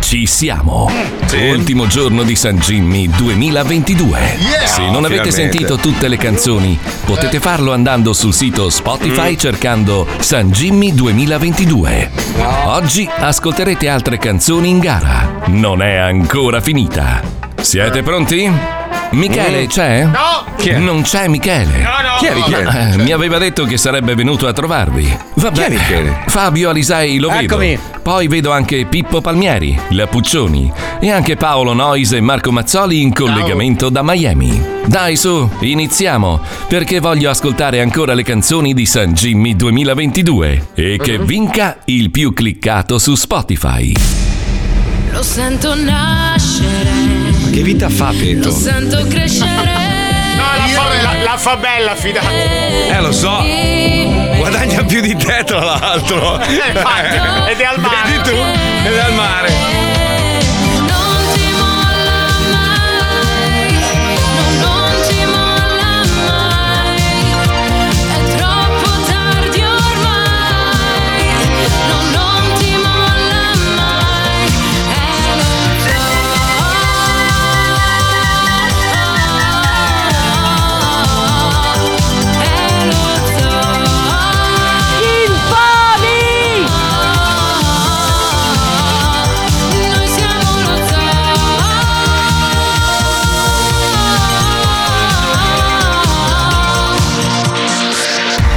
Ci siamo. Ultimo giorno di San Jimmy 2022. Yeah! Se non Finalmente. avete sentito tutte le canzoni, Eh. potete farlo andando sul sito Spotify Mm. cercando San Jimmy 2022. Oggi ascolterete altre canzoni in gara. Non è ancora finita. Siete pronti? Michele Eh. Mm. c'è? No! Chi è? Non c'è Eh, Michele. No, no. Chi è Michele? Ma, eh, mi aveva detto che sarebbe venuto a trovarvi. Va Chi è Michele? bene. Fabio Alisei lo Eccomi. vedo. Poi vedo anche Pippo Palmieri, la Puccioni e anche Paolo Nois e Marco Mazzoli in collegamento da Miami. Dai su, iniziamo, perché voglio ascoltare ancora le canzoni di San Jimmy 2022 e Mhm. che vinca il più cliccato su Spotify. Lo sento nascere, Ma che vita fa lo sento crescere. No, la fa, la, la fa bella, fidate. Eh, lo so. Guadagna più di te, Eh, tra l'altro. Eh, Infatti, ed è al mare. Vedi tu? Ed è al mare.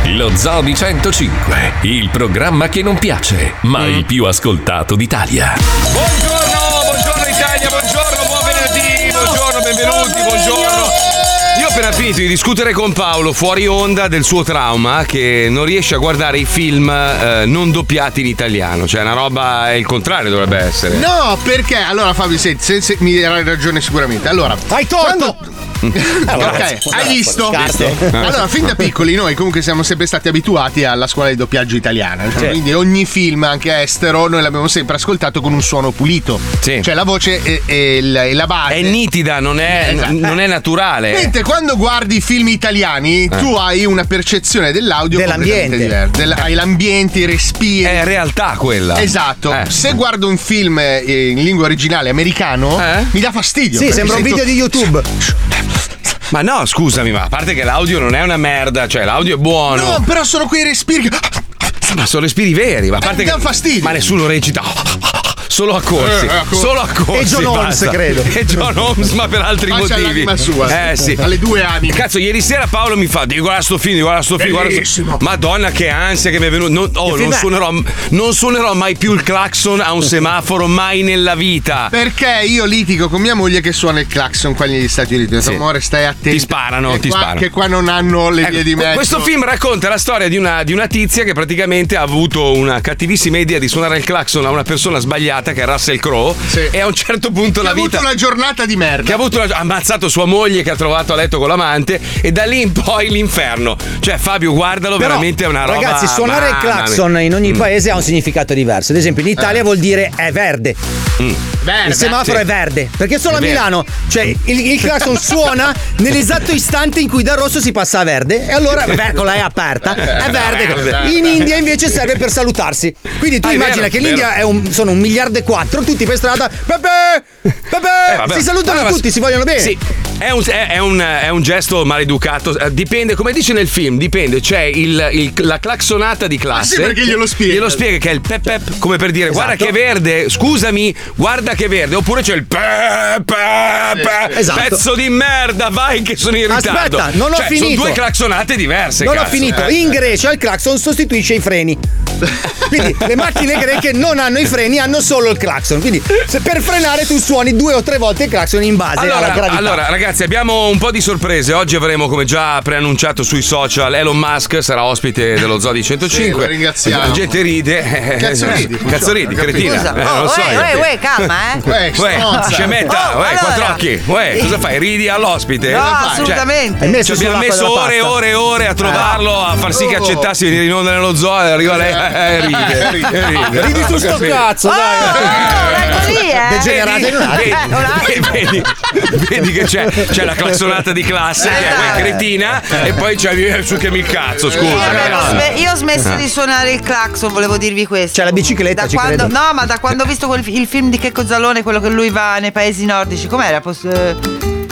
Lo Zoo di 105, il programma che non piace, ma Mhm. il più ascoltato d'Italia. Buongiorno, buongiorno Italia, buongiorno, buon venerdì, buongiorno, benvenuti, buongiorno. Io ho appena finito di discutere con Paolo fuori onda del suo trauma che non riesce a guardare i film eh, non doppiati in italiano, cioè una roba è il contrario dovrebbe essere. No, perché? Allora Fabio, senti, se- se- mi hai ragione sicuramente. Allora, fai torto! grazie. ok, hai visto? Grazie. Visto? Allora, fin da piccoli noi comunque siamo sempre stati abituati alla scuola di doppiaggio italiana. Cioè, Sì. Quindi ogni film, anche estero, noi l'abbiamo sempre ascoltato con un suono pulito. Cioè la voce e, e la, e la base. È nitida, non è, eh. Esatto. Eh, non è naturale. Mentre quando guardi i film italiani, Eh. tu hai una percezione dell'audio completamente diversa. Del- hai l'ambiente, i respiri. Eh. È realtà quella. Eh. Esatto. Se guardo un film eh, in lingua originale americano, Eh. mi dà fastidio. Sì, perché sembra un sento- video di YouTube. Ma no, scusami, ma a parte che l'audio non è una merda, cioè l'audio è buono. No, però sono quei respiri. che- Ma sono respiri veri, Eh, ma a parte che. fastidio. Ma nessuno recita. Solo a corsi, Eh, a corsi. solo a corsi. E John Holmes, basta. credo. E John Holmes, ma per altri Ma c'ha motivi. l'anima sua. Eh sì. Ha le due anime. Cazzo, ieri sera Paolo mi fa: Devi guardare sto film, devi guardare sto film. Guarda sto... Bellissimo. Madonna, che ansia che mi è venuta. Non, oh, Che film non è? suonerò, non suonerò mai più il clacson a un semaforo, mai nella vita. Perché io litigo con mia moglie che suona il clacson qua negli Stati Uniti. Ho detto, Amore, stai attento. Ti sparano, che ti qua- sparano. Ecco, Che qua non hanno le vie di mezzo. Questo film racconta la storia di una, di una tizia che praticamente ha avuto una cattivissima idea di suonare il clacson a una persona sbagliata che è Russell Crowe e a un certo punto la ha avuto vita una giornata di merda. che ha avuto una- ha ammazzato sua moglie che ha trovato a letto con l'amante e da lì in poi l'inferno. Cioè Fabio guardalo Però, veramente è una roba Ragazzi, suonare il mamma clacson mia. in ogni Mm. Eh. paese ha un significato diverso. Ad esempio, in Italia vuol dire è verde. Mm. il semaforo sì. è verde. Perché solo È a vero. Milano, cioè, il, il clacson suona nell'esatto istante in cui da rosso si passa a verde. E allora beh, con la E aperta Eh, è verde. Verde. In India invece serve per salutarsi. Quindi tu Ah, è immagina vero, che è l'India vero. è un- sono un miliardo e quattro, tutti per strada. Pepe! Eh, Pepe! vabbè. si salutano Allora, tutti, si vogliono bene. Sì, è un, è- è un- è un gesto maleducato. eh, Dipende, come dice nel film, dipende. C'è il- il- la claxonata di classe. Ah, sì, perché glielo spiega. Glielo spiega che è il pep pep, come per dire guarda Esatto. che verde, scusami, guarda che verde. Oppure c'è il pep pep, pep, esatto. pezzo di merda, vai che sono in ritardo. Aspetta, non ho Cioè, finito. Sono due claxonate diverse. Non ho cazzo. finito. Eh. In Grecia il clacson sostituisce i freni. Quindi le macchine greche non hanno i freni, hanno solo il clacson. Quindi se per frenare tu suoni due o tre volte il clacson in base alla Allora, gravità. allora, ragazzi, abbiamo un po' di sorprese. Oggi avremo, come già preannunciato sui social, Elon Musk sarà ospite dello Zoo di 105. Sì, lo ringraziamo. La gente ride. Cazzo Eh, ridi, Cazzo ridi, capito. cretina. Scusa. Eh, non Oh, lo so uè, io. uè, uè, calma, eh. Uè, scemetta, Oh, uè, quattro allora. occhi. Uè, Eh. cosa fai? Ridi all'ospite? No, Cosa fai? assolutamente. Cioè, Hai messo ci abbiamo sull'acqua messo della ore e pasta. ore e ore Eh. a trovarlo, a far sì che Oh. accettasse di venire in Eh. onda nello zoo e arriva lei. eh, ride. Ah, eh, ride. Ridi su sto Capito? cazzo, dai. lì, eh. Degenerate in un attimo. Eh, un attimo. vedi, vedi che c'è, c'è la classonata di classe che è quella cretina e poi c'è eh, su che mi cazzo Eh. Io, scusa vabbè, ho sve- io ho smesso Eh. di suonare il clacson, volevo dirvi questo. C'è Ah. Cioè, la bicicletta, da ci quando, credo. No, ma da quando ho visto quel- il film di Checco Zalone, quello che lui va nei paesi nordici, com'era? Pos- eh,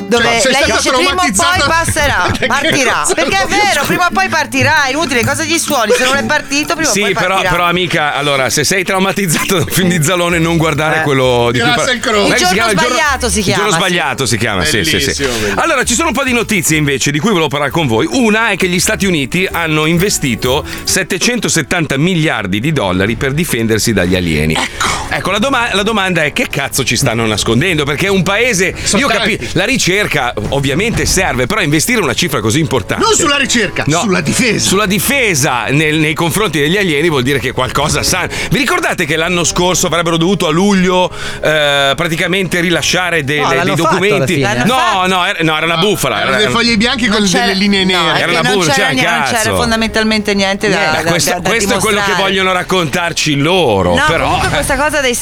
dove Cioè, sei lei stata dice prima o poi traumatizzata passerà, da Checco partirà. Zalone. Perché è vero, prima o poi partirà, è inutile, cosa gli suoni? Se non è partito, prima o sì, poi però, partirà. però, amica, allora, se sei traumatizzato da un film di Zalone, non guardare Eh. quello di cui Grazie par- al Croce. Com'è che Il giorno sbagliato si Il chiama, giorno sì. sbagliato si chiama, sì, sì, sì. Bellissimo, bellissimo. Allora, ci sono un po' di notizie invece di cui volevo parlare con voi. Una è che gli Stati Uniti hanno investito 770 miliardi di dollari per difendersi dagli alieni. Ecco. la, doma- la domanda è che cazzo ci stanno nascondendo? Perché è un paese. Sono io tanti. capisco. La ricerca ovviamente serve, però investire una cifra così importante. Non sulla ricerca, No. sulla difesa. Sulla difesa nel- nei confronti degli alieni vuol dire che qualcosa sanno. Vi ricordate che l'anno scorso avrebbero dovuto a luglio eh, praticamente rilasciare dei, No, dei- dei l'hanno fatto documenti? alla fine. No, no, era, no, era una bufala. Erano dei fogli bianchi Non con c'era- delle linee no, nere. è che non burro, c'era, c'era un niente- non c'era eh, cioè, cazzo. fondamentalmente niente da, Beh, da- questo da- da questo è quello che dimostrare. vogliono raccontarci loro. No, però. eh. comunque questa cosa dei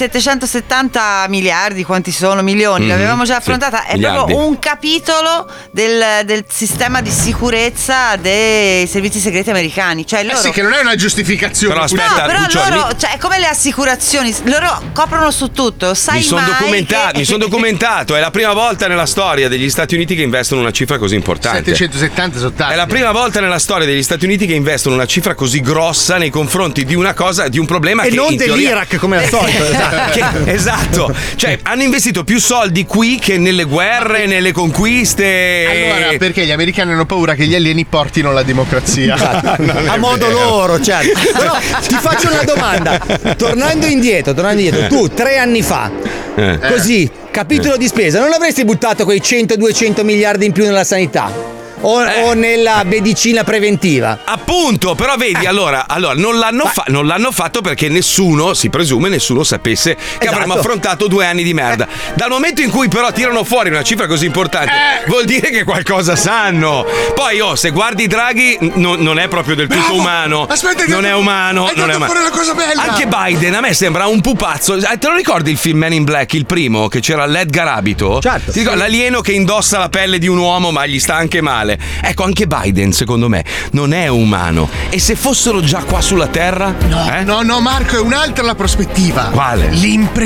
770 miliardi, quanti sono milioni, Mhm, l'avevamo già sì, affrontata, è miliardi. proprio un capitolo del, del sistema di sicurezza dei servizi segreti americani. Cioè Eh loro... sì, che non è una giustificazione. Però aspetta, No, però Guccioli, loro, mi- cioè, è come le assicurazioni, loro coprono su tutto, sai Mi sono mai documentato, che- mi son documentato, è la prima volta nella storia degli Stati Uniti che investono una cifra così importante. 770 sono tanti. È la prima volta nella storia degli Stati Uniti che investono una cifra così grossa nei confronti di una cosa, di un problema E che non in teoria- dell'Iraq, come al solito, esatto. Che- esatto. Cioè, hanno investito più soldi qui che nelle guerre, nelle conquiste. Allora, perché gli americani hanno paura che gli alieni portino la democrazia? a modo loro, cioè. certo. Però ti faccio una domanda. Tornando indietro, tornando indietro, tu tre anni fa, Eh. così, capitolo di spesa, non avresti buttato quei 100-200 miliardi in più nella sanità? O, Eh. o nella medicina preventiva? Appunto, però vedi, allora, allora, non, l'hanno fa- non l'hanno fatto perché nessuno, si presume, nessuno sapesse che avremmo affrontato due anni di merda. Dal momento in cui però tirano fuori una cifra così importante, vuol dire che qualcosa sanno. Poi, oh, se guardi Draghi, n- non- non è proprio del tutto Bravo! umano. Aspetta, hai non detto- è umano. hai non è detto umano. fuori la cosa bella! Anche Biden, a me sembra un pupazzo. Eh, Te lo ricordi il film Man in Black, il primo, che c'era l'Edgar Abito? Certo. Ti ricordi, l'alieno che indossa la pelle di un uomo ma gli sta anche male. Ecco, anche Biden, secondo me, non è umano. E se fossero già qua sulla Terra? No, no, no, Marco, è un'altra la prospettiva. Quale?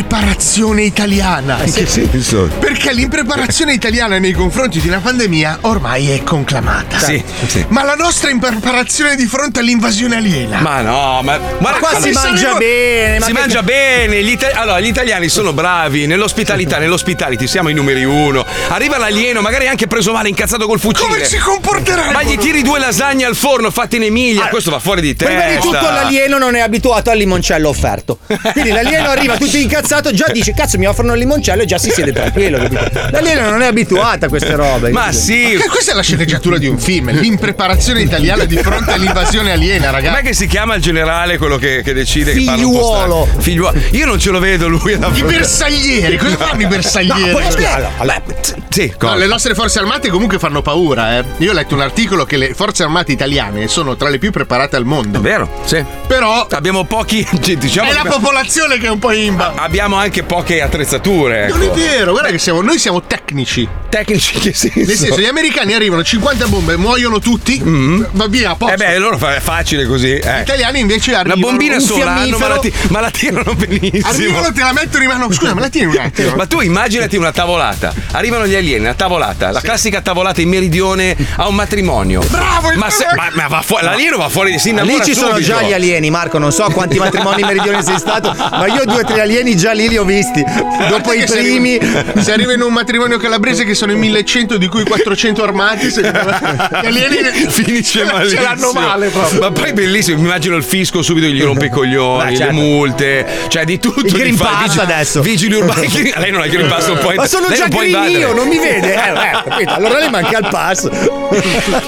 L'impreparazione italiana. senso? Perché l'impreparazione italiana nei confronti di una pandemia ormai è conclamata. Certo, Sì, sì. Ma la nostra impreparazione di fronte all'invasione aliena. Ma no, ma, Ma qua guarda- si mangia bene, ma Si che- mangia bene. Gli ita- allora, gli italiani sono bravi nell'ospitalità, nell'ospitality siamo i numeri uno. Arriva l'alieno, magari anche preso male, incazzato col fucile. Come si comporterà? Ma gli tiri due lasagne al forno fatte in Emilia, questo va fuori di testa. Prima di tutto l'alieno non è abituato al limoncello offerto. Quindi l'alieno arriva tutto incazzato, già dice cazzo mi offrono il limoncello e già si siede tranquillo. capito? L'alieno non è abituato a queste robe. capito? Ma che- questa è la sceneggiatura di un film. L'impreparazione italiana di fronte all'invasione aliena, ragazzi. Com'è che si chiama il generale quello che, che decide? Che parla un po' Figliuolo. strano? Figliuolo. Io non ce lo vedo lui. ad I affrontare. bersaglieri, cosa No. fanno i bersaglieri? No, poi- allora, sì, cosa? No, le nostre forze armate comunque fanno paura, eh. Io ho letto un articolo che le forze armate italiane sono tra le più preparate al mondo. È vero, sì. Però abbiamo pochi. Diciamo è la che- popolazione che è un po' imba. Abbiamo anche poche attrezzature. Non è ecco. vero, guarda che siamo, noi siamo tecnici. Tecnici che senso? Nel senso, gli americani arrivano 50 bombe, muoiono tutti, va via, a posto. Eh beh, loro fa- è facile così. eh. Gli italiani invece Una arrivano. bombina un sola hanno, ma, la ti- fiammifero, ma la tirano benissimo. Arrivano, te la mettono in mano. Scusa, me la tieni un attimo. Ma tu immaginati una tavolata. Arrivano gli alieni, una tavolata, la classica tavolata in meridione a un matrimonio. Bravo! Ma, se- ma- ma va fuori, l'alieno va fuori di Ma sindaco. lì ci sono già gli alieni, Marco. Non so quanti matrimoni in meridione sei stato, ma io due o tre alieni già lì li ho visti. Dopo i Perché se primi. arriva- se arriva in un matrimonio calabrese che sono in 1100 di cui 400 armati secondo me gli alieni finisce malissimo. ce l'hanno male proprio Ma poi è bellissimo, mi immagino il fisco subito gli rompe i coglioni, Beh, certo. le multe, cioè di tutto. Il di Green fare- Pass vigili- adesso. Vigili urbani. Lei non ha il Green Pass, non puoi Ma sono lei già non può green invadere. io, non mi vede. Eh, eh, capito? Allora lei manca il pass.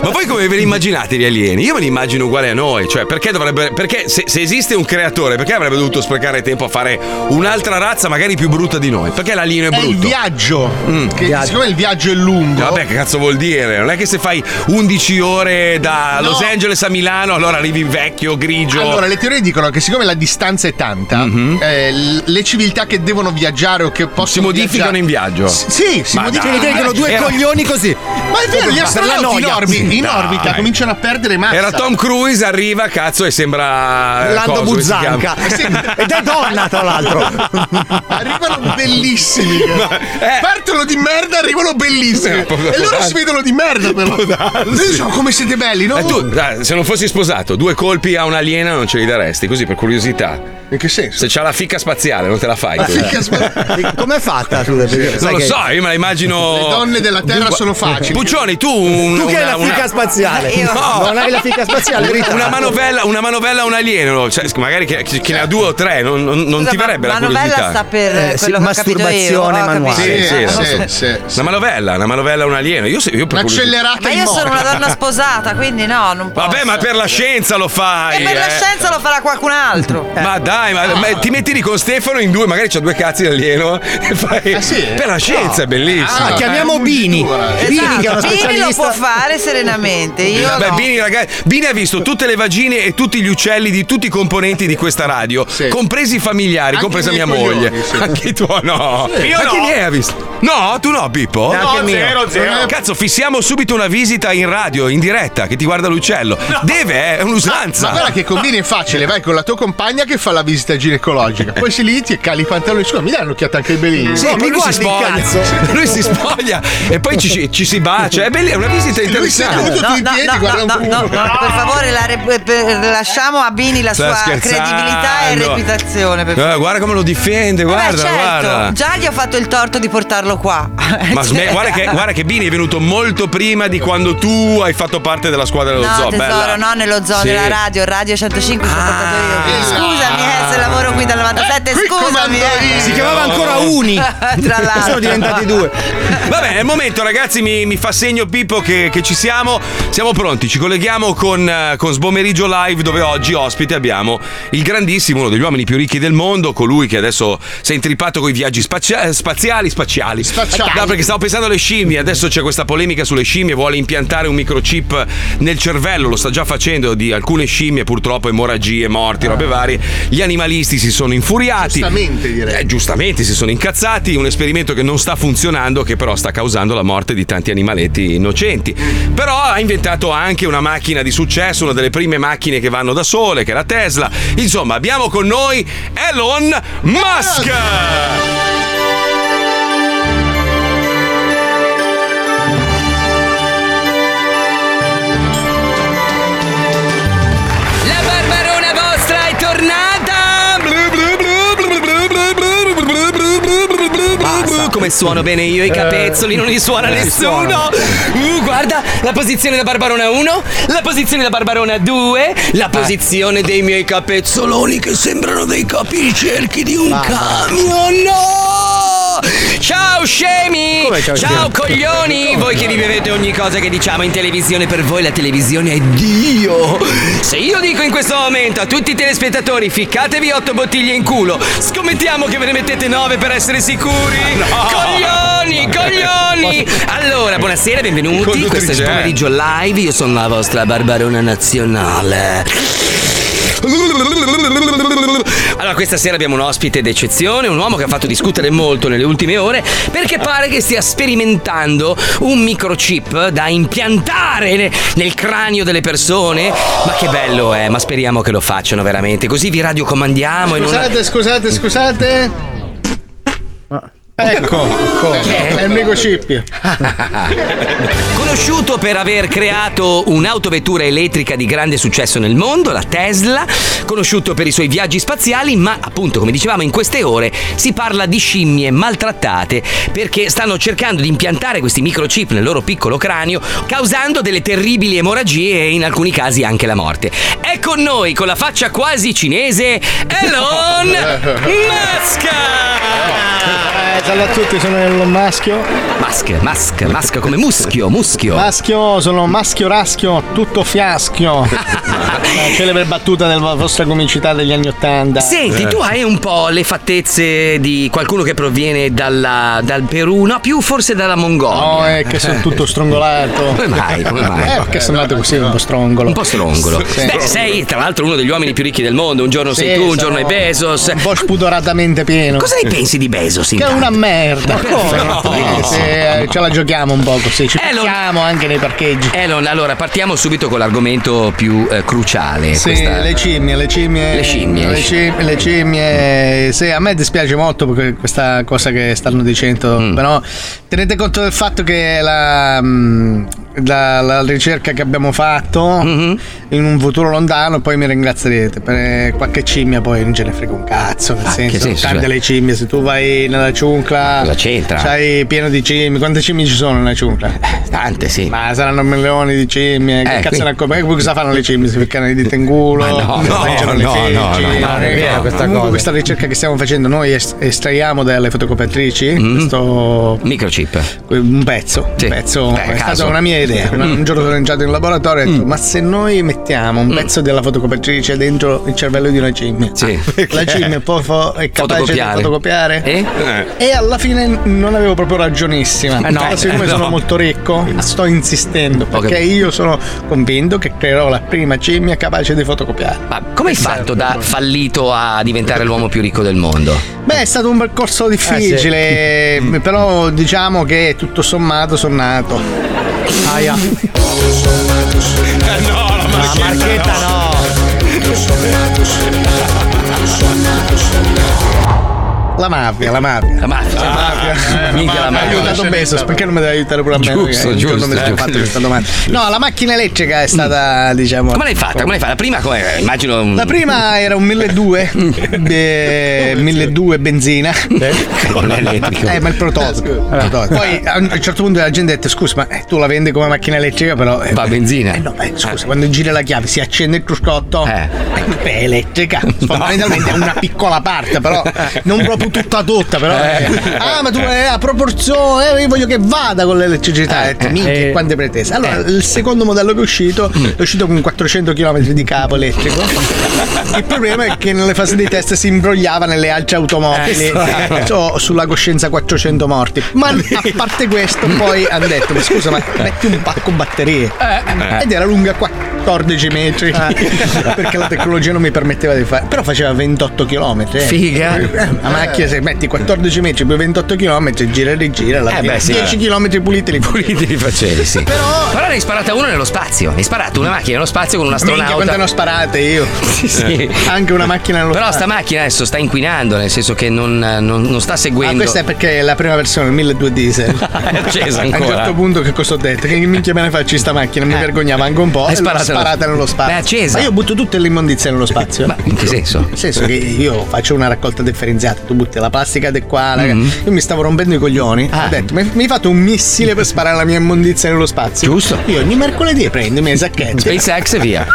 Ma voi come ve li immaginate gli alieni? Io me li immagino uguali a noi, cioè perché dovrebbe. Perché se, se esiste un creatore, perché avrebbe dovuto sprecare tempo a fare un'altra razza magari più brutta di noi? Perché l'alieno è È brutto? Mm. il viaggio. Che, Viaggio. Siccome il viaggio è lungo. Vabbè, che cazzo vuol dire? Non è che se fai 11 ore da No. Los Angeles a Milano, allora arrivi vecchio, grigio. Allora, le teorie dicono che siccome la distanza è tanta, Mhm. eh, l- le civiltà che devono viaggiare o che possono. Si modificano in viaggio. sì, si Ma modificano. Ah, dai. Vengono due Era- coglioni così. Ma è vero, gli Per la astronauti in, noia. orbi- Sì, in dai. orbita cominciano a perdere massa. Era Tom Cruise, arriva, cazzo, e sembra. eh, Lando coso, come si Buzzanca. chiama? Eh sì. Ed è donna, tra l'altro. Arrivano bellissimi. Partono di merda, arrivano bellissimi. Eh, può- e loro si vedono di merda, però. Può darsi. Noi diciamo, come siete belli, no? Eh, tu, dai, se non fossi sposato, due colpi a un alieno non ce li daresti, così per curiosità. In che senso? Se c'ha la ficca spaziale, non te la fai. La tu. eh. ficca Com'è fatta? Scusa, perché non sai lo che- so, io me la immagino. Le donne della Terra sono facili. Oh. Puccioni, tu. un- Tu che hai una- la fica una- spaziale. Io- Non hai la fica spaziale, verità. Una manovella, una manovella a un alieno, cioè, magari che, che ne ha due o tre, non, non- non Scusa, ti ma- verrebbe la manovella curiosità. sta per, eh, Eh, sì, quello che ho capito io. masturbazione Eh, Ho capito. manuale. Sì, sì, Ah, sì, sì, sì, sì. Una manovella, una manovella a un alieno. Io, se- io per curiosità- Ma io sono una donna sposata, quindi no, non posso. Vabbè, ma per la scienza lo fai. E per la eh. scienza lo farà qualcun altro. Eh. Ma dai, ma, ma ti metti lì con Stefano in due, magari c'ha due cazzi d'alieno. e fai- Per la scienza è bellissimo. Ah, chiamiamo Bini. Bini che è uno eh, Esatto, Bini lo può specialista. fare serenamente. Io Beh, no. Bini, ragazzi, Bini ha visto tutte le vagine e tutti gli uccelli di tutti i componenti di questa radio, compresi i familiari, Anche compresa i miei mia moglie. coglioni, sì. Anche tu, no. Sì. Io Anche no. miei ha visto. No, tu no, Pippo? No, Anche il mio. zero, zero. Cazzo, fissiamo subito una visita in radio, in diretta, che ti guarda l'uccello. Deve, eh, è un'usanza. Ma guarda che combini è facile, vai con la tua compagna che fa la visita ginecologica. Poi si lì ti cali i pantaloni su, mi dai un'occhiata anche ai belini. Sì, poi lui si spoglia. Lui si spoglia e poi ci, ci si bacia. È bella, è una visita Lui interessante. seduto, tu in piedi, guarda un no, pubblico. no, per favore, la re- per- lasciamo a Bini la Sta sua scherzando. credibilità e reputazione. Per Eh, guarda come lo difende, Vabbè, guarda, certo, guarda. già gli ho fatto il torto di portarlo qua. Ma Cioè- sme- guarda, che, guarda che Bini è venuto molto prima di quando tu hai fatto parte della squadra dello No, zoo. tesoro, bella. no, nello zoo, Sì. Ah. nella radio, Radio 105 sono portato io. Scusami, eh, se lavoro qui dal 97, scusami. eh. Si chiamava ancora Uni. Tra l'altro. Sono diventati due. Va bene, è il momento, ragazzi. Mi, mi fa segno Pippo che, che ci siamo. Siamo pronti. Ci colleghiamo con, eh, con Sbomeriggio Live, dove oggi ospite abbiamo il grandissimo, uno degli uomini più ricchi del mondo, colui che adesso si è intrippato con i viaggi spazia- spaziali. Spaziali. No, perché stavo pensando alle scimmie. Adesso c'è questa polemica sulle scimmie. Vuole impiantare un microchip nel cervello. Lo sta già facendo di alcune scimmie, purtroppo, emorragie, morti, robe varie. Gli animalisti si sono infuriati. Ah. Giustamente, direi. Eh, giustamente si sono incazzati, un esperimento che non sta funzionando, che però sta causando la morte di tanti animaletti innocenti. Però ha inventato anche una macchina di successo, una delle prime macchine che vanno da sole, che è la Tesla. Insomma, abbiamo con noi Elon Musk! La barbarona vostra è tornata! Basta. Come suono bene io i capezzoli, non li suona Eh, nessuno! Uh, guarda, la posizione da Barbarona 1, la posizione da Barbarona 2, la posizione dei miei capezzoloni che sembrano dei capicerchi di un camion! No! Ciao scemi! Come ciao ciao scemi? coglioni! Voi che vi bevete ogni cosa che diciamo in televisione, per voi la televisione è Dio! Se io dico in questo momento a tutti i telespettatori ficcatevi otto bottiglie in culo, scommettiamo che ve ne mettete nove per essere sicuri! Ah. Coglioni, coglioni! Allora, buonasera, benvenuti, questo è il pomeriggio live, io sono la vostra Barbarona nazionale. Allora, questa sera abbiamo un ospite d'eccezione, un uomo che ha fatto discutere molto nelle ultime ore perché pare che stia sperimentando un microchip da impiantare ne- nel cranio delle persone. Ma che bello è, ma speriamo che lo facciano veramente, così vi radiocomandiamo e non... Scusate, scusate, scusate. Ecco, è il Eh, microchip. Conosciuto per aver creato un'autovettura elettrica di grande successo nel mondo, la Tesla, conosciuto per i suoi viaggi spaziali, ma appunto, come dicevamo, in queste ore si parla di scimmie maltrattate perché stanno cercando di impiantare questi microchip nel loro piccolo cranio, causando delle terribili emorragie e in alcuni casi anche la morte. È con noi, con la faccia quasi cinese, Elon Musk! Salve a tutti, sono il maschio. Maschio, maschio, maschio come muschio, muschio. Maschio, sono maschio raschio, tutto fiaschio. La celebre battuta della vostra comicità degli anni Ottanta. Senti, tu hai un po' le fattezze di qualcuno che proviene dalla- dal Perù, no, più forse dalla Mongolia. No, è che sono tutto strongolato. Come mai? Come mai? Eh, perché sono nato così, un po' strongolo. Un po' strongolo. Sì. Beh, sei tra l'altro uno degli uomini più ricchi del mondo. Un giorno Sì, sei tu, un sono giorno è Bezos. Un po' spudoratamente pieno. Cioè, Cosa ne pensi di Bezos? Che è intanto? una merda. Come? No. Eh, Se, eh, ce la giochiamo un po' così, ci pensiamo anche nei parcheggi. Elon, Eh, allora partiamo subito con l'argomento più eh, cruciale. Sì, questa- le cimmie, le cimmie. Le cimmie. Le cimmie, le cimmie. Sì, a me dispiace molto per questa cosa che stanno dicendo, Mm. però tenete conto del fatto che la, mm, la- la ricerca che abbiamo fatto Mm-hmm. in un futuro lontano, poi mi ringrazierete. Per qualche cimmia poi non ce ne frega un cazzo, nel senso, senso, tante cioè? le cimmie, se tu vai nella ciuncla... Cosa c'entra? C'hai pieno di cimmie, quante cimmie ci sono nella ciuncla? Eh, Tante, sì. Ma saranno milioni di cimmie. che Eh, cazzo quindi- ne accorgo? Poi cosa fanno le cimmie? Si ficcano le dita in culo? no, si no, mangiano le no, feci? no, no, no, non è vero questa Comunque questa ricerca che stiamo facendo, noi es- estraiamo dalle fotocopiatrici questo Mm-hmm. Microchip. un pezzo, un Sì. pezzo Beh, è caso. Mm. stata una mia idea. Un, un giorno sono entrato in laboratorio e ho detto: Ma se noi mettiamo un pezzo della fotocopiatrice dentro il cervello di una cimmia, Sì. la cimmia poi fo- è capace Fotocopiare. di fotocopiare? Eh? E alla fine non avevo proprio ragionissima. Eh no, Però siccome eh no. Mm. sono molto ricco, sto insistendo perché capito. io sono convinto che creerò la prima cimmia capace di fotocopiare. Ma Ah, come hai fatto da Esatto. fallito a diventare l'uomo più ricco del mondo? Beh, è stato un percorso Eh, difficile, Mm. mm, però diciamo che tutto sommato sono nato. Aia. Eh, no, la marchetta. La mafia, la mafia. La mafia. La mafia. Minchia la Mi ha mafia. aiutato Bezos, perché non mi deve aiutare pure a me? Giusto, Un giorno giusto, mi sono eh. fatto questa domanda. No, la macchina elettrica è stata, diciamo. Mm. Come l'hai fatta? Come l'hai fatta? La prima come? Eh, Immagino. un- La prima era un 1200, beh, 1200 benzina. Eh, Non è elettrico. Eh, ma il prototipo. il prototipo. Poi a un a un certo punto la gente ha detto: Scusa, ma eh, tu la vendi come macchina elettrica, però. eh, Va a benzina. eh, no, eh, scusa, quando gira la chiave si accende il cruscotto. Eh. eh, È elettrica. Fondamentalmente è una piccola parte, però. Non proprio tutta tutta, però. Ah, ma tu eh, a proporzione, eh, io voglio che vada con l'elettricità. Eh, minchia, quante pretese. Allora, il secondo modello che è uscito è uscito con 400 km di capo elettrico. il problema è che nelle fasi di test si imbrogliava nelle altre automobili. So, sulla coscienza 400 morti. Ma a parte questo, poi hanno detto: ma scusa, ma metti un pacco batterie. Ed era lunga 14 metri. Eh. Perché la tecnologia non mi permetteva di fare. Però faceva 28 km. Eh. Figa. La macchina, se metti 14 metri più 28 km, gira e rigira. Alla Eh, fine beh, sì. 10 km puliti li puliti. Quindi li facevi, sì. Però... Però ne hai sparata uno nello spazio. Hai sparato una macchina nello spazio con un Minchia, quante astronauta. ne ho sparate io. Eh. Sì, sì. Anche una macchina nello Però spazio. sta macchina adesso sta inquinando, nel senso che non, non- non sta Ah, seguendo. questa è perché è la prima versione, il 1200 diesel. è accesa A un certo ancora. punto che cosa ho detto? Che minchia me ne faccio sta macchina? Mi vergognavo anche un po'. Hai e l'ho sparato nello- sparata nello spazio. Ma è accesa. Ma io butto tutte le immondizie nello spazio. Ma in che senso? Nel senso che io faccio una raccolta differenziata, tu butti la plastica di qua, la- Mm-hmm. io mi stavo rompendo i coglioni, Ah. ho detto, mi, mi hai fatto un missile per sparare la mia immondizia nello spazio. Giusto. Io ogni mercoledì prendo i miei sacchetti. SpaceX e via.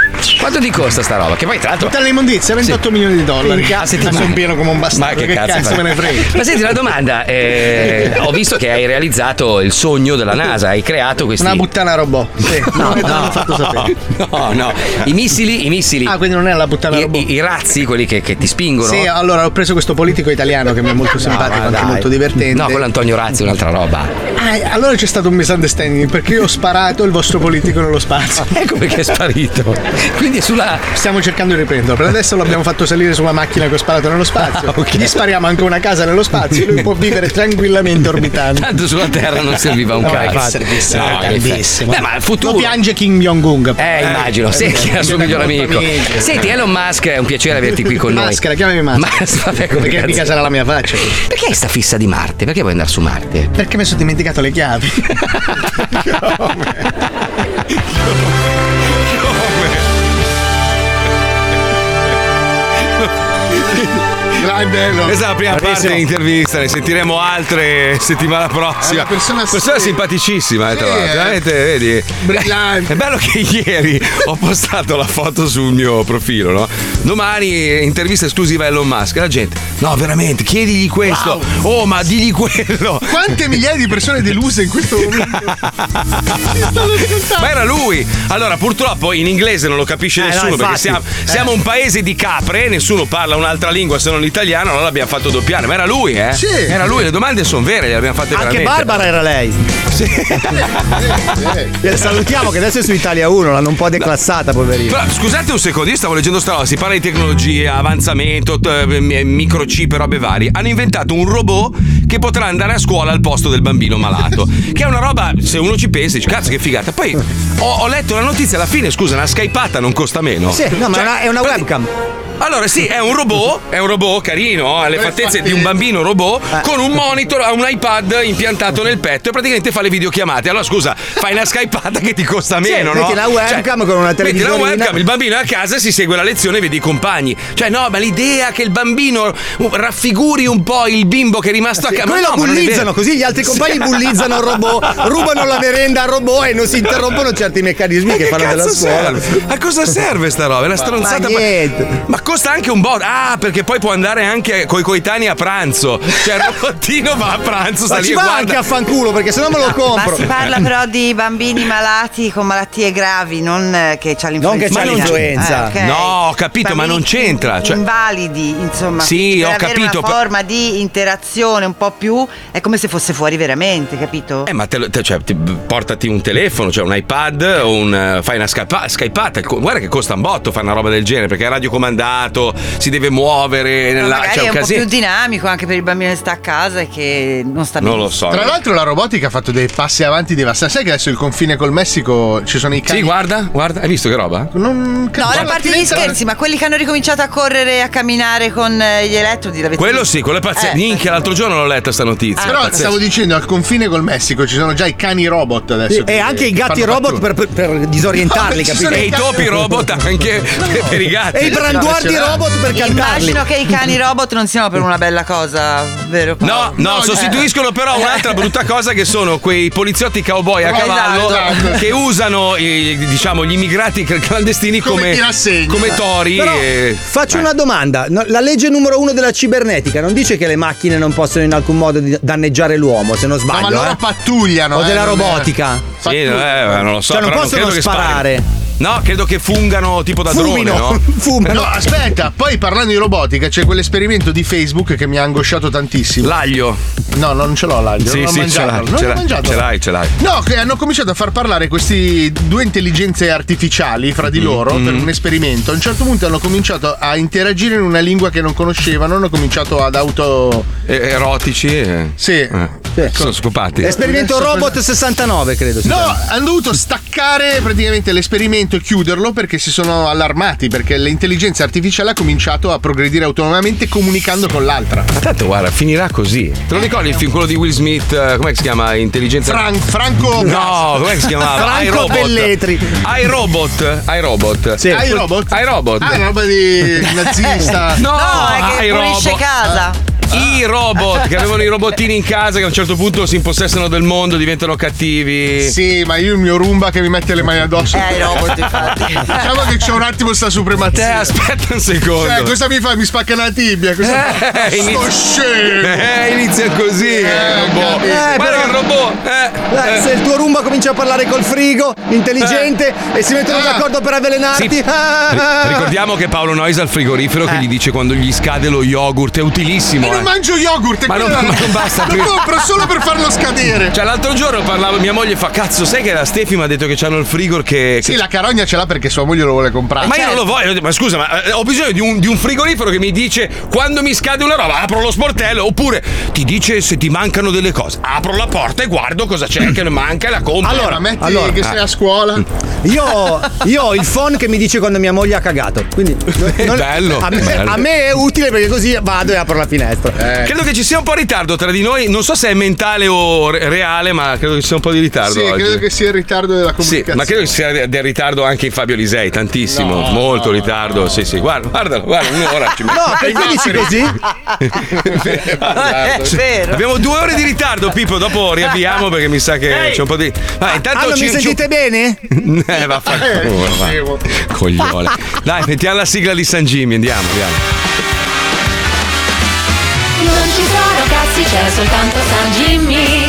Quanto ti costa sta roba? Che poi tra l'altro. Tutta l'immondizie, 28 milioni di dollari. Minchia, Ma settimana. sono pieno come un bastardo. Ma che cazzo fai? me ne frega? Ma senti una domanda, eh, ho visto che hai realizzato il sogno della NASA, hai creato questi. Una buttana robot. Sì, no, me l'hanno fatto sapere. No, no, i missili, i missili. Ah, quindi non è la buttana i, robot. i- i razzi, quelli che, che ti spingono. Sì, allora ho preso questo politico italiano che mi è molto simpatico, ma anche dai. molto divertente. No, con l'Antonio Razzi, un'altra roba. Ah, allora c'è stato un misunderstanding perché io ho sparato il vostro politico nello spazio. Ecco perché è sparito. Quindi è sulla. Stiamo cercando di riprenderlo. Per adesso l'abbiamo fatto salire sulla macchina che ho sparato nello spazio. Ah, ok. Gli spariamo anche una casa nello spazio. Lui può vivere tranquillamente orbitando. Tanto sulla Terra non serviva un No, infatti, eh, cazzo. servissimo, No, in effetti. tantissimo. Beh, ma il futuro. Lo piange Kim Jong-un. eh, Eh, immagino, sì, che era il suo miglior amico. Amico. Senti, Elon Musk, è un piacere averti qui con noi. Maschera, chiamami maschera. Mas- vabbè, come Ah, perché mica cazzo. sarà la mia faccia. Perché hai sta fissa di Marte? Perché vuoi andare su Marte? Perché mi sono dimenticato le chiavi. Grande, Questa è Esatto, la prima parte dell'intervista, ne sentiremo altre settimana prossima. Una persona sì. simpaticissima, eh, tra Sì, l'altro. eh. Veramente, vedi. Brillante. È bello che ieri ho postato la foto sul mio profilo, no? Domani eh, intervista esclusiva a Elon Musk. La gente, no, veramente, chiedigli questo. Oh, ma digli quello. Quante migliaia di persone deluse in questo momento? Ma era lui. Allora, purtroppo in inglese non lo capisce Eh, no, nessuno perché infatti. siamo, siamo un paese di capre, nessuno parla un'altra lingua se non l'italiano, allora l'abbiamo fatto doppiare. Ma era lui, eh? Sì. Era lui, le domande sono vere, le abbiamo fatte Anche veramente. Barbara era lei. La Eh, salutiamo che adesso è su Italia 1, l'hanno un po' declassata, poverina. Però, scusate un secondo, io stavo leggendo sta roba, si parla di tecnologia, avanzamento, t- eh, microchip, robe varie. Hanno inventato un robot che potrà andare a scuola al posto del bambino malato. che è una roba, se uno ci pensa, dice, cazzo che figata. Poi ho, ho letto la notizia alla fine, scusa, una skypata non costa meno. Sì, no, ma Cioè, è una- è una webcam. allora sì, è un robot, è un robot carino, ha le Con le fattezze fatte- di un bambino Eh. robot con un monitor, ha un iPad impiantato nel petto e praticamente fa le videochiamate. Allora scusa, fai una skypata che ti costa Sì, meno, no? Cioè, metti la webcam con una metti la televisorina. webcam, il bambino è a casa e si segue la lezione e vede i compagni. Cioè no, ma l'idea che il bambino raffiguri un po' il bimbo che è rimasto a casa. Quello ma no, ma non è bullizzano, vero. così gli altri compagni Sì. bullizzano il robot, rubano la merenda al robot e non si interrompono certi meccanismi che, fanno Cazzo della scuola. serve? A cosa serve sta roba? È una Ma- stronzata. ma niente. ma costa anche un bot. Ah, perché poi può andare anche coi coetanei a pranzo. Cioè, il robottino va a pranzo, sta Ma lì ci e va guarda. anche a fanculo perché sennò me lo compro. Ma si parla però di bambini malati con malattie gravi, non eh, che c'ha l'influenza. che c'ha Eh, l'influenza. ok. No, ho capito, ma non c'entra. Cioè, Invalidi, insomma, Sì, per ho avere capito, una però- forma di interazione un po' più è come se fosse fuori veramente, capito? eh, ma te lo- te- cioè, ti- portati un telefono, cioè un iPad, o un, eh, fai una skypa- skypata. Co- Guarda che costa un botto fare una roba del genere perché è radiocomandato, si deve muovere. Ma nella- magari cioè, è un un po' casino. più dinamico anche per il bambino che sta a casa e che non sta bene. Non lo so. Tra l'altro la robotica ha fatto dei passi avanti devastanti. Sai che adesso il confine col Messico ci sono i cani? Sì, guarda, guarda, hai visto che roba? Non No, era parte degli scherzi, ma quelli che hanno ricominciato a correre e a camminare con eh, gli elettrodi l'avete Quello visto? sì, quello è pazzesco. Eh, Minchia, l'altro giorno l'ho letta sta Ah, notizia. Però Ah, pazzesco. stavo dicendo, al confine col Messico ci sono già i cani robot adesso. E anche i gatti robot per, per- per disorientarli, ci capito? sono E i topi robot anche per i gatti. E i branduardi robot per cantarli. Immagino che i cani robot non siano per una bella cosa, vero? No, no, cioè- sostituiscono però un'altra brutta cosa che sono quei poliziotti cowboy a Esatto. cavallo Esatto. che usano i- diciamo, gli immigrati cl- clandestini come, come tori. Però e- Faccio una domanda: No, la legge numero uno della cibernetica non dice che le macchine non possono in alcun modo di- danneggiare l'uomo, se non sbaglio. ma loro eh? pattugliano, O eh, della non è- robotica. Sì, eh, non lo so. Cioè, non però possono credo che sparare. sparino. No, credo che fungano tipo da drone, no? No, aspetta, poi parlando di robotica c'è quell'esperimento di Facebook che mi ha angosciato tantissimo. L'aglio. No, non ce l'ho l'aglio, Sì, non l'ho sì, ce mangiato. l'hai, non l'ho ce l'hai, mangiato. ce l'hai, ce l'hai. No, che hanno cominciato a far parlare queste due intelligenze artificiali fra Mm-hmm, di loro per un esperimento. A un certo punto hanno cominciato a interagire in una lingua che non conoscevano, hanno cominciato ad auto. E- erotici. eh. Sì. Eh, Sono scopati. Esperimento Adesso Robot 69, credo. si No, chiama. hanno dovuto staccare praticamente l'esperimento e chiuderlo perché si sono allarmati, perché l'intelligenza artificiale ha cominciato a progredire autonomamente comunicando con l'altra. Ma tanto guarda, finirà così. Te lo ricordi il film quello di Will Smith? eh, Com'è che si chiama? Intelligenza. Fran- Franco- No, com'è che si chiamava? Franco iRobot. Pelletri. iRobot. iRobot. Sì. iRobot? iRobot. Ah, è una roba di nazista. No, No, è che iRobot. pulisce casa. I robot che avevano i robottini in casa che a un certo punto si impossessano del mondo, diventano cattivi. Sì, ma io il mio rumba che mi mette le mani addosso. Eh, i robot, infatti. Diciamo che c'è un attimo sta Te supremazia. aspetta un secondo. Cioè, cosa mi fa? Mi spacca la tibia. Cosa... Eh, Sto inizia- scemo. Eh, inizia così. Eh, robot. Eh, Guarda però- che robot. Eh, Eh, eh. Se il tuo rumba comincia a parlare col frigo, intelligente, Eh. e si Ah. mettono d'accordo per avvelenarti. Sì. Ah, Ri- Ricordiamo che Paolo Nois ha il frigorifero che gli dice quando gli scade lo yogurt, è utilissimo. Ma Eh. non eh. mangio yogurt. Ma non- quello- ma non basta Lo più. compro solo per farlo scadere. Cioè, l'altro giorno parlavo, mia moglie fa: Cazzo, sai che la Stefi mi ha detto che c'hanno il frigor che. Sì, che- la carogna ce l'ha perché sua moglie lo vuole comprare. Ma io non lo voglio, ma scusa, ma eh, ho bisogno di un, di un frigorifero che mi dice quando mi scade una roba, apro lo sportello, oppure ti dice se ti mancano delle cose, apro la porta e guardo cosa c'è che manca e la compro. Allora, Ah, eh. metti che sei a scuola. Mm. Io, io ho il phone che mi dice quando mia moglie ha cagato. Quindi Bello, a, me, bello. a me è utile perché così vado e apro la finestra. Eh. Credo che ci sia un po' di ritardo tra di noi, non so se è mentale o re- reale, ma credo che ci sia un po' di ritardo. Sì, oggi. credo che sia il ritardo della Sì, comunicazione. ma credo che sia de- del ritardo anche in Fabio Lisei, tantissimo, molto ritardo. Sì, sì, guarda, guardalo, guarda, un'ora ci metto. No, perché dici così? È Esatto. vero. Abbiamo due ore di ritardo, Pippo. Dopo riavviamo perché mi sa che c'è un po' di. Ah, Ah, non intanto mi ci. ci- sentite bene? Eh, vaffanculo, va. dicevo. Coglione. Dai, mettiamo la sigla di San Jimmy, andiamo, andiamo. Non ci sono cazzi, c'è soltanto San Jimmy.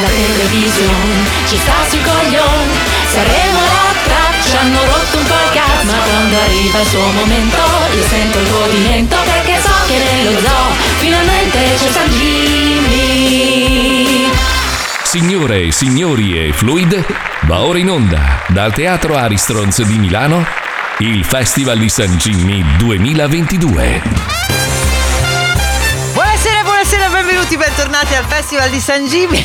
La televisione ci sta sui coglioni. Saremo la traccia, hanno rotto un po' il cazzo. Ma quando arriva il suo momento, io sento il godimento. Perché so che nello zoo finalmente c'è San Jimmy. Signore, signori e fluid, va ora in onda dal Teatro Aristrons di Milano il Festival di San Jimmy 2022. Buonasera, buonasera, benvenuti, bentornati al Festival di San Jimmy.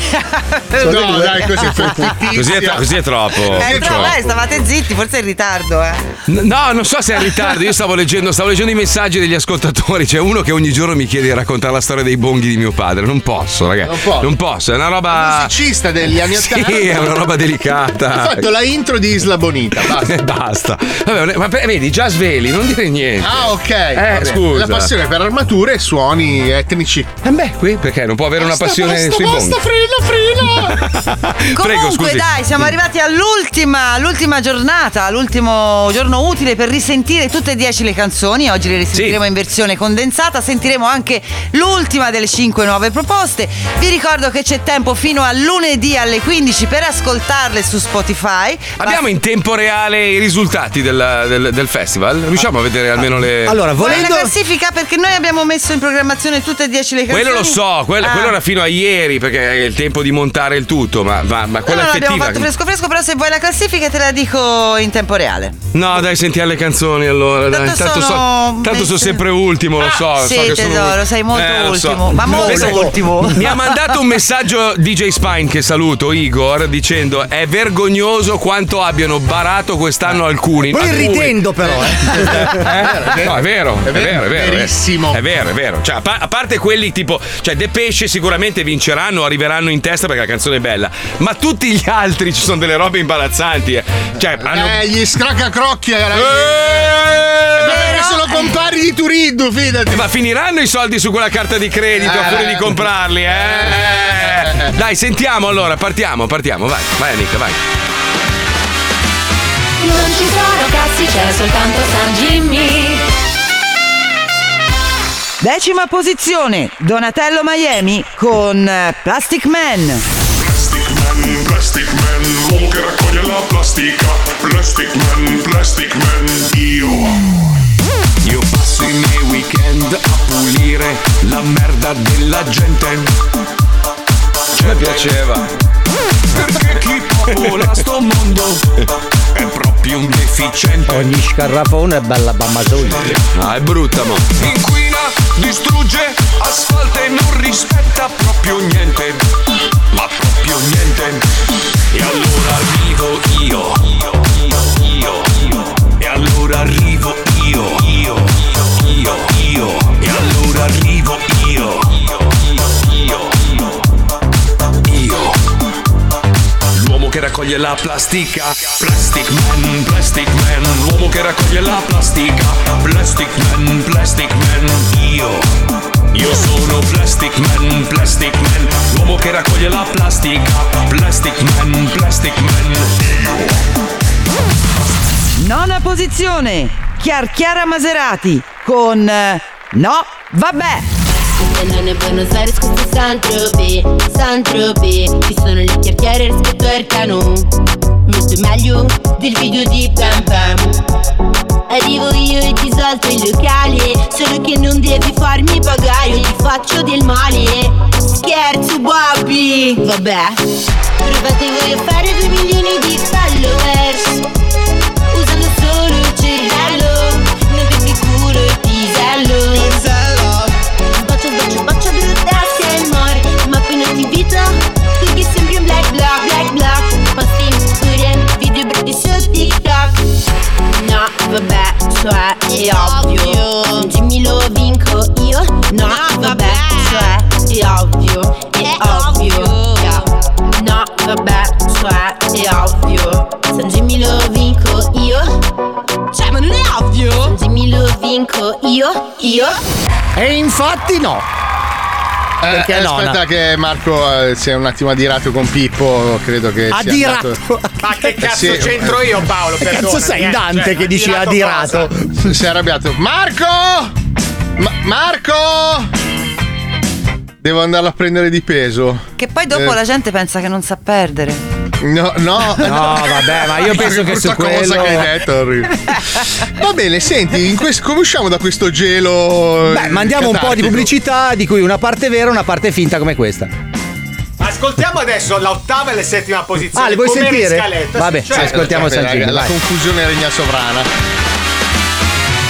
No, dai, così è perfettissimo. Così è, tro- così è troppo. Eh, però, Troppo. eh, stavate zitti, forse in ritardo, eh. No, non so se è in ritardo. Io stavo leggendo, stavo leggendo i messaggi degli ascoltatori. C'è uno che ogni giorno mi chiede di raccontare la storia dei bonghi di mio padre. Non posso, ragazzi. Non posso. È una roba. musicista degli anni Sì, 80. è una roba delicata. Ha fatto la intro di Isla Bonita. Basta. Eh, Basta. Vabbè, ma per- vedi, già sveli, non dire niente. Ah, ok. Eh, Vabbè. scusa. La passione per armature e suoni etnici. Eh beh, qui perché non può avere Ah, una passione sui bonghi. frilla, Prego, Comunque, scusi. dai, siamo arrivati all'ultima, all'ultima giornata, all'ultimo giorno utile per risentire tutte e dieci le canzoni. Oggi le risentiremo in versione condensata. Sentiremo anche l'ultima delle cinque nuove proposte. Vi ricordo che c'è tempo fino a lunedì alle 15 per ascoltarle su Spotify. Abbiamo in tempo reale i risultati della- del, del festival? Riusciamo a vedere almeno le. Ah, Allora, Vuole la volendo. classifica perché noi abbiamo messo in programmazione tutte e dieci le canzoni. Quello lo so, quello, Ah. quello era fino a ieri perché è il tempo di montare il tutto, ma, ma, ma No, quella no, l'abbiamo effettiva. fatto fresco fresco, però se vuoi la classifica te la dico in tempo reale. No, dai, sentiamo le canzoni allora. dai. Tanto Tanto, sono so, tanto sono messe- sempre ultimo, lo Ah, so. so sì, che sono- tesoro, sei molto Eh, lo so. ultimo, ma molto Pensa- ultimo. Mi ha mandato un messaggio DJ Spine che saluto, Igor, dicendo è vergognoso quanto abbiano barato quest'anno alcuni. Poi Alcuni. ridendo però, eh. Eh? No, è vero, è vero, è vero, è vero. eh. verissimo. È vero, è vero. Cioè, a, pa- a parte quelli tipo, cioè, De Pesce sicuramente vinceranno, arriveranno in testa perché la canzone è bella, ma tutti gli altri ci sono delle robe imbarazzanti. eh. Cioè, hanno. Eh, gli scracacrocchi, ragazzi. Eh, Perché sono compari di Turiddu, fidati. Ma finiranno i soldi su quella carta di credito a furia di comprarli, eh? Dai, sentiamo allora, partiamo, partiamo, vai, vai amica, vai. Non ci sono cazzi, c'è soltanto San Jimmy. Decima posizione, Donatello Miami con eh, Plastic Man. Plastic Man, Plastic Man, l'uomo che raccoglie la plastica. Plastic Man, Plastic Man, io. Io passo i miei weekend a pulire la merda della gente. Mi piaceva. Perché chi popola sto mondo è proprio un deficiente. Ogni scarrafone è bella bambatona. Ah, è brutta, mo. Inquina, distrugge, asfalta e non rispetta proprio niente. Ma proprio niente. E allora arrivo io. Io, io, io, io. E allora arrivo io. Io, io, io. E allora arrivo io. Io, io, io. Io. L'uomo che raccoglie la plastica Plastic man, plastic man L'uomo che raccoglie la plastica Plastic man, plastic man Io Io sono plastic man, plastic man L'uomo che raccoglie la plastica Plastic man, plastic man Nona posizione, Chiar Chiara Maserati con eh, No, vabbè. Andando a Buenos Aires questo è Saint-Tropez, Saint-Tropez Ci sono le chiacchiere rispetto al canon Molto meglio del video di Pam Pam Arrivo io e ti salto il locale Solo che non devi farmi pagare Io ti faccio del male Scherzo Bobby Vabbè Provate voi a fare due milioni di followers Usando solo il cervello Non vi sicuro il pisello Pisello Sbaccio, sbaccio, sbaccio due tassi al io? E infatti no. Eh, Perché no, aspetta no. che Marco eh, si è un attimo adirato con Pippo, credo che sia Adirato? andato- Eh, Ma che cazzo Sì. c'entro io, Paolo? Che Perdonami, cazzo sei eh, Dante cioè, che dici adirato adirato? Si è arrabbiato. Marco! Ma- Marco! Devo andarlo a prendere di peso. Che poi dopo Eh. la gente pensa che non sa perdere. No, no. No, vabbè, ma io penso che su brutta cosa quello- che hai detto, Henry. Va bene, senti, in questo- come usciamo da questo gelo? eh, Beh, mandiamo un po' di catartico? pubblicità, di cui una parte vera e una parte finta come questa. Ascoltiamo adesso l'ottava e la settima posizione. Ah, le vuoi come sentire? riscaletta, Vabbè, sì, certo. ascoltiamo Vabbè, San Gino, raga, La vai. confusione regna sovrana.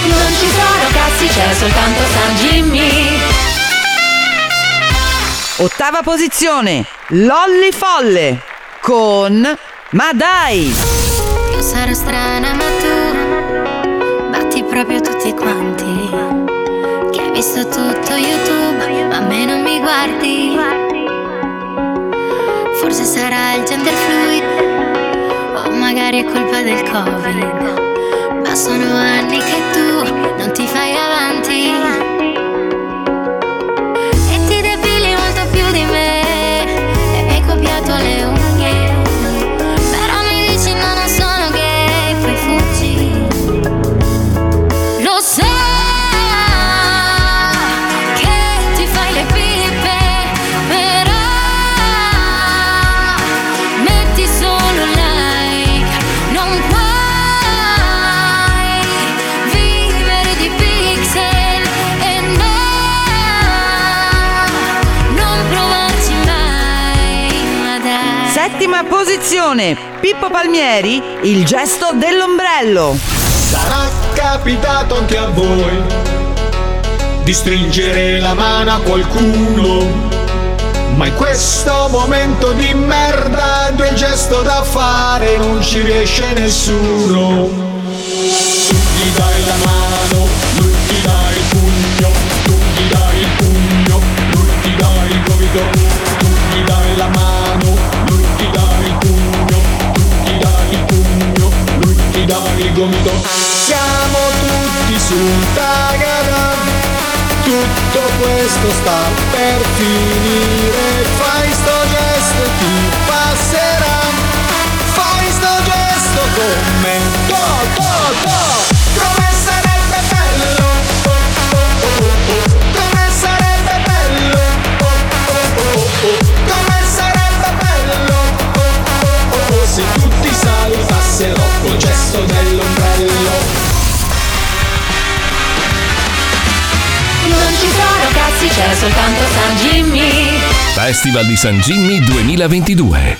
Non ci sono cazzi, c'è soltanto San Jimmy. Ottava posizione, Lolli Folle con Ma dai! Io sarò strana ma tu batti proprio tutti quanti Che hai visto tutto YouTube ma a me non mi guardi Forse sarà il gender fluid o magari è colpa del covid Ma sono anni che tu non ti fai avanti E ti debili molto più di me E mi hai copiato le unghie però mi dici no, non sono gay, poi fuggi. Lo sai che ti fai le pippe, però metti solo un like, non puoi vivere di pixel e no, non provarci mai, ma dai. Settima posizione, Pippo Palmieri, il gesto dell'ombrello. Sarà capitato anche a voi di stringere la mano a qualcuno. Ma in questo momento di merda due gesto da fare non ci riesce nessuno. Tu gli dai la mano, lui ti dai il pugno, tu gli dai il pugno, lui ti dai il gomito, tu gli dai la mano, lui ti dai il pugno, tu gli dai il pugno, lui ti dai il gomito. Siamo tutti sul tagada. Tutto questo sta per finire, fai sto gesto e ti passerà, fai sto gesto con me, go, go, go, come sarebbe bello, oh, oh, oh, oh. come sarebbe bello, oh, oh, oh, oh. come sarebbe bello, oh, oh, oh, oh. se tutti saltassero col gesto dell'ombrello. Non ci sono cazzi, c'è soltanto San Jimmy. Festival di San Gimmi 2022.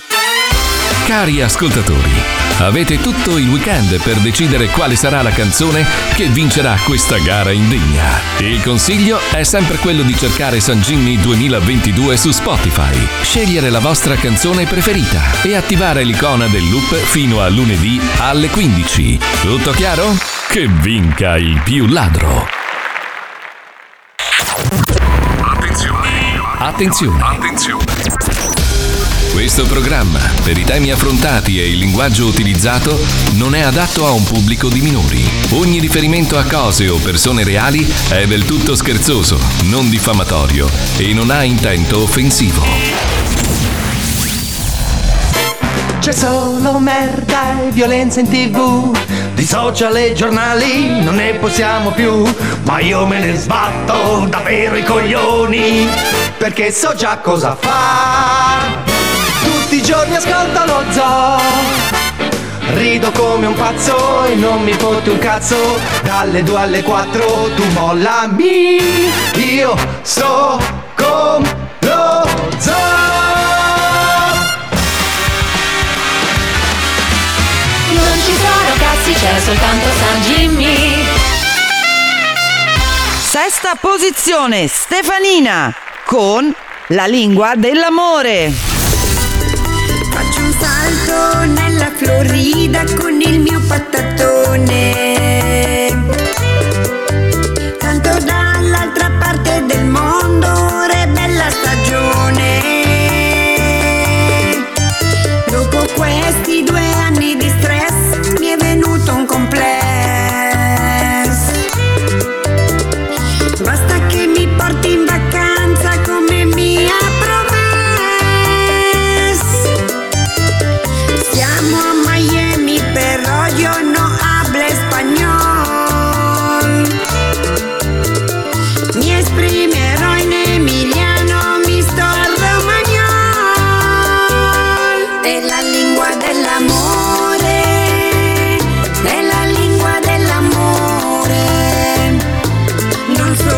Cari ascoltatori, avete tutto il weekend per decidere quale sarà la canzone che vincerà questa gara indegna. Il consiglio è sempre quello di cercare San Gimmi 2022 su Spotify, scegliere la vostra canzone preferita e attivare l'icona del loop fino a lunedì alle 15. Tutto chiaro? Che vinca il più ladro! Attenzione! Questo programma, per i temi affrontati e il linguaggio utilizzato, non è adatto a un pubblico di minori. Ogni riferimento a cose o persone reali è del tutto scherzoso, non diffamatorio e non ha intento offensivo. C'è solo merda e violenza in tv Di social e giornali non ne possiamo più Ma io me ne sbatto davvero i coglioni Perché so già cosa fa Tutti i giorni ascolto lo zoo Rido come un pazzo e non mi fotti un cazzo Dalle 2 alle 4 tu mollami Io sto con lo zoo Non ci sono cazzi, c'è soltanto San Jimmy. Sesta posizione, Stefanina con La lingua dell'amore. Faccio un salto nella Florida con il mio patatone. Tanto dall'altra parte del mondo ora è bella stagione. Dopo questi due anni di stress mi è venuto un complesso. eh.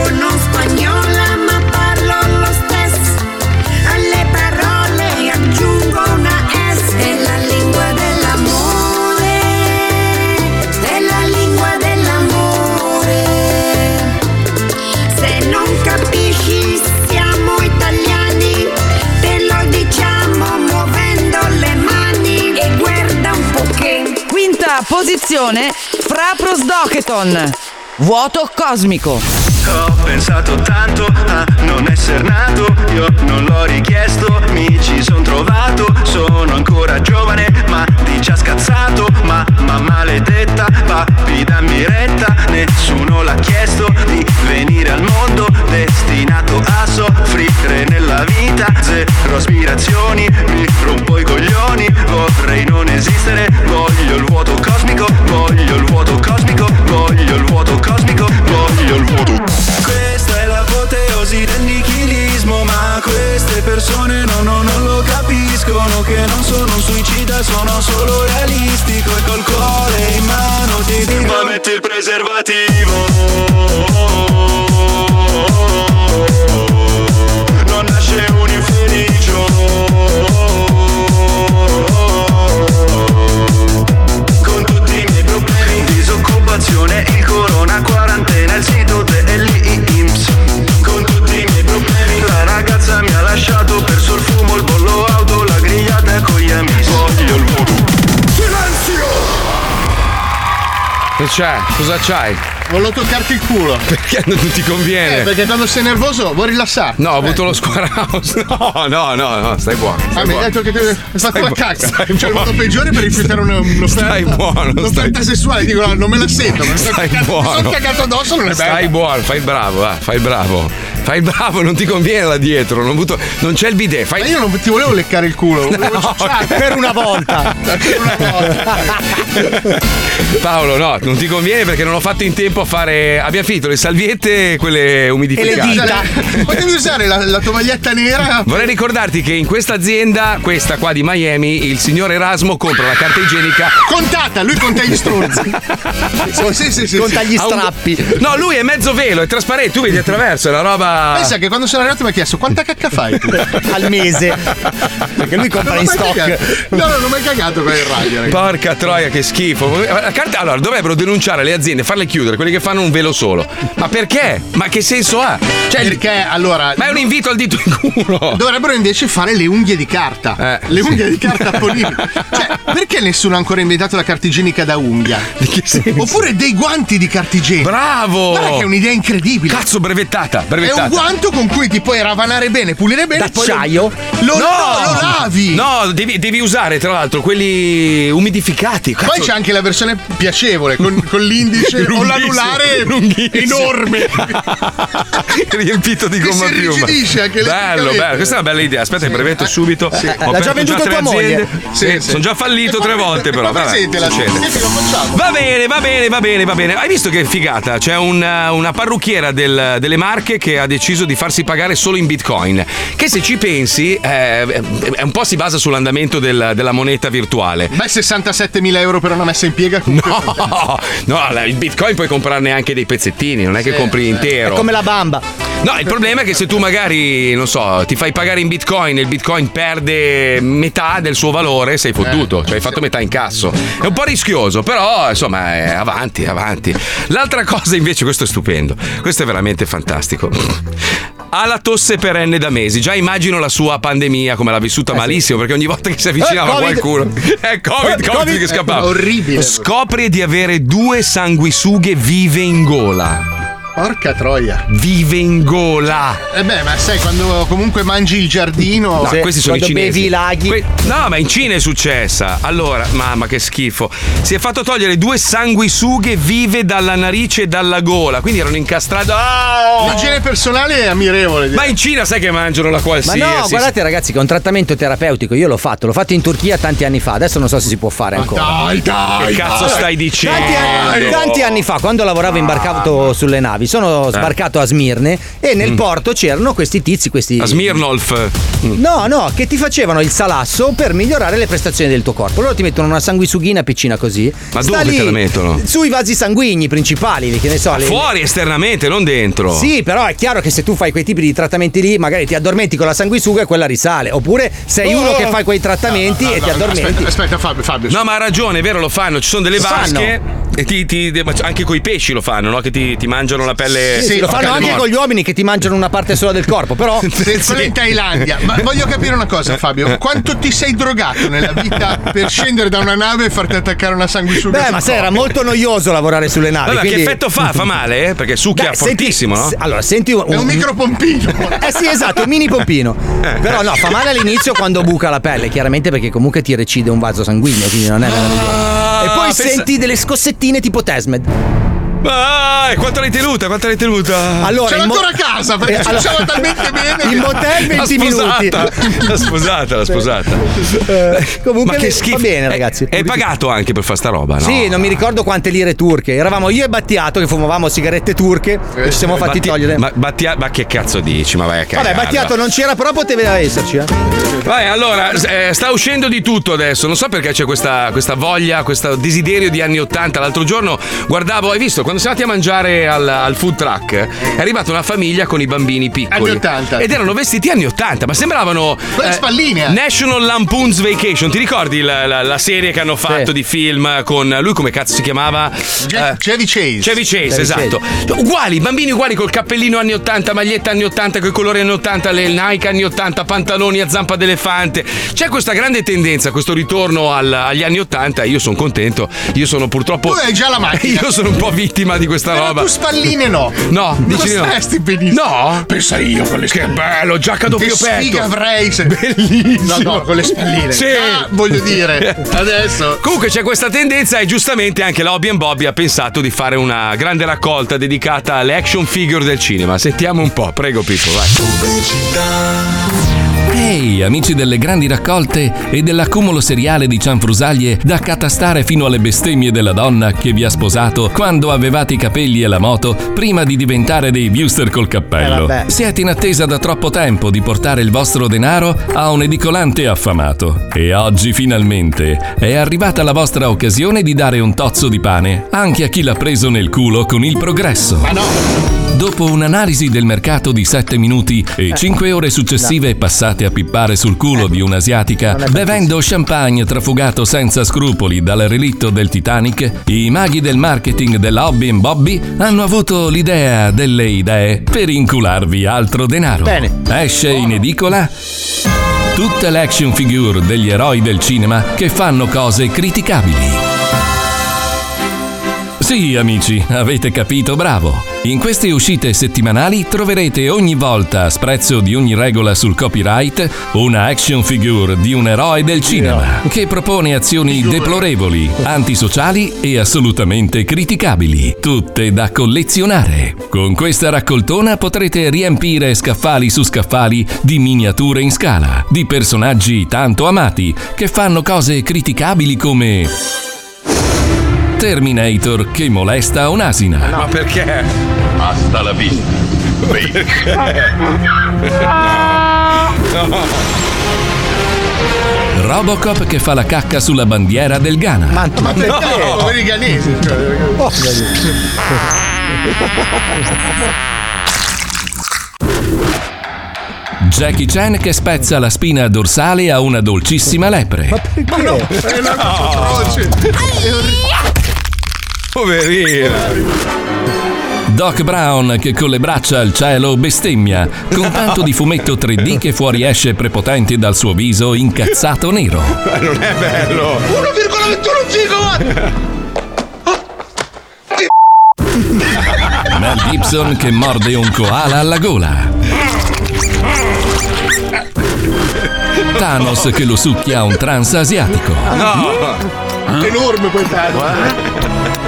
eh. eh. eh. diciamo Posizione Frapros Doketon. Vuoto cosmico. Ho pensato tanto a non esser nato, io non l'ho richiesto, mi ci son trovato, sono ancora giovane, ma ti ci ha scazzato, ma, ma maledetta, papi dammi retta, nessuno l'ha chiesto di venire al mondo, destinato a soffrire nella vita, zero aspirazioni, mi rompo i coglioni, vorrei non esistere, voglio il vuoto cosmico, voglio il vuoto cosmico, voglio il vuoto cosmico, voglio il vuoto Questa è l'apoteosi del nichilismo Ma queste persone no, no, non lo capiscono Che non sono un suicida, sono solo realistico E col cuore in mano ti dico Ma metti il preservativo Non nasce un infelicio con tutti i miei problemi Disoccupazione, il corona, quarantena, il sito dell'IMS Con tutti i miei problemi La ragazza mi ha lasciato, perso il fumo, il bollo auto, la grigliata con gli amici Voglio il Silenzio! Che c'è? Cosa c'hai? Volevo toccarti il culo. Perché non ti conviene? Eh, perché quando sei nervoso vuoi rilassarti. No, ho Eh. avuto lo squarhouse. No, no, no, no, stai buono. Ah, Stai mi hai buono. detto che ti hai fatto la bu- cacca. stai Cioè, il modo buono. peggiore per rifiutare un- un'offerta. Stai buono, Un'offerta stai- sessuale, dico, no, non me la sento. Ma Stai mi buono. sono cagato addosso, non è bello. Stai buono, fai il bravo, va, fai il bravo. Fai il bravo, non ti conviene là dietro. Non, butto- non c'è il bidet. Fai... Ma io non ti volevo leccare il culo, volevo ciucciarti. Per una volta. Per una volta. Paolo, no, non ti conviene perché non ho fatto in tempo a fare. Abbiamo finito le salviette, quelle umidificate. Potevi usare la, la tovaglietta nera? Vorrei ricordarti che in questa azienda, questa qua di Miami, il signor Erasmo compra la carta igienica. Contata, lui conta gli stronzi. Sì, sì, sì, sì. Conta gli Ha un- No, lui è mezzo velo, è trasparente, tu vedi attraverso, è una roba. Pensa che quando sono arrivato mi ha chiesto quanta cacca fai tu? Al mese. Perché lui compra Non ho mai in stock. cagato. No, no, non ho mai cagato con il radio. ragazzi. Porca troia, che schifo. La carta- allora, dovrebbero denunciare le aziende, farle chiudere, quelle che fanno un velo solo. Ma perché? Ma che senso ha? perché allora. Cioè, Ma è un invito al dito in culo. Dovrebbero invece fare le unghie di carta. le Eh, sì. unghie di carta polibili. Cioè, perché nessuno ha ancora inventato la carta igienica da unghia? Oppure dei guanti di carta igienica. Bravo! Guarda che è un'idea incredibile. Cazzo, brevettata, È un brevettata. guanto con cui ti puoi ravanare bene, pulire bene. e poi lo- Lo, no! lo lavi! No, devi, devi usare tra l'altro quelli umidificati. Cazzo. Poi c'è anche la versione piacevole con, con l'indice o Lunghissimo, l'anulare lunghissimo. enorme. riempito di Che si gomma piuma. irrigidisce anche bello, l'elettricamente. bello. Questa è una bella idea. Aspetta, brevetto subito. Sì. Ho L'ha già aperto venduto tre tua moglie? aziende. Sì, Sì, sì. Sono già fallito tre volte, però. vabbè, Senti la succede. senti, lo facciamo. Va bene, va bene, va bene, va bene. Hai visto che figata? C'è un, eh, una parrucchiera del- delle Marche che ha deciso di farsi pagare solo in bitcoin. Che se ci pensi, eh, eh, un po' si basa sull'andamento del- della moneta virtuale. Beh, 67.000 euro per una messa in piega. No, no, la- il bitcoin puoi comprarne anche dei pezzettini, non è che compri intero. Eh, Eh, È come la bamba. No, il problema è che se tu magari, non so, ti fai pagare in bitcoin e il bitcoin perde metà del suo valore, sei fottuto, cioè hai fatto metà incasso. È un po' rischioso, però insomma, è avanti, avanti. L'altra cosa invece, questo è stupendo, questo è veramente fantastico. Ha la tosse perenne da mesi, già immagino la sua pandemia come l'ha vissuta malissimo, perché ogni volta che si Eh, avvicinava a Covid. qualcuno... Eh, È Covid, Covid, Covid. che scappava. È orribile. Scopre di avere due sanguisughe vive in gola. Porca troia. Vive in gola. Eh beh, ma sai, quando comunque mangi il giardino. Ah. No, questi sono i cinesi. laghi. Que- no, ma in Cina è successa. Allora, mamma che schifo. Si è fatto togliere due sanguisughe vive dalla narice e dalla gola, quindi erano incastrate. Ah! L'igiene personale è ammirevole. Ma in Cina sai che mangiano la Ma Ma qualsiasi. no, guardate ragazzi che è un trattamento terapeutico, io l'ho fatto, l'ho fatto in Turchia tanti anni fa, adesso non so se si può fare ancora. oh! dai, dai, Che cazzo dai. stai dicendo? Tanti anni, tanti anni fa, quando lavoravo imbarcato sulle navi, sono sbarcato a Smirne e nel Eh. Mm. porto c'erano questi tizi, questi. A Smirnolf. Mm. No, no, che ti facevano il salasso per migliorare le prestazioni del tuo corpo. Loro ti mettono una sanguisughina piccina così. Ma sta dove te lì, la mettono? Sui vasi sanguigni principali, lì, che ne so. le- Fuori esternamente, non dentro. Sì, però è chiaro che se tu fai quei tipi di trattamenti lì, magari ti addormenti con la sanguisuga e quella risale. Oppure sei uno Oh. che fa quei trattamenti e ti addormenti. Aspetta, aspetta, Fabio, Fabio. No, ma ha ragione, è vero, lo fanno. Ci sono delle Lo vasche. E ti- ti- ma anche coi pesci lo fanno, no? Che ti, ti mangiano la pelle. Sì, lo la fanno pelle anche morta. con gli uomini che ti mangiano una parte sola del corpo, però. Sì, Oh, quello in Thailandia. Ma voglio capire una cosa, Fabio. Quanto ti sei drogato nella vita per scendere da una nave e farti attaccare una sanguisuga? Beh, ma se era molto noioso lavorare sulle navi. Allora, quindi- che effetto fa? Fa male? eh? Perché succhia Dai, senti- fortissimo, se- no? allora, senti un, È un micropompino. Eh sì, esatto, un mini pompino. Eh. Però no, fa male all'inizio quando buca la pelle, chiaramente perché comunque ti recide un vaso sanguigno, quindi non è meraviglioso. E poi Ah, pensa- senti delle scossettine tipo Tesmed. Ah, e quanto l'hai tenuta? Quanto l'hai tenuta? Allora, in mo- Eh, allora- In motel 20 minuti. minuti. La sposata, la sposata. Eh, comunque Ma che le- schifo. va bene, ragazzi. È pagato anche per fare sta roba, no? Sì, non mi ricordo quante lire turche. Eravamo io e Battiato che fumavamo sigarette turche e ci siamo fatti Batti- togliere. Ma, Eh, Battia- ma che cazzo dici? Ma vai a cagare. Vabbè, Battiato non c'era, però poteva esserci, eh. Vai, allora, eh, sta uscendo di tutto adesso. Non so perché c'è questa, questa voglia, questo desiderio di anni Ottanta. L'altro giorno guardavo, hai visto, quando siamo andati a mangiare al, al food truck, è arrivata una famiglia con i bambini piccoli. Anni 80. Ed erano vestiti anni 80, ma sembravano. Con le eh, spalline. National Lampoon's Vacation. Ti ricordi la, la- la serie che hanno fatto di film con lui, come cazzo si chiamava? Eh, Chevy Chase. Chevy Chase, Chevy esatto. Uguali, bambini uguali col cappellino anni 80, maglietta anni 80, coi colori anni 80, le Nike anni 80, pantaloni a zampa d'elefante. C'è questa grande tendenza, questo ritorno al- agli anni 80. Io sono contento. Io sono purtroppo. Tu hai già la macchina. Io sono un po' vittima di questa roba. Tu spalline no. No, dici di no. Potresti benissimo. No? Pensa io con le Che bello, giacca a doppio che petto. sfiga avrei se... No, Bellissimo. no, con le spalline. Sì. Ah, voglio dire, adesso... Comunque c'è questa tendenza e giustamente anche la Hobby and Bobby ha pensato di fare una grande raccolta dedicata alle action figure del cinema. Sentiamo un po', prego Pippo, vai. Ehi, amici delle grandi raccolte e dell'accumulo seriale di cianfrusaglie da catastare fino alle bestemmie della donna che vi ha sposato quando avevate i capelli e la moto prima di diventare dei viewster col cappello. vabbè. Siete in attesa da troppo tempo di portare il vostro denaro a un edicolante affamato. E oggi finalmente è arrivata la vostra occasione di dare un tozzo di pane anche a chi l'ha preso nel culo con il progresso. Ma no! Dopo un'analisi del mercato di 7 minuti e 5 ore successive passate a pippare sul culo di un'asiatica, bevendo champagne trafugato senza scrupoli dal relitto del Titanic, i maghi del marketing della Hobby and Bobby hanno avuto l'idea delle idee per incularvi altro denaro. Bene. Esce in edicola tutte le action figure degli eroi del cinema che fanno cose criticabili. Sì, amici, avete capito, bravo. In queste uscite settimanali troverete ogni volta, a sprezzo di ogni regola sul copyright, una action figure di un eroe del cinema che propone azioni deplorevoli, antisociali e assolutamente criticabili, tutte da collezionare. Con questa raccoltona potrete riempire scaffali su scaffali di miniature in scala, di personaggi tanto amati che fanno cose criticabili come Terminator che molesta un'asina. Ma perché? Hasta la vista. Robocop che fa la cacca sulla bandiera del Ghana. Ma, Ma perché? Poveri ghanesi. Oh, Jackie Chan che spezza la spina dorsale a una dolcissima lepre. Ma no, è una cosa atroce. È orribile. Doc Brown che con le braccia al cielo bestemmia, con tanto di fumetto 3D che fuoriesce prepotente dal suo viso incazzato nero. Ma non è bello. 1,21 gigawatt! Mel Gibson che morde un koala alla gola. Thanos che lo succhia a un trans asiatico. No! Enorme poi tanto.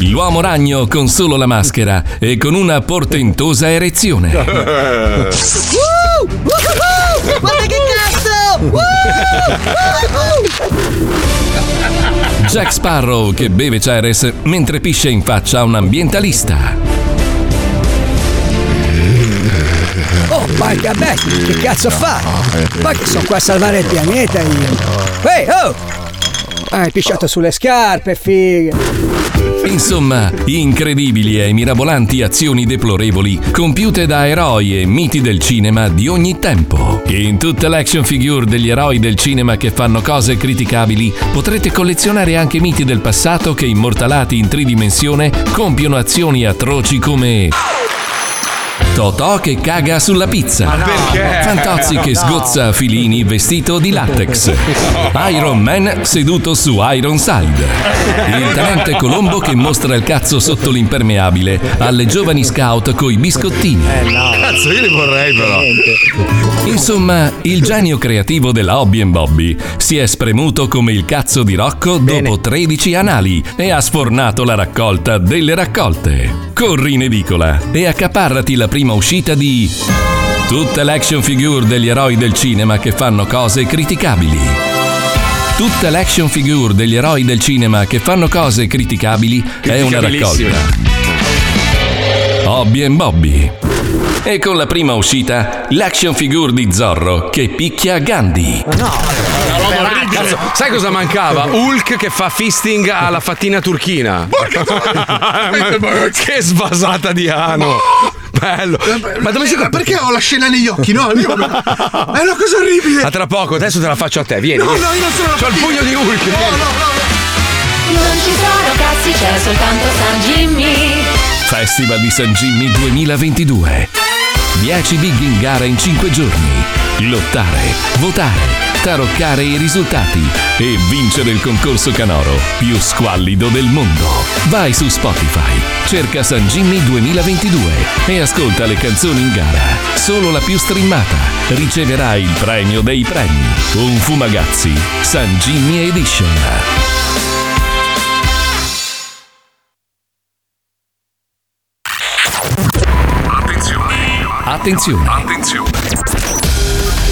L'uomo ragno con solo la maschera e con una portentosa erezione. Uh, uh, uh, uh, Guarda che cazzo! Uh, uh, uh. Jack Sparrow che beve Ceres mentre pisce in faccia a un ambientalista. Oh, ma che vabbè, che cazzo fa? Ma che sono qua a salvare il pianeta io. Ehi, oh! Ah, Hai pisciato sulle scarpe, figa. Insomma, incredibili e mirabolanti azioni deplorevoli compiute da eroi e miti del cinema di ogni tempo. In tutte le action figure degli eroi del cinema che fanno cose criticabili potrete collezionare anche miti del passato che immortalati in tridimensione compiono azioni atroci come... Totò che caga sulla pizza. perché? Fantozzi che No. sgozza Filini vestito di latex. Iron Man seduto su Ironside. Il talente Colombo che mostra il cazzo sotto l'impermeabile alle giovani scout coi biscottini. Cazzo, io li vorrei però. Insomma, il genio creativo della Hobby and Bobby si è spremuto come il cazzo di Rocco dopo 13 anali e ha sfornato la raccolta delle raccolte. Corri in edicola e accaparrati la prima uscita di tutte le action figure degli eroi del cinema che fanno cose criticabili. Tutte le action figure degli eroi del cinema che fanno cose criticabili è una Criticabilissime. raccolta. Hobby and Bobby. E con la prima uscita, l'action figure di Zorro che picchia Gandhi. Cazzo, sai cosa mancava? Hulk che fa fisting alla fattina turchina. Ma- che svasata di ano. Bello. Ma dove si Perché ho la scena negli occhi? No, io- è una cosa orribile. A tra poco, adesso te la faccio a te, vieni. No, vieni. no, io non sono la C'ho il pugno di Hulk. vieni. Non ci sono cazzi, c'è soltanto San Jimmy. Festival di San Jimmy 2022. 10 big in gara in 5 giorni. Lottare, votare, taroccare i risultati e vincere il concorso Canoro più squallido del mondo. Vai su Spotify, cerca San Jimmy 2022 e ascolta le canzoni in gara. Solo la più streamata riceverà il premio dei premi. Un Fumagazzi San Jimmy Edition. Attenzione.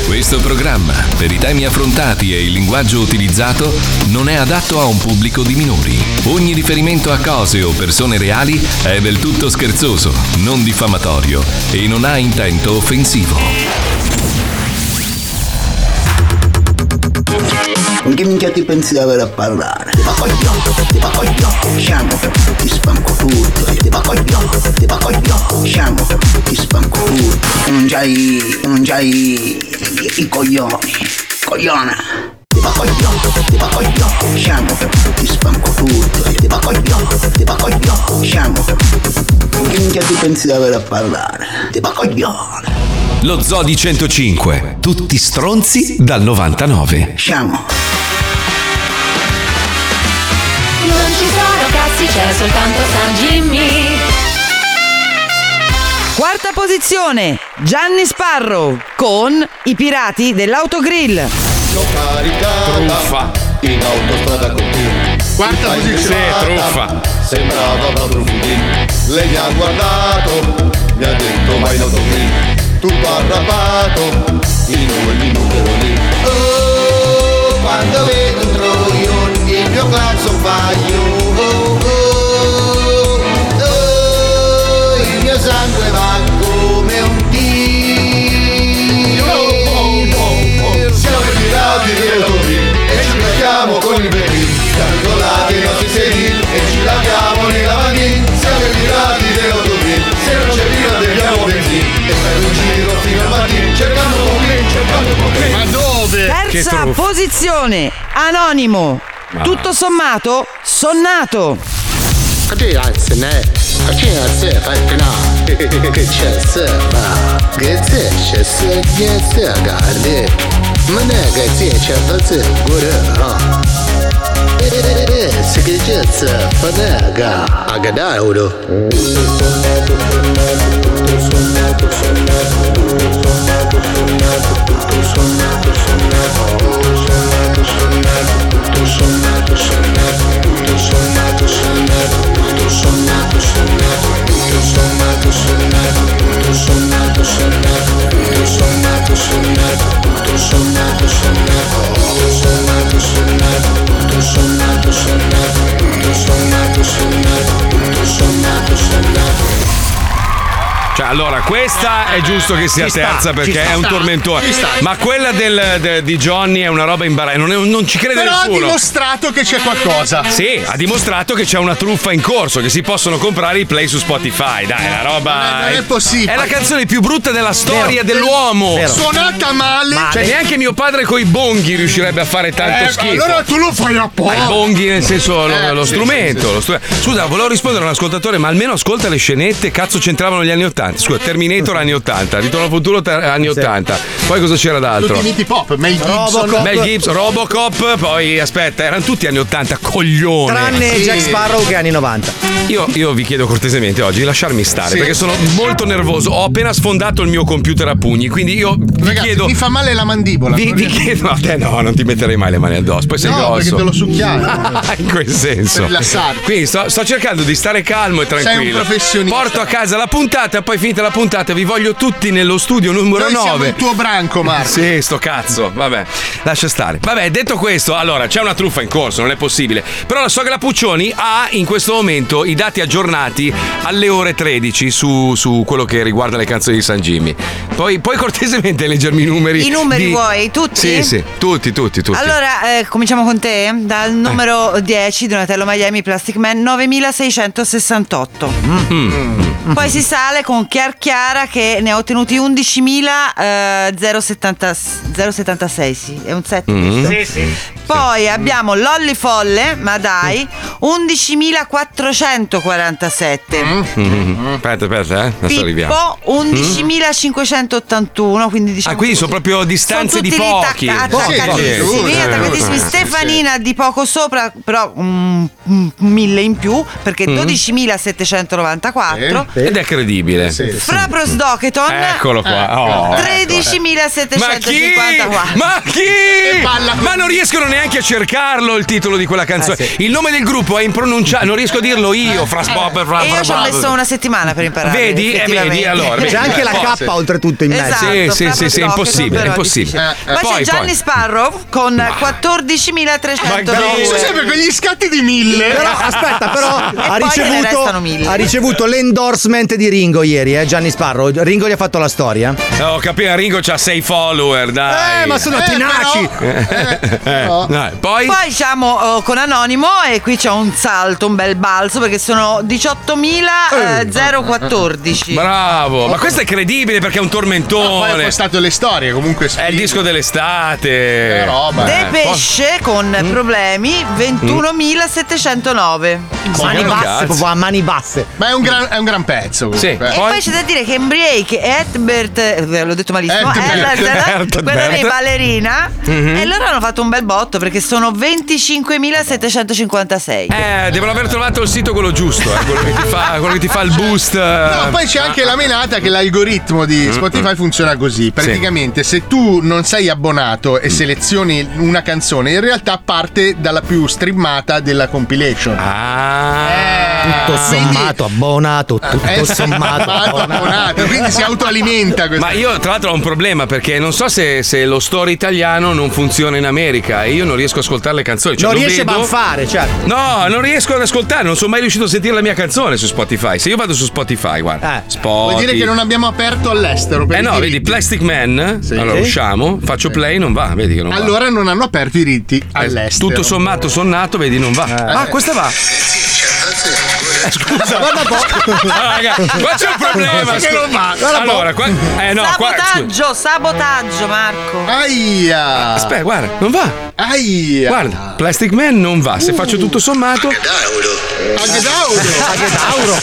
Questo programma, per i temi affrontati e il linguaggio utilizzato, non è adatto a un pubblico di minori. Ogni riferimento a cose o persone reali è del tutto scherzoso, non diffamatorio e non ha intento offensivo. Con chi minchia ti pensi di avere a parlare? Ti paccoglio, ti paccoglio, sciamo, ti spanco tutto. Ti paccoglio, ti paccoglio, sciamo, ti spanco tutto. Non c'hai, non c'hai i, i coglioni, cogliona. Ti paccoglio, ti paccoglio, sciamo, ti spanco tutto. Ti paccoglio, ti paccoglio, sciamo. Con chi minchia ti pensi di avere a parlare? Ti paccoglio. Lo Zoo di 105. Tutti stronzi dal 99. Sciamo. Non ci sono cazzi, c'è soltanto San Jimmy. Quarta posizione, Gianni Sparrow con i pirati dell'autogrill. L'ho caricata in autostrada con te. Quarta posizione. truffa. Sembrava proprio un fugin. Lei mi ha guardato, mi ha detto vai in autogrill. Tu barrabato, in ogni numero lì. Oh, quando vedo un troion, il mio clacson fa io. Oh, oh, oh, il mio sangue va come un tiro. Siamo i pirati dell'autogrill e ci becchiamo con i belli. Cangolate i nostri sedili e ci laviamo nei lavandini. Siamo i pirati dell'autogrill, se non c'è vino beviamo benzina. E fai un giro fino al mattino, cercando con me, cercando con me. Ma dove? Terza posizione, Anonimo. Ma- Tutto sommato, sonnato. Ragazzi, ne, ragazzi, fai Eh, no. C'è sera, che c'è, c'è sera, che c'è, guardi. Ma ne che c'è, c'è da c'è, guarda. Eh, se che c'è, c'è, fa ne, ga, a gadauro. Cioè, allora, questa è giusto che sia Ci sta, terza perché ci è un sta. tormentone. Ci sta. Ma quella del- de- di Johnny è una roba imbarazzante. Non, è- non ci crede Però ha nessuno. dimostrato che c'è qualcosa. Sì, ha dimostrato che c'è una truffa in corso, che si possono comprare i play su Spotify. Dai, la roba. Non è possibile. È la canzone più brutta della storia dell'uomo. Suonata male. Cioè, neanche mio padre coi bonghi riuscirebbe a fare tanto Eh, schifo. Allora tu lo fai Ma i apposta. bonghi nel senso lo, Eh, lo sì, strumento, sì, sì. lo stru- Scusa, volevo rispondere a un ascoltatore, ma almeno ascolta le scenette, cazzo c'entravano gli anni 80. Scusa, Terminator anni 80, Ritorno al futuro ter- anni 80. Poi cosa c'era d'altro? Tutti i miti pop, Mel Gibson. Mel Gibson, Robocop, poi aspetta, erano tutti anni 80, coglione. Tranne Jack Sparrow che è anni 90. Io, io vi chiedo cortesemente oggi di lasciarmi stare Sì. perché sono molto nervoso. Ho appena sfondato il mio computer a pugni, quindi io vi Ragazzi, chiedo. mi fa male la mandibola. Vi, vi chiedo. No, te no, non ti metterei mai le mani addosso. Poi sei no, grosso. perché te lo succhiamo. In quel senso. Per rilassarti. Quindi sto, sto cercando di stare calmo e tranquillo. Sei un professionista. Porto a casa la puntata, poi finita la puntata, vi voglio tutti nello studio numero Noi 9. siamo il tuo branco, Marco. Sì, sto cazzo. Vabbè, lascia stare. Vabbè, detto questo, allora c'è una truffa in corso, non è possibile. Però la sogra Puccioni ha in questo momento i dati aggiornati alle ore 13 su, su quello che riguarda le canzoni di San Jimmy. Poi, puoi cortesemente leggermi i numeri. I numeri di- vuoi? Tutti? Sì, sì, tutti, tutti, tutti. Eh. Allora, eh, cominciamo con te. Dal numero 10, Donatello Miami Plastic Man, 9668. Mm. Mm-hmm. Poi si sale con Chiar Chiara che ne ha ottenuti eh, 11.076. Sì, è un 7. Mhm. Mm-hmm. Mm. Sì, Poi abbiamo Lolli Folle, ma dai, 11.447. Mhm. Aspetta, aspetta, eh. Adesso arriviamo. Pippo 11.581, quindi diciamo... Ah, quindi sono proprio distanze di tutti lì pochi. tacca- Pochi. attaccatissimi, Sì, attaccatissimi. Ah, sì, sì. Stefanina di poco sopra, però mm, mm, mille in più, perché Mm. 12.794. Ed è credibile. Fra eh, Prosdocheton Eccolo qua. Oh, ecco. 13.754 Ma chi? Ma chi? Ma non riescono neanche a cercarlo il titolo di quella canzone. Il nome del gruppo è impronunciabile, non riesco a dirlo io, fra spop fra E io ci ho messo una settimana per imparare. Vedi? Eh, effettivamente. vedi, allora, vedi. C'è anche la Forse. K oltretutto in mezzo. Esatto, Sì, sì, fra sì, sì, Prosdocheton, impossibile, però impossibile. difficile. Eh, eh. Poi, Poi, c'è Gianni poi. Sparrow con 14.309. Sono sempre quegli scatti di mille. Però aspetta, però E ha poi ne ricevuto, restano mille. ha ricevuto l'endorsement di Ringo ieri, eh, Gianni Sparro. Ringo gli ha fatto la storia. No, ho capito, Ringo c'ha 6 follower, dai. Eh, ma sono Eh, tenaci. Eh, eh, dai, Poi? siamo eh, con Anonimo e qui c'è un salto, un bel balzo perché sono eh, 18.014. Bravo, ma questo è credibile perché è un Poi ha tormentone. postato le storie, comunque. È il disco dell'estate. Che roba. De Eh, Mm? Pesce con problemi 21.709. Mm. Mani che basse, cazzo. proprio a mani basse. Ma è un gran, è un gran pezzo. comunque, E eh. poi c'è da dire che in break Edbert, eh, l'ho detto malissimo, Edbert. Edbert, quella lì Edbert. ballerina, Mhm. e loro hanno fatto un bel botto perché sono 25.756. Eh, devono aver trovato il sito quello giusto, eh, quello, che ti fa, quello che ti fa il boost. Ah, No, poi c'è anche la menata che l'algoritmo Mm, di Spotify funziona così. Praticamente, se tu non sei abbonato Mm. e selezioni una canzone, in realtà parte dalla più streamata della compilation. Ah, Eh, Tutto sommato, abbonato, tutto sommato. esatto, abbonato. Quindi si autoalimenta questo. Ma io tra l'altro ho un problema perché non so se, se lo store italiano non funziona in America e io non riesco a ascoltare le canzoni. Cioè, non riesce a vedo- banfare, certo. No, non riesco ad ascoltare, non sono mai riuscito a sentire la mia canzone su Spotify. Se io vado su Spotify, guarda. Eh. Spotify. Vuol dire che non abbiamo aperto all'estero. Per Eh i no, diritti. vedi, Plastic Man. Allora Sì. usciamo, faccio play, non va, vedi che non va. Allora non hanno aperto i diritti all'estero. Tutto sommato, sonnato, vedi, non va. Ah, questa va. Scusa, guarda un po'. Ah, raga, qua c'è un problema. Che non va, scusa. guarda un po'. Allora, qua, eh, no, qua, sabotaggio, scusa. sabotaggio Marco. Aia. Aspetta, guarda, non va. Aia. Guarda, Plastic Man non va. Se faccio tutto sommato. Aghedauro.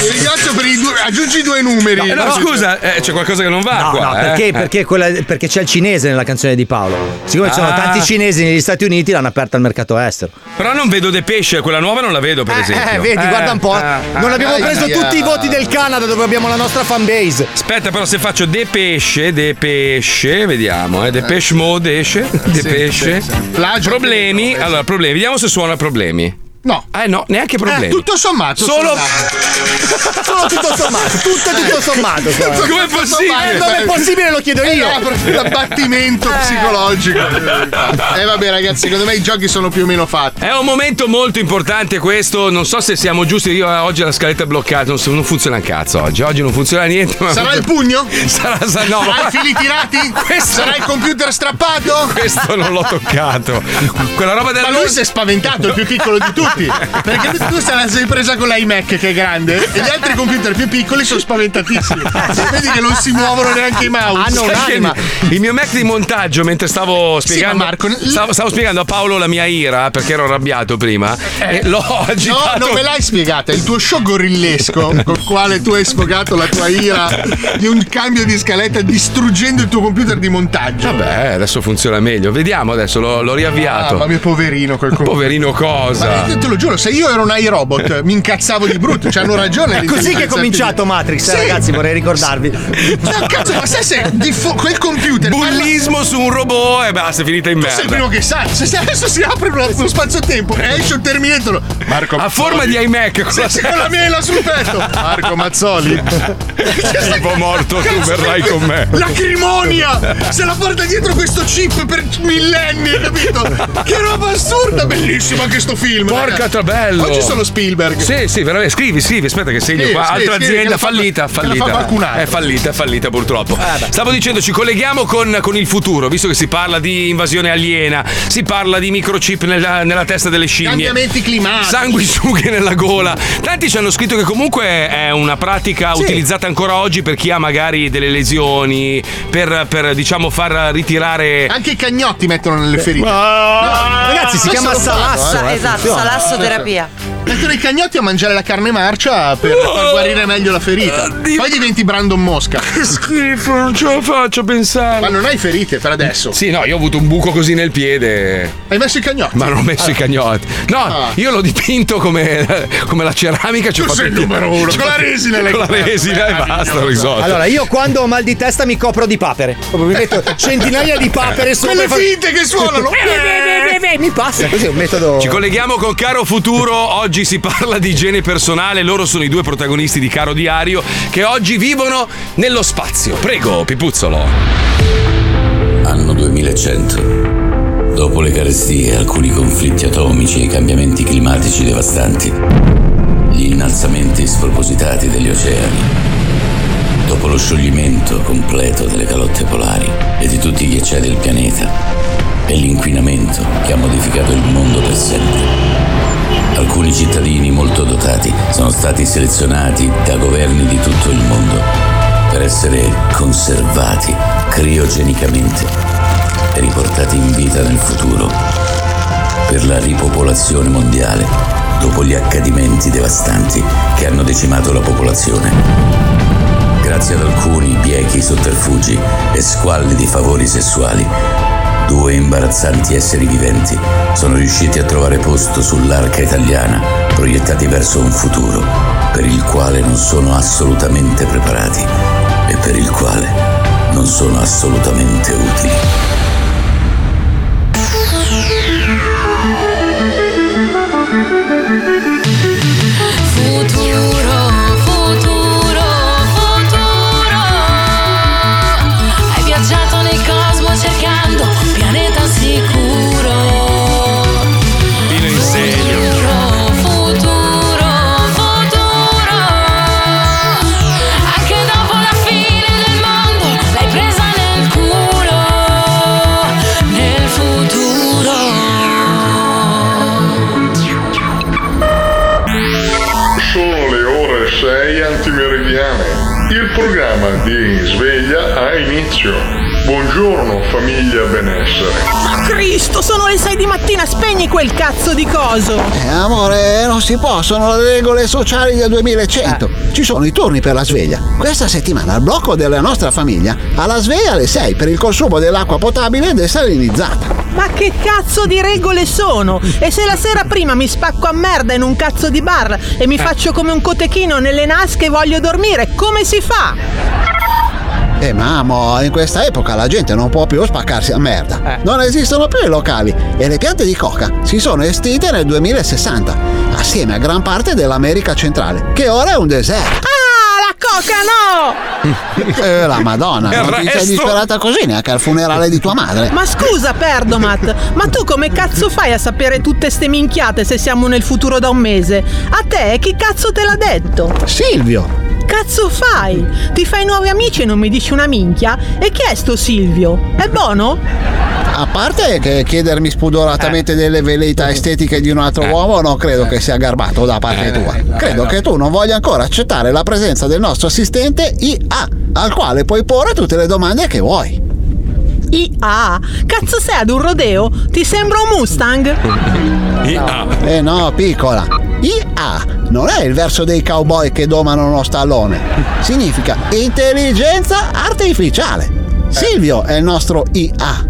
Ti ringrazio per i due. Aggiungi due numeri. Eh, no, scusa, eh, c'è qualcosa che non va No, qua. no, eh. perché, Eh. perché quella- perché c'è il cinese nella canzone di Paolo. Siccome ci sono Ah. tanti cinesi negli Stati Uniti, l'hanno aperta al mercato estero. Però non vedo De Pesce, quella nuova non la vedo, per esempio. Eh, vedi, guarda un po'. eh, non eh. abbiamo preso tutti i voti del Canada dove abbiamo la nostra fanbase. Aspetta, però, se faccio De Pesce, De Pesce, vediamo, eh. De Pesce Mode esce. De Pesce. Plagio. Problemi, allora, problemi, vediamo se suona problemi. No. Eh no, neanche problemi. tutto sommato. Solo- sono- Solo tutto sommato, tutto Eh. tutto sommato. Tutto qua. tutto sommato. Eh, Com'è possibile lo chiedo Eh, io. no, per l'abbattimento psicologico. Eh vabbè ragazzi, secondo me i giochi sono più o meno fatti. È un momento molto importante questo, non so se siamo giusti, io eh, oggi la scaletta è bloccata, non, so- non funziona un cazzo oggi, oggi non funziona niente. ma- Sarà il pugno? Sarà, sa- no, Sarà ma- i fili tirati? Sarà il computer strappato? Questo non l'ho toccato. Quella roba della Ma lui si è spaventato, il più piccolo di tutti. Perché lui- tu se la sei presa con l'iMac che è grande e gli altri computer più piccoli sono spaventatissimi. Vedi che non si muovono neanche i mouse. Sai che il, il mio Mac di montaggio mentre stavo spiegando ma Marco, l- stavo, stavo spiegando a Paolo la mia ira perché ero arrabbiato prima Eh. e l'ho agitato No, Ah, non me l'hai spiegata. Il tuo show gorillesco col quale tu hai sfogato la tua ira di un cambio di scaletta distruggendo il tuo computer di montaggio. Vabbè, adesso funziona meglio. Vediamo adesso, l'ho, l'ho riavviato. Ah, ma mio poverino quel Poverino cosa? Ma io te lo giuro, se io ero un iRobot mi incazzavo di brutto, ci hanno ragione. È le così che è intelligenze cominciato Matrix, eh, Sì. ragazzi, vorrei ricordarvi. No, cazzo, ma sai se diffo- quel computer. Bullismo su un robot e basta, è finita in Tu sei il merda. primo che sa. Se se adesso si apre uno, uno spazio-tempo e esce un terminetolo. Marco A forma di iMac, cosa Sì, sì, con la mela sul petto. Marco Mazzoli. Tipo morto, tu verrai con me. Lacrimonia! Se la porta dietro questo chip per millenni, capito? Che roba assurda, bellissima anche sto film. Porca ragazzi. trabello! Oggi sono Spielberg. Sì, sì, veramente. Scrivi, scrivi, aspetta che segno Sì, qua. sì, Altra scrivi, che azienda la fa- fallita, che la fa fallita. qualcun altro. È fallita, è fallita purtroppo. Eh Stavo dicendo, ci colleghiamo con, con il futuro, visto che si parla di invasione aliena, si parla di microchip nella, nella testa delle scimmie. Cambiamenti climatici. Sanguisughe nella gola. Tanti ci hanno scritto che comunque è una pratica utilizzata ancora oggi per chi ha magari delle lesioni, per, per, diciamo far ritirare. Anche i cagnotti mettono nelle ferite. Ma- No, Ragazzi, questo si chiama lo fanno, salasso, eh. eh, Esatto, funziona. salassoterapia. Mettono i cagnotti a mangiare la carne marcia per far guarire meglio la ferita. Poi diventi Brandon Mosca. Che Eh, schifo, non ce la faccio pensare. Ma non hai ferite per adesso. Sì, no, io ho avuto un buco così nel piede. Hai messo i cagnotti? Ma non ho messo i cagnotti. No, Ah. io l'ho dipinto come, come la ceramica. ci ho Tu fatto sei il tipo- numero uno, ci ho con la fatto- resina l'hai Con la coperto, resina e basta, ho risolto. Allora, io quando ho mal di testa mi copro di papere. Proprio Mi metto centinaia di papere sopra. Quelle e fa- Eh, finte che suonano. Mi passa, così è un metodo. Ci colleghiamo con Caro Futuro, oggi si parla di igiene personale, loro sono i due protagonisti di Caro Diario che oggi vivono nello spazio. Prego, Pipuzzolo. Anno 2100. Dopo le carestie, alcuni conflitti atomici e i cambiamenti climatici devastanti, gli innalzamenti spropositati degli oceani, dopo lo scioglimento completo delle calotte polari e di tutti i ghiacciai del pianeta, e l'inquinamento che ha modificato il mondo per sempre. Alcuni cittadini molto dotati sono stati selezionati da governi di tutto il mondo per essere conservati criogenicamente e riportati in vita nel futuro per la ripopolazione mondiale dopo gli accadimenti devastanti che hanno decimato la popolazione. Grazie ad alcuni biechi sotterfugi e squalli di favori sessuali, due imbarazzanti esseri viventi sono riusciti a trovare posto sull'arca italiana, proiettati verso un futuro per il quale non sono assolutamente preparati e per il quale non sono assolutamente utili. Futuro, futuro, futuro. Hai viaggiato nel cosmo cercando un pianeta sicuro. Fino in segno. Futuro, futuro. Anche dopo la fine del mondo l'hai presa nel culo. Nel futuro. Sono le ore 6 antimeridiane. Il programma di sveglia ha inizio. Buongiorno famiglia benessere. Cristo, sono le 6 di mattina, spegni quel cazzo di coso! Eh, amore, non si possono le regole sociali del 2100. Ci sono i turni per la sveglia. Questa settimana al blocco della nostra famiglia alla sveglia alle 6 per il consumo dell'acqua potabile desalinizzata. Ma che cazzo di regole sono? E se la sera prima mi spacco a merda in un cazzo di bar e mi faccio come un cotechino nelle nasche e voglio dormire, come si fa? Eh mamma, in questa epoca la gente non può più spaccarsi a merda. Non esistono più i locali e le piante di coca si sono estinte nel 2060, assieme a gran parte dell'America centrale, che ora è un deserto. Ah, la coca no! Eh, la madonna, Il non ti sei resto? disperata così neanche al funerale di tua madre. Ma scusa, Perdomat, ma tu come cazzo fai a sapere tutte ste minchiate se siamo nel futuro da un mese? A te chi cazzo te l'ha detto? Silvio! Cazzo fai? Ti fai nuovi amici e non mi dici una minchia? E chi è sto Silvio? È buono? A parte che chiedermi spudoratamente delle veleità estetiche di un altro uomo non credo che sia garbato da parte tua. Credo che tu non voglia ancora accettare la presenza del nostro assistente IA, al quale puoi porre tutte le domande che vuoi. IA? Cazzo sei ad un rodeo? Ti sembra un Mustang? Eh no, piccola. IA non è il verso dei cowboy che domano uno stallone. Significa intelligenza artificiale. Silvio è il nostro IA.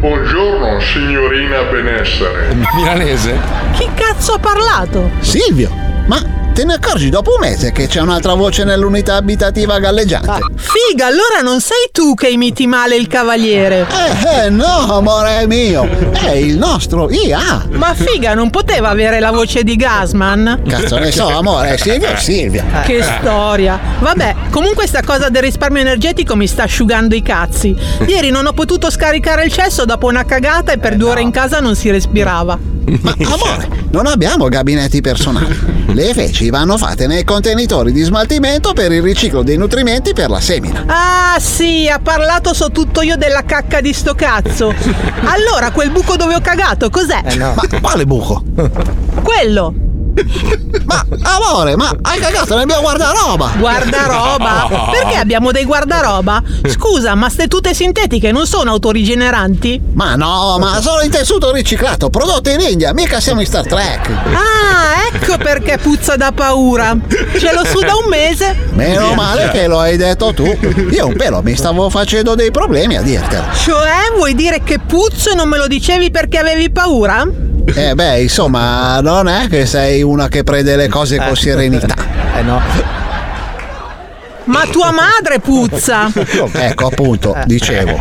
Buongiorno signorina benessere. Milanese? Chi cazzo ha parlato? Silvio, ma te ne accorgi dopo un mese che c'è un'altra voce nell'unità abitativa galleggiante? Ah, Figa, allora non sei tu che imiti male il cavaliere. Eh, eh no, amore mio, è il nostro IA. Ma figa, non poteva avere la voce di Gasman? Cazzo ne so, amore, è Silvio è Silvia. Eh. Che storia. Vabbè, comunque sta cosa del risparmio energetico mi sta asciugando i cazzi. Ieri non ho potuto scaricare il cesso dopo una cagata Eh, e per due ore in casa non si respirava. Ma amore, non abbiamo gabinetti personali. Le feci vanno fatte nei contenitori di smaltimento per il riciclo dei nutrimenti per la semina. Ah sì, ha parlato so tutto io della cacca di sto cazzo. Allora, quel buco dove ho cagato, cos'è? Eh, Ma quale buco? Quello. Ma amore, ma hai cagato nel mio guardaroba! Guardaroba? No. Perché abbiamo dei guardaroba? Scusa, ma ste tute sintetiche non sono autorigeneranti? Ma Ah, no, ma sono in tessuto riciclato, prodotto in India, mica siamo in Star Trek. Ah, ecco perché puzza da paura. Ce l'ho su da un mese. Meno male che lo hai detto tu. Io un pelo mi stavo facendo dei problemi a dirtelo. Cioè, vuoi dire che puzzo e non me lo dicevi perché avevi paura? Eh beh, insomma, non è che sei una che prende le cose con serenità. Eh no. Ma tua madre puzza! Ecco appunto, dicevo.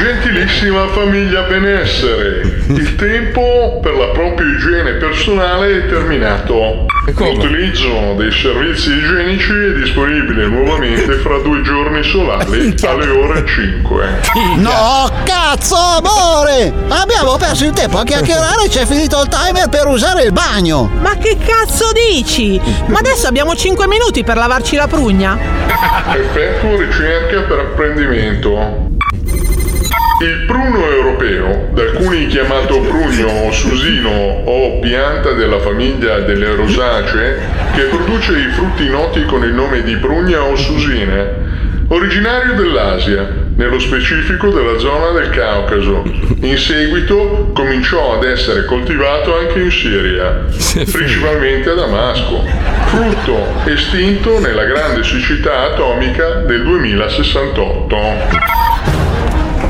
Gentilissima famiglia benessere, il tempo per la propria igiene personale è terminato. L'utilizzo dei servizi igienici è disponibile nuovamente fra due giorni solari alle ore 5. No, cazzo, amore! Abbiamo perso il tempo a chiacchierare e c'è finito il timer per usare il bagno! Ma che cazzo dici? Ma adesso abbiamo 5 minuti per lavarci la prugna? Effettua ricerca per apprendimento. Il pruno europeo, da alcuni chiamato prugno o susino o pianta della famiglia delle rosacee, che produce i frutti noti con il nome di prugna o susina, originario dell'Asia, nello specifico della zona del Caucaso. In seguito cominciò ad essere coltivato anche in Siria, principalmente a Damasco, frutto estinto nella grande siccità atomica del 2068.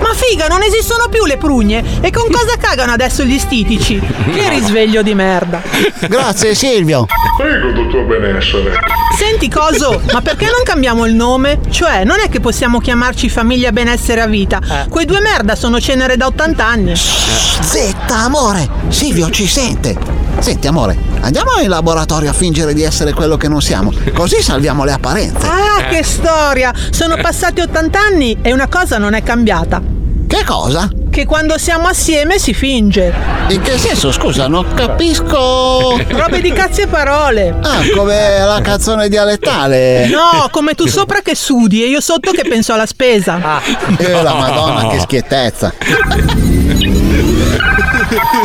Ma figa, non esistono più le prugne! E con cosa cagano adesso gli stitici? Che risveglio di merda! Grazie Silvio! Prego, dottor Benessere. Senti coso, ma perché non cambiamo il nome? Cioè, non è che possiamo chiamarci famiglia benessere a Eh. vita. Quei due merda sono cenere da 80 anni. Zetta, amore! Silvio ci sente! Senti, amore, andiamo in laboratorio a fingere di essere quello che non siamo, così salviamo le apparenze. Ah, che storia! Sono passati 80 anni e una cosa non è cambiata. Che cosa? Che quando siamo assieme si finge. In che senso, scusa, non capisco. Robe di cazzo e parole. Ah, come la canzone dialettale. No, come tu sopra che sudi e io sotto che penso alla spesa. Eh, la madonna, che schiettezza!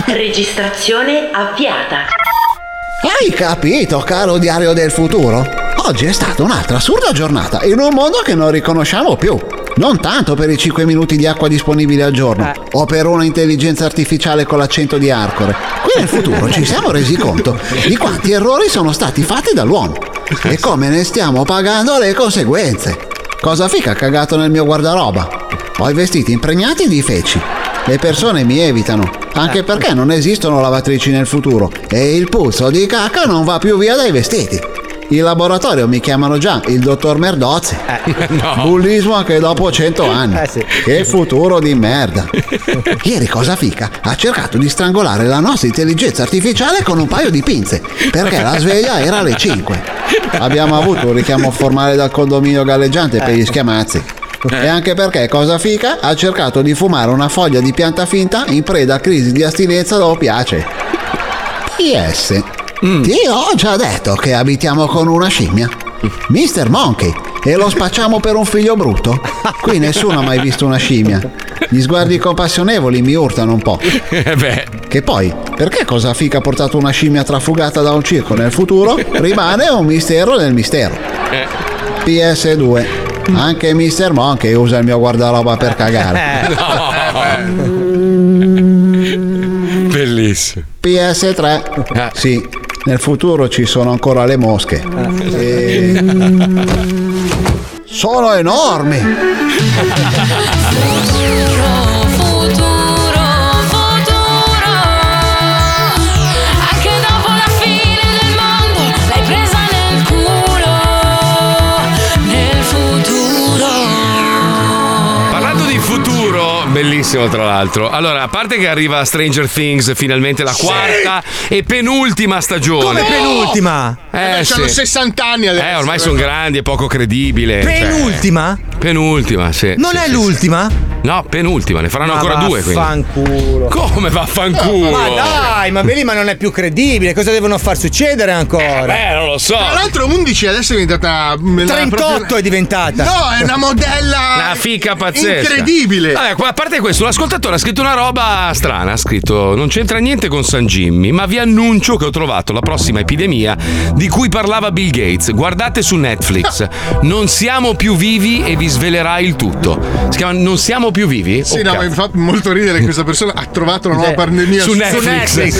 Registrazione avviata. Hai capito, caro diario del futuro? Oggi è stata un'altra assurda giornata in un mondo che non riconosciamo più. Non tanto per i 5 minuti di acqua disponibili al giorno o per una intelligenza artificiale con l'accento di Arcore. Qui nel futuro ci siamo resi conto di quanti errori sono stati fatti dall'uomo e come ne stiamo pagando le conseguenze. Cosa fica cagato nel mio guardaroba? Ho i vestiti impregnati di feci. Le persone mi evitano, anche perché non esistono lavatrici nel futuro e il puzzo di cacca non va più via dai vestiti. In laboratorio mi chiamano già il dottor Merdozzi. Bullismo anche dopo 100 anni. Che futuro di merda. Ieri cosa fica ha cercato di strangolare la nostra intelligenza artificiale con un paio di pinze perché la sveglia era alle 5. Abbiamo avuto un richiamo formale dal condominio galleggiante per gli schiamazzi. E anche perché Cosa Fica ha cercato di fumare una foglia di pianta finta in preda a crisi di astinenza dopo piace. PS. Ti ho già detto che abitiamo con una scimmia. Mr. Monkey. E lo spacciamo per un figlio brutto? Qui nessuno ha mai visto una scimmia. Gli sguardi compassionevoli mi urtano un po'. Beh, Che poi, perché cosa fica ha portato una scimmia trafugata da un circo nel futuro? Rimane un mistero nel mistero. Eh. PS2. Anche Mr. Monkey usa il mio guardaroba per Eh. cagare. Bellissimo. PS3. Sì, nel futuro ci sono ancora le mosche. E- Sono enormi. Anche dopo la fine del mondo l'hai presa nel culo, nel futuro. Parlando di futuro, Oh, bellissimo tra l'altro. Allora, a parte che arriva Stranger Things, finalmente la quarta e penultima stagione. Come penultima? Eh, Vabbè, c'hanno 60 anni adesso. Eh, ormai sono grandi, è poco credibile. cioè. Penultima? penultima, sì. Non sì, è sì, l'ultima? sì. No, penultima, ne faranno Ma ancora due. Quindi. Vaffanculo. Come vaffanculo? Ma dai, ma vedi, ma non è più credibile. Cosa devono far succedere ancora? Eh, non lo so. Tra l'altro 11 adesso è diventata... mm, la 38 propria- è diventata. No, è una modella... Una fica pazzesca. Incredibile. Vabbè, qua- a parte questo, l'ascoltatore ha scritto una roba strana. Ha scritto: Non c'entra niente con San Jimmy, ma vi annuncio che ho trovato la prossima epidemia di cui parlava Bill Gates. Guardate su Netflix. Non siamo più vivi e vi svelerà il tutto. Si chiama Non siamo più vivi? Sì, Oh, no, cazzo. ma mi fa molto ridere che questa persona ha trovato una nuova Sì. pandemia Su Netflix.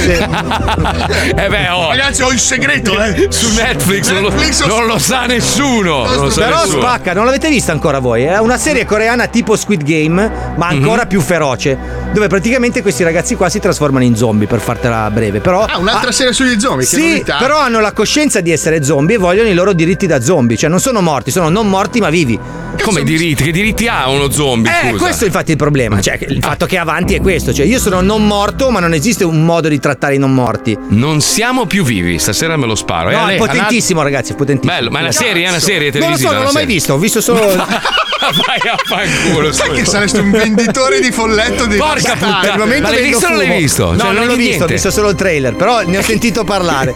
Eh beh, oh. Ragazzi, ho il segreto, eh. Su Netflix, non lo- Netflix- non lo sa nessuno. Non lo sa Però nessuno. spacca, non l'avete vista ancora voi? È una serie coreana tipo Squid Game, Mhm. ma ancora più feroce. Dove praticamente questi ragazzi qua si trasformano in zombie, per fartela breve. Però, Ah, un'altra ah, serie sugli zombie. che Sì, novità. però hanno la coscienza di essere zombie e vogliono i loro diritti da zombie. Cioè, non sono morti, sono non morti ma vivi. Come diritti? Che diritti ha uno zombie? Eh, scusa? Ah. questo è infatti il problema. Cioè, il fatto che avanti è questo. Cioè, io sono non morto, ma non esiste un modo di trattare i non morti. Non siamo più vivi, stasera me lo sparo. Eh, No, è Ale- potentissimo, ragazzi, è potentissimo. Bello, ma è una serie, è una serie Non lo so, televisiva. non l'ho mai visto, ho visto solo. Vai a fanculo. Sai scusa. che saresti un venditore di folletto di Porca Star. puttana. Al momento Ma l'hai vendo visto o non fumo. l'hai visto? No, Cioè, non non l'ho è visto, ho niente. visto solo il trailer, però ne ho sentito parlare. Eh,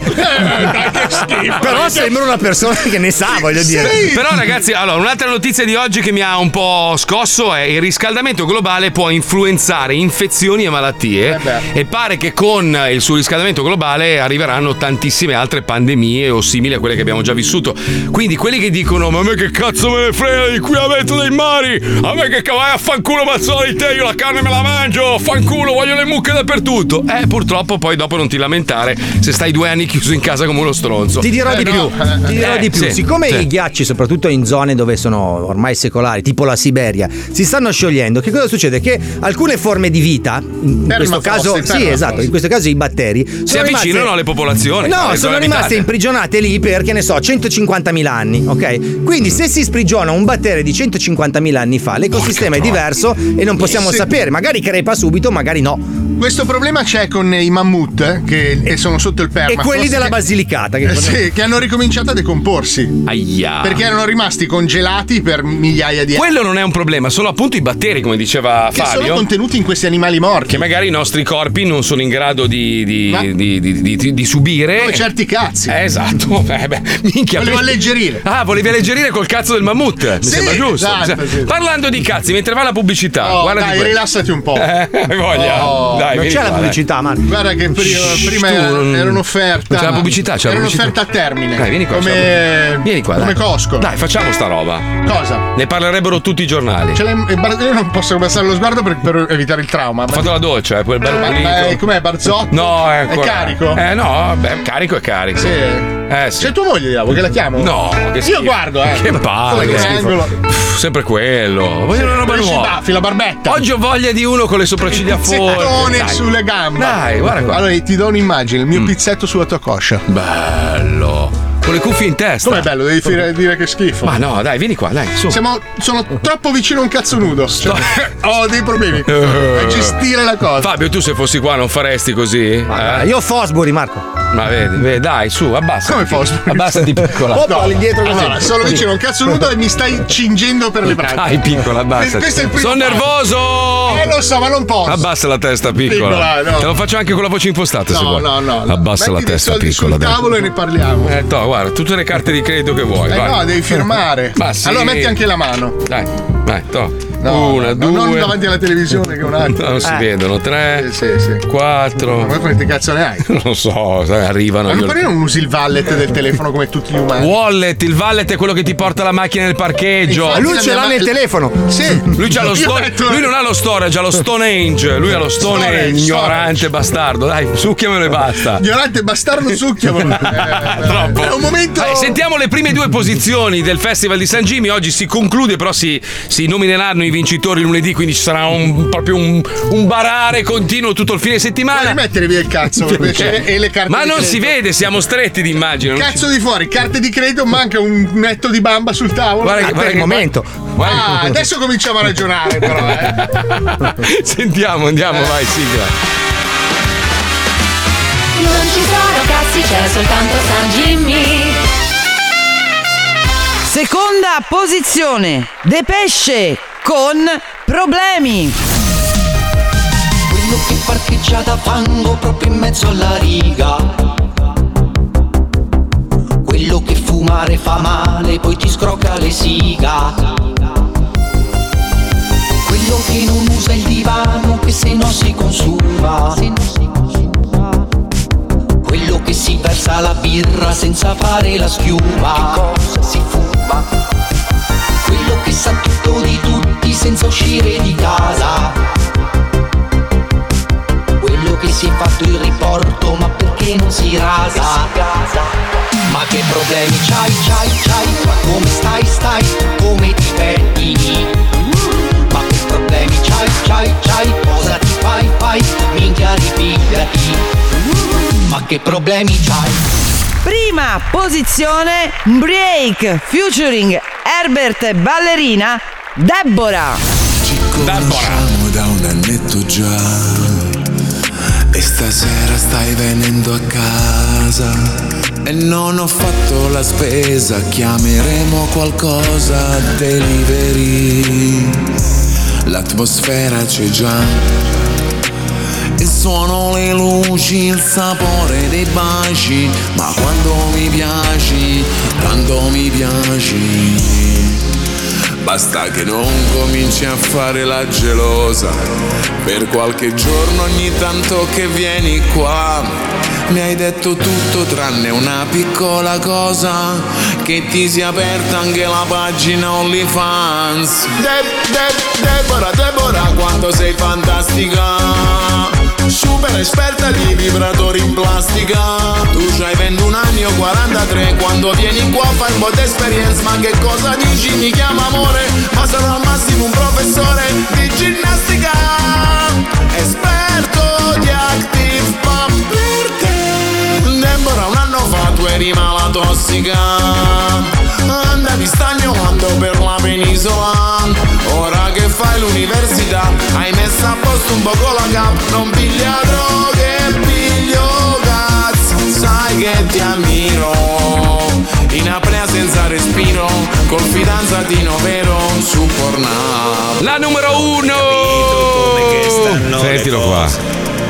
però sembra una persona che ne sa, voglio dire. Però ragazzi, allora, un'altra notizia di oggi che mi ha un po' scosso è il riscaldamento globale può influenzare infezioni e malattie Eh e pare che con il suo riscaldamento globale arriveranno tantissime altre pandemie o simili a quelle che abbiamo già vissuto. Quindi quelli che dicono "Ma a me che cazzo me ne frega di qui avete dei mari? A me che cavai a fanculo mazzoli te, io la carne me la mangio, fanculo, voglio le mucche dappertutto". Eh, purtroppo poi dopo non ti lamentare se stai due anni chiuso in casa come uno stronzo. Ti dirò Eh, di no. più, ti dirò Eh, di più. sì, Siccome sì. i ghiacci, soprattutto in zone dove sono ormai secolari, tipo la Siberia, si stanno sciogliendo, che cosa succede? Che alcune forme di vita, in questo caso, permafrosti. sì, esatto, in questo caso i batteri, sono si rimaste- avvicinano alle popolazioni. No, alle sono zone rimaste abitate. imprigionate lì per, che ne so, 150.000 anni, ok? Quindi se si sprigiona un batterio di 150.000 anni fa, l'ecosistema è diverso e non possiamo Sì. sapere, magari crepa subito, magari no. Questo problema c'è con i mammut eh, che che sono sotto il permafrost. quelli della che- Basilicata, che- Eh, sì, che hanno ricominciato a decomporsi. Aia. Perché erano rimasti congelati per migliaia di anni. Quello non è un problema, sono appunto i batteri, come diceva Che sono Fabio. contenuti in questi animali morti. che magari i nostri corpi non sono in grado di, di- Ma- di- di- di- di- di subire. Come certi cazzi. Eh, esatto. Beh, beh, minchia, Volevo pensi- alleggerire. Ah, volevi alleggerire col cazzo del mammut. Mi Sì, sembra giusto. Cioè, esatto, sì. Parlando di cazzi, mentre va la pubblicità, Oh, guarda di dai, quello. rilassati un po'. Oh. Hai voglia? Dai, non vieni c'è qua, la dai. pubblicità, Marco. Guarda che prima, prima tu mm. era, non- era un'offerta. C'è la pubblicità, c'è la era pubblicità. un'offerta a termine. Dai, vieni qua. c'è la- Come, vieni qua, come dai. Costco. Dai, facciamo sta roba. Cosa? Ne parlerebbero tutti i giornali. Ce l'hai- e Bar- Io non posso abbassare lo sguardo per, per evitare il trauma. Ho Ma fatto la doccia, eh, quel bello Ma- pulito. ma è- com'è, Barzotto? No, è È ancora. carico? Eh no, beh, carico è carico. Sì. Eh sì. c'è tua moglie, Diavo, che la chiamo? No, che schifo. Io guardo, eh. Che palle, Come che triangolo. schifo. Pff, sempre quello. Voglio una roba Con i nuova. baffi, la barbetta. Oggi ho voglia di uno con le sopracciglia forti. Pizzettone Dai. sulle gambe. Dai, guarda qua. Allora ti do un'immagine, il mio pizzetto sulla tua coscia. Bello. con le cuffie in testa. Com'è bello, devi dire, dire che schifo. Ma no, dai, vieni qua, dai, su. Siamo- sono troppo vicino a un cazzo nudo. Cioè, ho dei problemi a gestire la cosa. Fabio, tu se fossi qua non faresti così? Eh? Io Fosbury, Marco. Ma vedi, vedi, dai, su, abbassa. Come posso? Abbassati piccola. Ah, No, Allora, sono vicino a un cazzo nudo e mi stai cingendo per le braccia. Dai, piccola, abbassa. Questo è il primo Sono passo. nervoso! Eh, lo so, ma non posso. Abbassa la testa piccola. Piccola, no. Te lo faccio anche con la voce impostata, se No, vuoi. no, no, no. Abbassa la Metti dei testa soldi piccola. sul dai. tavolo e ne parliamo. Eh, to, guarda, tutte le carte di credito che vuoi. Eh vai. no, devi firmare. Ma sì. Allora metti anche la mano. Dai, vai, Eh, to. No, Una, no, due. non davanti alla televisione che è un attimo. Non si Eh. vedono. Tre, quattro. Ma quanti cazzo ne hai? Non lo so, sai, arrivano. Ma io- non pare non usi il wallet del telefono come tutti gli umani. Wallet, il wallet è quello che ti porta la macchina nel parcheggio. Infatti, Lui la ce mia l'ha ma- nel telefono. Sì. Lui, c'ha lo Io sto- metto- lui non ha lo storage, ha lo Stonehenge. Lui ha lo stone Storage, ignorante bastardo. Dai, succhiamelo e basta. Ignorante bastardo succhia. ma- eh, Troppo. È un momento. Dai, sentiamo le prime due posizioni del Festival di San Gimi. Oggi si conclude, però si, si nomineranno i vincitori lunedì, quindi ci sarà un, proprio un, un barare continuo tutto il fine settimana. Puoi mettere via il cazzo per piacere, e le carte Ma di non credito. si vede, siamo stretti di immagine. non Cazzo di fuori, carte di credito, manca un netto di bamba sul tavolo. Guarda che- Ah, guarda per che- guarda- Ah, adesso cominciamo a ragionare, però. eh. ci- Sentiamo, andiamo, vai, sigla. Non ci sono cazzi, c'è soltanto San Jimmy. Seconda posizione, Depesce con problemi. Quello che parcheggiata fango proprio in mezzo alla riga. Quello che fumare fa male, poi ti scrocca le siga. Quello che non usa il divano, che se no si consuma. Quello che si versa la birra senza fare la schiuma. si fuma? Quello che sa tutto di tutti senza uscire di casa. Quello che si è fatto il riporto ma perché non si rasa? Ma che problemi c'hai, c'hai, c'hai? Ma come stai, stai? Come ti pettini? Ma che problemi c'hai, c'hai, c'hai? Cosa ti fai, fai? Minchia ripigliati Ma che problemi c'hai? Prima posizione, Break featuring Herbert Ballerina, Deborah. Conosciamo da un annetto già E stasera stai venendo a casa E non ho fatto la spesa Chiameremo qualcosa delivery L'atmosfera c'è già E suono le luci, il sapore dei baci Ma quando mi piaci, quando mi piaci Basta che non cominci a fare la gelosa. Per qualche giorno ogni tanto che vieni qua. Mi hai detto tutto tranne una piccola cosa. Che ti sia aperta anche la pagina OnlyFans. De- de- Deborah, Deborah, quanto sei fantastica. Super esperta di vibratori in plastica Tu c'hai 21 anni o 43 Quando vieni qua fai un po' di esperienza Ma che cosa dici? Mi chiama amore Ma sarò al massimo un professore di ginnastica Esperto di active pump per te Deborah un anno fa tu eri malatossica Andavi stagnolando per la penisola Ora che fai l'università Hai messo a posto un poco la cap Non piglia droghe, piglio cazzo Sai che ti ammiro In apnea senza respiro Col fidanzatino vero su Pornhub La numero uno! Sentilo qua.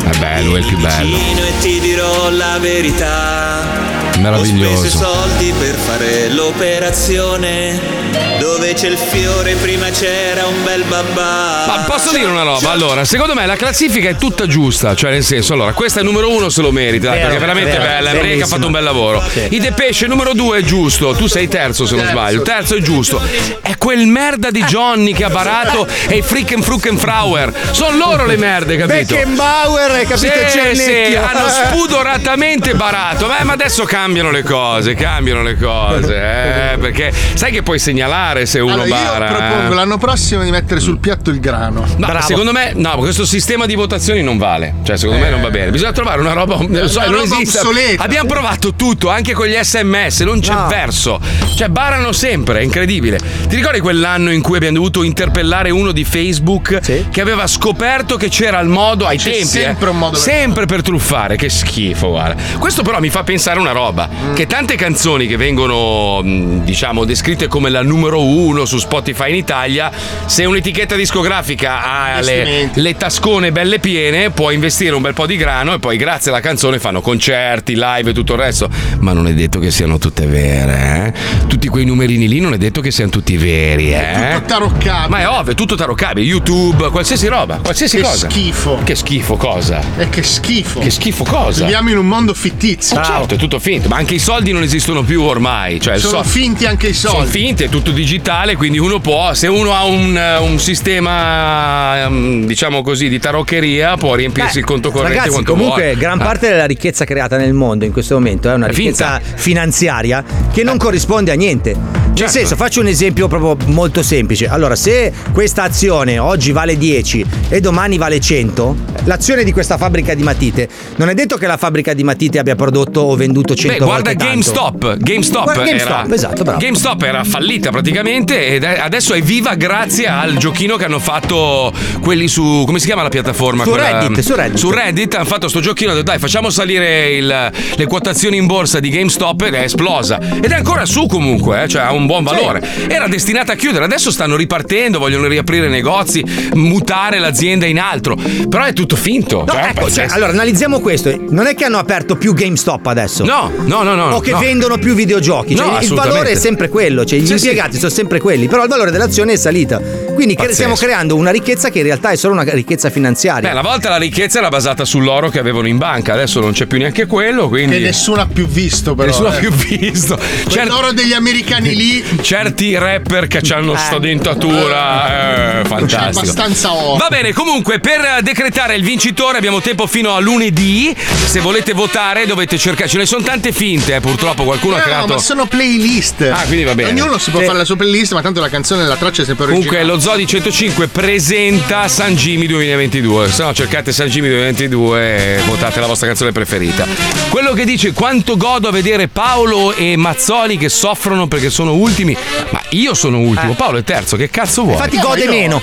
È bello, è il più bello. e ti dirò la verità. Ho speso Meraviglioso. soldi per fare l'operazione. Dove c'è il fiore, prima c'era un bel babà. Ma posso dire una roba? Allora, secondo me la classifica è tutta giusta. Cioè, nel senso, allora, questa è numero uno se lo merita. Vero, perché è veramente vero, bella. Break ha bellissima. fatto un bel lavoro. Eh, I Depeche numero due è giusto. Tu sei terzo, se non sbaglio. Il terzo è giusto. È quel merda di Johnny che ha barato e i Fricken Frucken Frauer. Sono loro le merde, capito? Beckenbauer, hai capito? C'è Sì, il sì, necchio. hanno spudoratamente barato. Beh, ma adesso cambiano le cose, cambiano le cose. eh, perché sai che puoi segnalare barare se uno Allora, io bara. propongo eh. l'anno prossimo di mettere sul piatto il grano. No, secondo me, no, questo sistema di votazioni non vale. Cioè, secondo me non va bene. Bisogna trovare una roba. Non so, Eh. Una non roba esiste. obsoleta. Abbiamo provato tutto, anche con gli sms, non c'è verso. Cioè, barano sempre, è incredibile. Ti ricordi quell'anno in cui abbiamo dovuto interpellare uno di Facebook che aveva scoperto che c'era il modo ai tempi? sempre eh? un modo per- Sempre per truffare, che schifo, guarda. Questo però mi fa pensare una roba: che tante canzoni che vengono, mh, diciamo, descritte come la numero uno su Spotify in Italia, se un'etichetta discografica ha le, Investimenti. le tascone belle piene, può investire un bel po' di grano e poi, grazie alla canzone, fanno concerti, live e tutto il resto. Ma non è detto che siano tutte vere, eh? Tutti quei numerini lì non è detto che siano tutti veri, eh? Tutto taroccabile. Ma è ovvio, è tutto taroccabile, YouTube, qualsiasi roba, qualsiasi Che cosa. schifo. Che schifo cosa? E che schifo. Che schifo cosa? Viviamo in un mondo fittizio. Ma certo, è tutto finto, ma anche i soldi non esistono più ormai. Cioè, il Sono so- finti anche i soldi. Sono finti, è tutto digitale, quindi uno può, se uno ha un, eh, un sistema, ehm, diciamo così, di taroccheria, può riempirsi il conto corrente Ragazzi, quanto comunque, vuole. gran Ah. parte della ricchezza creata nel mondo in questo momento è una È Eh. ricchezza finanziaria che non corrisponde a niente. Nel Certo. senso, faccio un esempio proprio molto semplice. Allora, se questa azione oggi vale 10 e domani vale 100, l'azione di questa fabbrica di matite non è detto che la fabbrica di matite abbia prodotto o venduto 100 Beh, guarda volte tanto. GameStop. GameStop, Guarda era, GameStop, esatto, bravo. GameStop era fallita praticamente ed è- adesso è viva grazie al giochino che hanno fatto quelli su. come si chiama la piattaforma? Su Reddit, su Reddit. hanno fatto sto giochino. hanno detto, Dai, facciamo salire il- le quotazioni in borsa di GameStop ed è esplosa. Ed è ancora su comunque, eh, cioè ha un buon valore. Era destinata a chiudere, adesso stanno ripartendo, vogliono riaprire negozi, mutare l'azienda in altro. Però è tutto finto. No, cioè, è ecco, cioè, pazzesco. allora analizziamo questo. Non è che hanno aperto più GameStop adesso. No, no, no, no, O che no. vendono più videogiochi. Cioè, No, il assolutamente. valore è sempre quello. Cioè, gli Sì, impiegati sono sempre quelli. Però il valore dell'azione è salita. Quindi cre- Pazzesco. stiamo creando una ricchezza che in realtà è solo una ricchezza finanziaria. Beh, una volta la ricchezza era basata sull'oro che avevano in banca, adesso non c'è più neanche quello, quindi. Che nessuno ha più visto, però. Nessuno ha eh. più visto. Certo. Quell'oro degli americani lì. Certi rapper che hanno sta Cioè, dentatura. eh, fantastico. abbastanza oro. Va bene, comunque, per decretare il vincitore abbiamo tempo fino a lunedì. Se volete votare dovete cercare. Ce ne sono tante finte, eh, purtroppo qualcuno ha No, creato. ma sono playlist. Ah, quindi va bene. Ognuno si può fare la sua playlist, ma tanto la canzone e la traccia è sempre Comunque originale. lo Zoo di 105 presenta San Gimi 2022. Se no cercate San Gimi 2022 e votate la vostra canzone preferita. Quello che dice quanto godo a vedere Paolo e Mazzoli che soffrono perché sono ultimi. Ma io sono ultimo, Paolo è terzo, che cazzo vuoi? Eh. Infatti gode io- meno.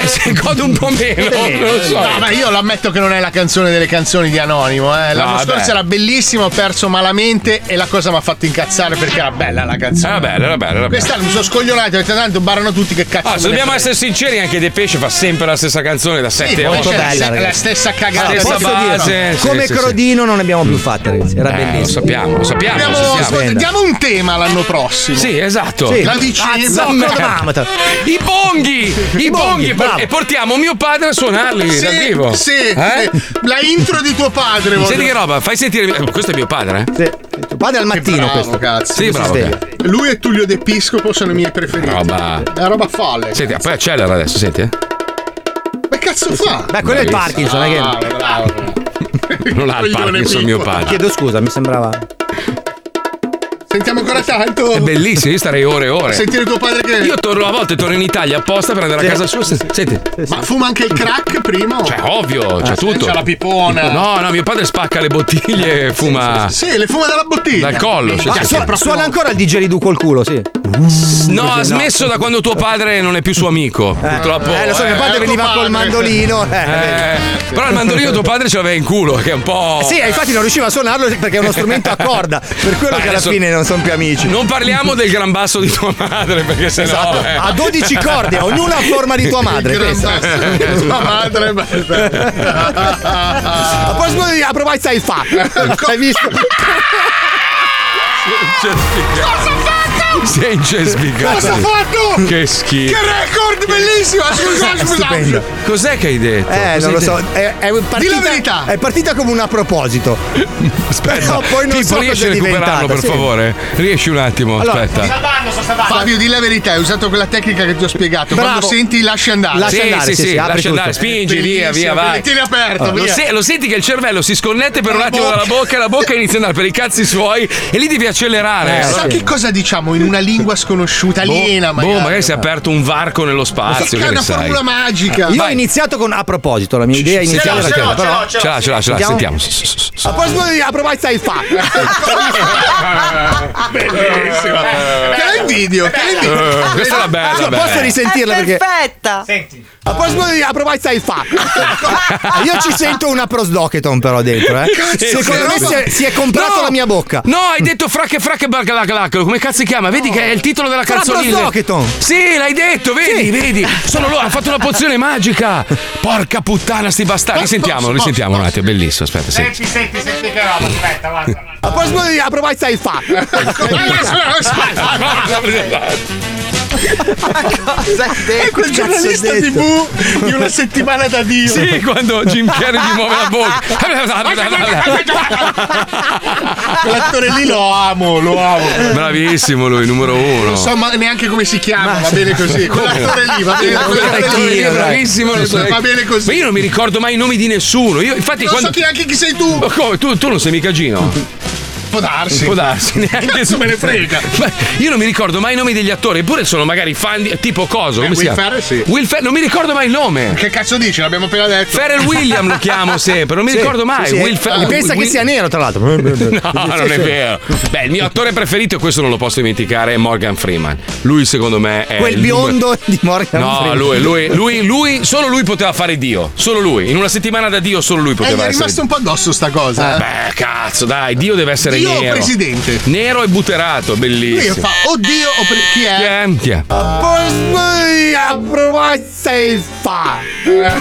Eh, se gode un po' meno, non lo so. No, ma io l'ammetto che non è la canzone delle canzoni di Anonimo. Eh. L'anno No, scorso vabbè. era bellissimo, ho perso malamente e la cosa mi ha fatto incazzare perché era bella la canzone. Era bella, era bella, era bella. Quest'anno mi sono scoglionato, ho detto tanto barano tutti che cazzo. Ah, me se ne dobbiamo frega". essere sinceri, anche De Pesce fa sempre la stessa canzone da Sì, 7 poi 8 c'è la se- la stessa Ah, cagata Stessa Posso base, dirlo? sì, Come sì, sì. Crodino non ne abbiamo più fatte, ragazzi. Era Eh, bellissimo. lo sappiamo, lo sappiamo, Abbiamo- lo ascolta, sappiamo. diamo un tema l'anno prossimo. Sì, esatto. La vicinanza. Azza merda. I bonghi! I, I bonghi! bonghi, bravo. e portiamo mio padre a suonarli Sì, dal vivo. sì, Eh? sì. La intro di tuo padre. voglio- Senti che roba, fai sentire. eh, Questo è mio padre, eh? Tuo padre al mattino bravo, questo. Cazzo, Sì, questo bravo. stegno. Lui e Tullio D'Episcopo sono i miei preferiti. Roba. È una roba folle. Senti, ah, poi accelera adesso, senti, eh. Ma cazzo fa? Beh, quello è il Parkinson, eh, che- Bravo, bravo, bravo. Non ha il Coglione Parkinson mio piccolo. padre. Chiedo scusa, mi sembrava. Sentiamo ancora tanto. È bellissimo, io starei ore e A ore. sentire Oh. tuo padre che- Io torno a volte torno in Italia apposta per andare a Sì. casa sua. se- Senti. Ma fuma anche il crack prima? Cioè, ovvio, c'è Ah, sì, tutto. c'è la pipona. Eh, No, no, mio padre spacca le bottiglie e fuma. Sì, le fuma dalla bottiglia. Ah, Dal collo. Ma cioè, su- Suona ancora il digeridu col culo, sì. No, ha smesso da quando tuo padre non è più suo amico. Purtroppo. eh, lo so, mio padre veniva col mandolino, eh, vabbè. però il mandolino tuo padre ce l'aveva in culo, che è un po'. Sì, eh, infatti non riusciva a suonarlo perché è uno strumento a corda. Per quello Beh, che alla adesso- fine non sono più amici. Non parliamo del gran basso di tua madre, perché se Esatto, no. eh. ha 12 corde, ognuna a forma di tua madre, Il gran questa. basso di tua madre, A proposito di approvare sai fa. Hai visto? Sei incespicato. Cosa ha fatto? Che schifo. Che record bellissimo! Scusa, scusa. Cos'è che hai detto? Eh, non lo so. Cos'hai È, detto? è partita, Dì la verità. È partita come un a proposito. Però Eh, poi non Pippo, so riesci cosa è a recuperarlo, diventata. per sì. favore? Riesci un attimo, Allora, aspetta. Fabio, di la verità, hai usato quella tecnica che ti ho spiegato. Bravo. Quando senti, lasci andare. sì, sì, sì, lascia andare, spingi, via, Bellissimo, via, vai. Tieni aperto, Allora, lo, via. se- lo senti che il cervello si sconnette Eh, per un attimo dalla bocca e la bocca inizia ad andare per i cazzi suoi e lì devi accelerare. Sa Allora- che cosa diciamo in una lingua sconosciuta, aliena, boh, boh, magari si è aperto un varco nello spazio. Che che è ne una sai. formula magica. Eh, Io ho iniziato con a proposito, la mia idea ce iniziale l'ho, era ce l'ho, quella, ce però- l'ho, ce l'ho, ce l'ho, ce l'ho, sentiamo. A proposito di approvare stai fa. Bellissima. Che la invidio, che la invidio. Eh, questa era bella, Cioè, bella. Posso risentirla È perché perfetta. A proposito di approvare stai fa. Ah, Io ci sento una prosdocheton però dentro, eh. Cazzo, Secondo me roba. si è, si è comprato No! la mia bocca. No, hai detto fracche fracche bargalagalacalo. Come cazzo si chiama? Vedi che è il titolo della Fra canzone. Prosdocheton. Sì, l'hai detto, vedi, Sì. vedi. Sono loro, hanno fatto una pozione magica. Porca puttana, sti bastardi. Risentiamolo, risentiamo un attimo, bellissimo. Aspetta, senti. Eh, Senti, senti, senti che roba, aspetta, guarda. A proposito di approvare stai fa. È quel giornalista TV di una settimana da Dio. Sì, quando Jim Carrey gli muove la bocca. Quell'attore lì lo amo, lo amo. Bravissimo lui, numero uno. Non so ma neanche come si chiama, va bene così. Come? Quell'attore lì, va bene. Ma quell'attore dai, lì, è bravissimo, va bene, Va bene così. Ma io non mi ricordo mai i nomi di nessuno. Io, infatti, Non quando... so neanche chi sei tu. Ma come? Tu, tu non sei mica Gino. Può darsi. Può darsi, neanche Cazzo tu. me ne frega. Ma io non mi ricordo mai i nomi degli attori, eppure sono magari fan di. eh, tipo Coso. Beh, come si Eh, Will chiama? Ferrell sì. Will Ferrell, non mi ricordo mai il nome. Che cazzo dici? L'abbiamo appena detto. Ferrell William lo chiamo sempre, non mi Sì, ricordo sì, mai. sì. Will Fer- Ah, E pensa che Will- sia nero, tra l'altro. No, non è vero. Beh, il mio attore preferito, e questo non lo posso dimenticare, è Morgan Freeman. Lui, secondo me, è. Quel il numero- biondo di Morgan No, Freeman. lui, lui, lui, lui, solo lui poteva fare Dio. Solo lui. In una settimana da Dio, solo lui Eh, gli poteva è essere. rimasto un po' addosso sta cosa. eh. Beh, cazzo, dai, Dio deve essere Dio o nero. presidente? Nero e buterato, Lui bellissimo. fa, oddio, ho pre- chi è? Chi è? Chi è? A proposito di approvare stai fa. Eh.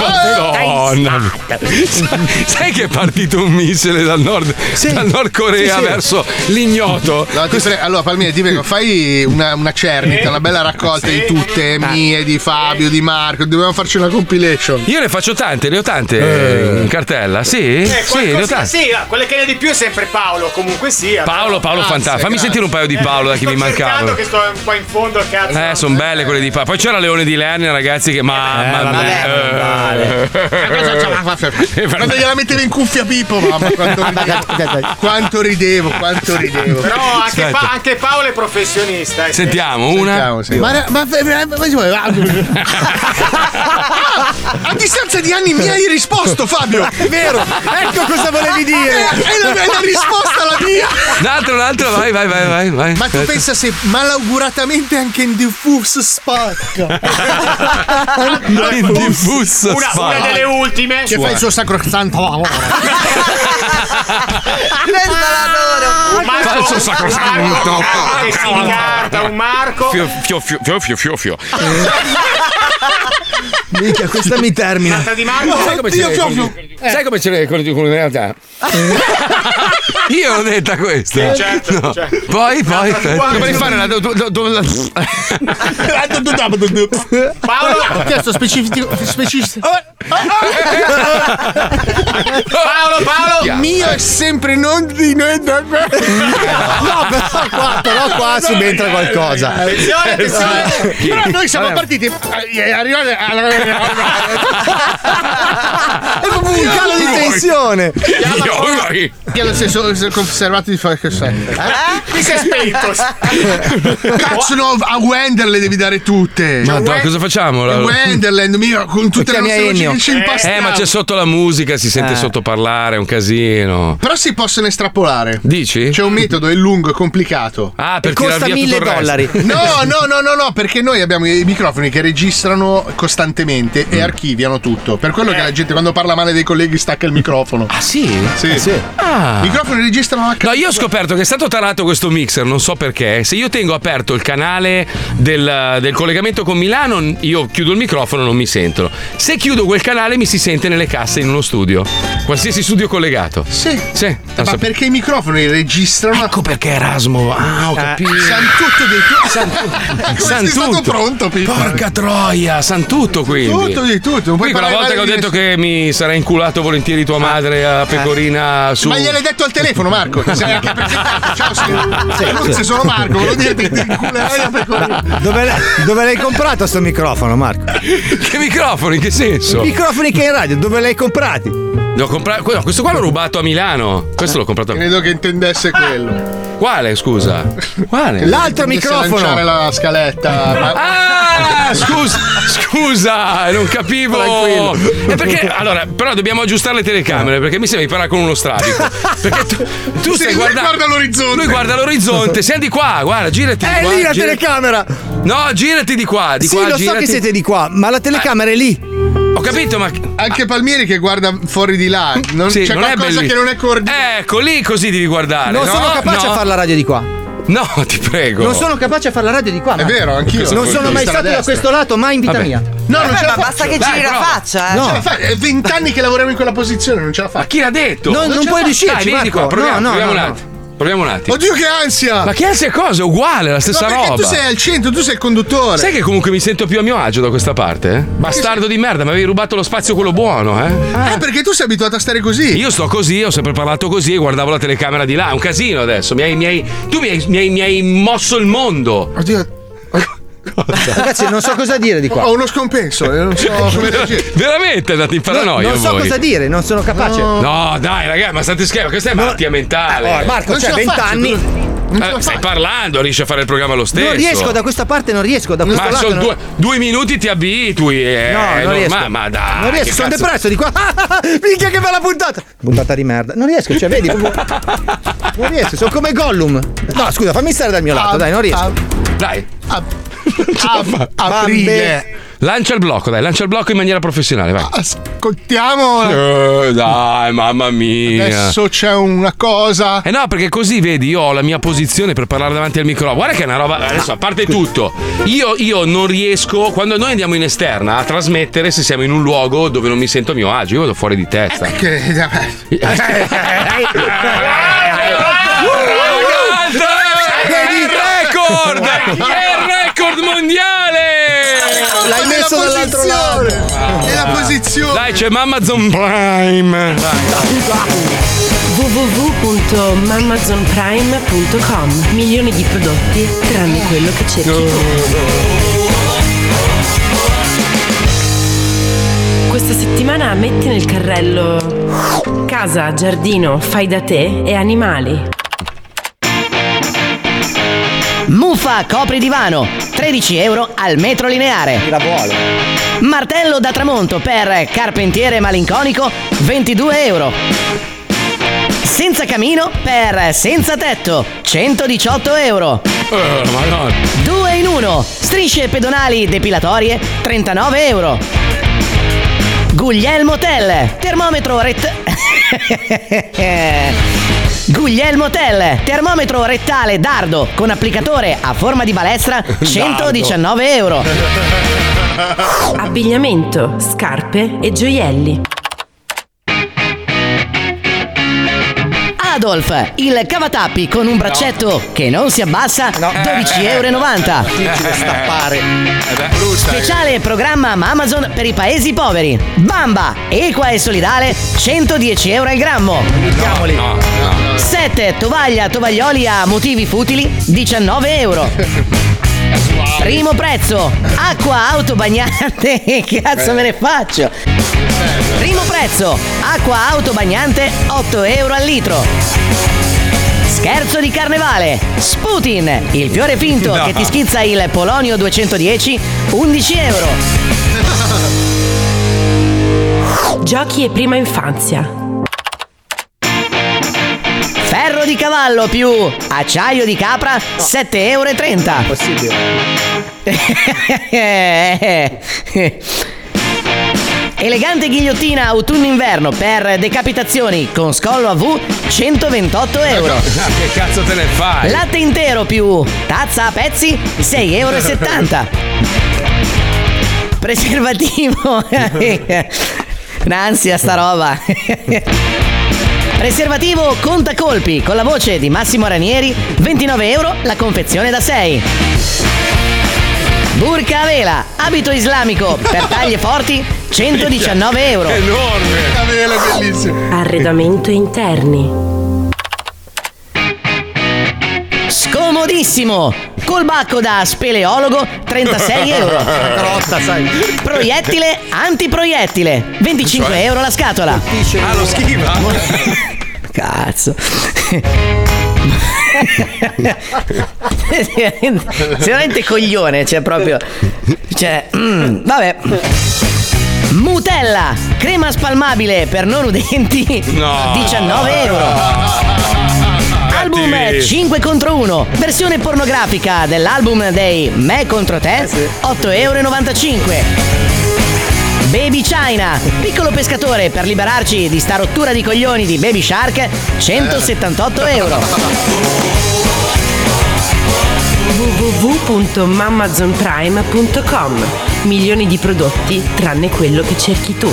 Madonna. Sai- Sai che è partito un missile dal nord, dal nord Corea Sì, sì. verso l'ignoto? No, ti pre- allora Palmire ti prego fai una, una cernita, una bella raccolta di tutte Ah. mie, di Fabio, di Marco, dobbiamo farci una compilation. Io ne faccio tante, ne ho tante eh, in cartella. Sì? Eh, sì, ne ho qualcosa- tante. sì, ah, quelle che ne di più è sempre Paolo, comunque sia. Paolo, Paolo Fantà. Fammi sentire un paio di Paolo, dai, che mi mancavano. Tanto che sto un po' in fondo, cazzo. Eh, sono belle quelle di Paolo. Poi c'era Leone di Lerner, ragazzi, che Eh, eh. mamma vabbè, mia. Eh, Quando gliela mettevi in cuffia Pippo, mamma, quanto ridevo. Quanto ridevo, quanto ridevo. Però anche, Aspetta. Pa- anche Paolo è professionista. eh. Sentiamo una. Ma, ma, ma- ma- a distanza di anni mi hai risposto, Fabio. È vero, ecco cosa volevi dire. È, è la, è la risposta alla mia. Un'altra, un'altra, vai, vai, vai, vai. vai. Ma tu Aspetta. pensa se malauguratamente anche in diffus spacca. In diffuso Una, una delle ultime. Che fa il suo sacrosanto lavoro. Un Marco- Falso sacrosanto. Un Marco che si incarta, un Marco. Fio, fio, fio, fio, fio, fio, fio. Minchia, questa mi termina. Carta di Marco. Sai come ce l'hai con- Sai come ce l'hai con con l'università? Io l'ho detta questa. Sì, certo, No. certo. Poi, poi. Un'altra tua. Dovrei fare la. do- do- do- la- Paolo, Chiesto specifico specifico. Paolo, Paolo. Chiaro. mio è sempre non di noi da me. No, però qua, però qua subentra qualcosa. Attenzione, attenzione. Però noi siamo partiti eh, arrivati È proprio un calo di tensione. Io- allo stesso se conservato di eh? fare che sei. Qui si è spento. Cazzo no, a Wenderle devi dare tutte. Madonna, cosa facciamo? La- Wenderland, mio, con tutte le Chiami nostre voci Ennio. che ci Eh, ma impastiamo. c'è sotto la musica, si sente Eh. sotto parlare, è un casino. Però si possono estrapolare. Dici? C'è un metodo, è lungo, è complicato. Ah, per E costa tirar via tutto il 1000 resto. dollari. No, no, no, no, no, perché noi abbiamo i microfoni che registrano costantemente Mm. e archiviano tutto. Per quello che la gente quando parla male dei colleghi stacca il microfono. Ah, sì? Sì. Ah. I microfoni registrano anche. No, io ho scoperto che è stato tarato questo mixer, non so perché. Se io tengo aperto il canale del, del collegamento con Milano, io chiudo il microfono e non mi sentono. Se chiudo quel canale mi si sente nelle casse in uno studio. Qualsiasi studio collegato. Sì. Sì. non Ma so- perché i microfoni registrano? Ecco perché Erasmo. Eh, Ah, ho capito. Santutto dei tutti. Santutto. Sei stato Santutto. pronto, Pippo. Porca troia, Ah, san tutto quindi. Tutto di tutto, non puoi Qui quella parlare volta che ho male di Ah. Eh. detto che mi sarei inculato volentieri tua madre a pecorina su Ma gliel'hai detto al telefono, Marco. Ti sei anche presentato. Ciao, signor. Sì, Allora, sì. se sono Marco, volevo dirti che ti inculerei per Ma dove, l'hai- dove l'hai comprato sto microfono, Marco? Che microfoni? In che senso? Microfoni che hai in radio, dove l'hai comprati? L'ho compra- que- no, questo qua l'ho rubato a Milano. Questo l'ho comprato a Credo che intendesse quello. Quale, scusa? Quale? Intendesse lanciare la scaletta. Ma- Ah, scusa, scusa, non capivo. Tranquillo. È perché, allora, però dobbiamo aggiustare le Eh. telecamere perché mi sembra di parlare con uno strabico. Perché tu, tu Sì, stai lui guardando. guarda l'orizzonte. Lui guarda l'orizzonte. Senti di qua, guarda, girati. È qua, lì la gira- telecamera. No, girati di qua, Ah, di sì, qua. lo so girati. che siete di qua, ma la telecamera è lì. Ho capito, ma. Anche Palmieri che guarda fuori di là. Non, Sì, c'è non è qualcosa bellissimo. che non è coordinato. Ecco, lì così devi guardare. Non no, sono capace no. a fare la radio di qua. No, ti prego. Non sono capace a fare la radio di qua. Marco. vero, anch'io. Non Questo sono punto di mai vista stato alla da destra. questo lato, mai in vita Vabbè. mia. No, non Eh, Vabbè, ce la ma faccio. basta che Dai, giri la prova. faccia, eh. No. No. Ce la fai. È vent'anni che lavoriamo in quella posizione, non ce la fai. Chi l'ha detto? Non- non ce la puoi fai. riuscire. Dai, vieni Marco, qua, proviamo, no, no, proviamo no, un no. attimo. Proviamo un attimo. Oddio, che ansia! Ma che ansia cosa? Uguale, la Ma stessa perché roba. tu sei al centro, tu sei il conduttore. Sai che comunque mi sento più a mio agio da questa parte? eh? Bastardo di merda, mi avevi rubato lo spazio quello buono, eh? Eh, perché tu sei abituato a stare così. Io sto così, ho sempre parlato così e guardavo la telecamera di là. È un casino adesso. Mi hai, mi hai- tu mi hai, mi hai- mi hai mosso il mondo. Ecco, Oddio. Ragazzi, non so cosa dire di qua. Ho uno scompenso, eh, non so come Ver- reagire. veramente andate in paranoia. non so voi. cosa dire, non sono capace. No, dai, ragazzi, ma state scherzando. Questa è malattia mentale. Allora, Eh, Marco, Non c'è ce la 20 faccio, anni. tu- Eh, stai parlando, riesci a fare il programma lo stesso. Non riesco da questa parte, non riesco da questo Ma lato. sono non- due, due minuti ti abitui. eh, No, non no, riesco. Ma, ma dai. non riesco, che sono cazzo- depresso di qua. Minchia che bella puntata! Puntata di merda. Non riesco, cioè, vedi, proprio- Non riesco, sono come Gollum. No, scusa, fammi stare dal mio lato, dai, non riesco. Dai. Ah, Ab- aprile. Lancia il blocco, dai, lancia il blocco in maniera professionale, vai. Ah, Ascoltiamo. Eh, dai, mamma mia. Adesso c'è una cosa. Eh no, perché così vedi, io ho la mia posizione per parlare davanti al microfono. Guarda che è una roba. eh, Adesso, a parte tutto, io, io non riesco. Quando noi andiamo in esterna a trasmettere, se siamo in un luogo dove non mi sento a mio agio, io vado fuori di testa. Che... eh, Record! È il record mondiale! L'hai messo dall'altro lato. Eh, È la posizione. Dai, c'è Amazon Prime! www.mamazonprime.com Milioni di prodotti tranne quello che cerchi tu. Questa settimana metti nel carrello casa, giardino, fai da te e animali. Muffa copri divano, 13 euro al metro lineare. Martello da tramonto per carpentiere malinconico, 22 euro. Senza camino per senza tetto, 118 euro. Eh, madonna. 2 in 1, strisce pedonali depilatorie, 39 euro. Guglielmo Tell, termometro ret... Guglielmo Tell, termometro rettale dardo con applicatore a forma di balestra, 119 euro. Abbigliamento, scarpe e gioielli. Adolf, il cavatappi con un braccetto che non si abbassa, 12,90 eh, euro. stappare. eh. Speciale programma Amazon per i paesi poveri. Bamba, equa e solidale, 110 euro al grammo. No, no. 7 tovaglia tovaglioli a motivi futili, 19 euro. Primo prezzo, acqua autobagnante. Che cazzo me ne faccio? Primo prezzo, acqua autobagnante, 8 euro al litro. Scherzo di carnevale, Sputin, il fiore finto No. che ti schizza il Polonio 210, 11 euro. Giochi e prima infanzia. Ferro di cavallo più acciaio di capra, 7,30 euro. Elegante ghigliottina autunno-inverno per decapitazioni con scollo a V, 128 euro. Ah, Che cazzo te ne fai? Latte intero più tazza a pezzi, 6,70 euro. Preservativo. Un'ansia sta roba. Preservativo Contacolpi con la voce di Massimo Ranieri, 29 euro la confezione da 6. Burca a vela, abito islamico per taglie forti, 119 euro. Enorme. Arredamento interni. Comodissimo! Col bacco da speleologo 36 euro. Crosta, sai. Proiettile antiproiettile 25 Cioè? euro la scatola. Ah, lo schiva? Cazzo. Veramente coglione, cioè proprio. Cioè, mm, vabbè. Mutella, crema spalmabile per non udenti, No. 19 euro. Album Cattivi. 5 contro 1, versione pornografica dell'album dei Me contro te, 8,95 Baby China, piccolo pescatore per liberarci di sta rottura di coglioni di Baby Shark, 178 euro. www.mamazonprime.com Milioni di prodotti tranne quello che cerchi tu.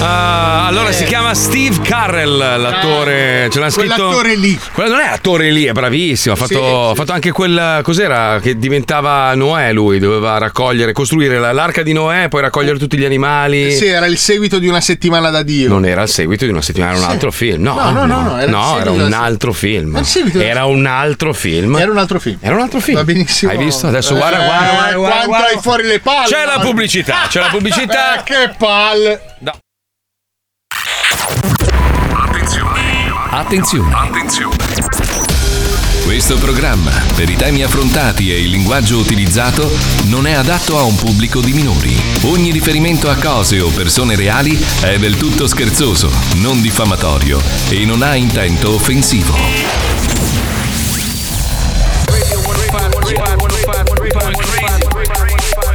Ah, allora Eh. si chiama Steve Carrell, l'attore. Ce l'ha scritto. Quell'attore lì. Quello non è attore lì, è bravissimo. Ha fatto, ha fatto anche quel. Cos'era? Che diventava Noè lui. Doveva raccogliere, costruire la- l'arca di Noè, poi raccogliere tutti gli animali. Sì, era il seguito di una settimana da Dio. Non era il seguito di una settimana, era un Sì. altro film. No, No, no, no, no, era il seguito era della un se- altro film. Era il seguito della- Era un altro film. Era un altro film. Era un altro film. Va benissimo. Hai visto? Adesso guarda, Eh, guarda, guarda, guarda, Quanto guarda. hai fuori le palle. C'è la pubblicità, c'è la pubblicità. Eh, che palle. Attenzione. Attenzione. Questo programma, per i temi affrontati e il linguaggio utilizzato, non è adatto a un pubblico di minori. Ogni riferimento a cose o persone reali è del tutto scherzoso, non diffamatorio e non ha intento offensivo.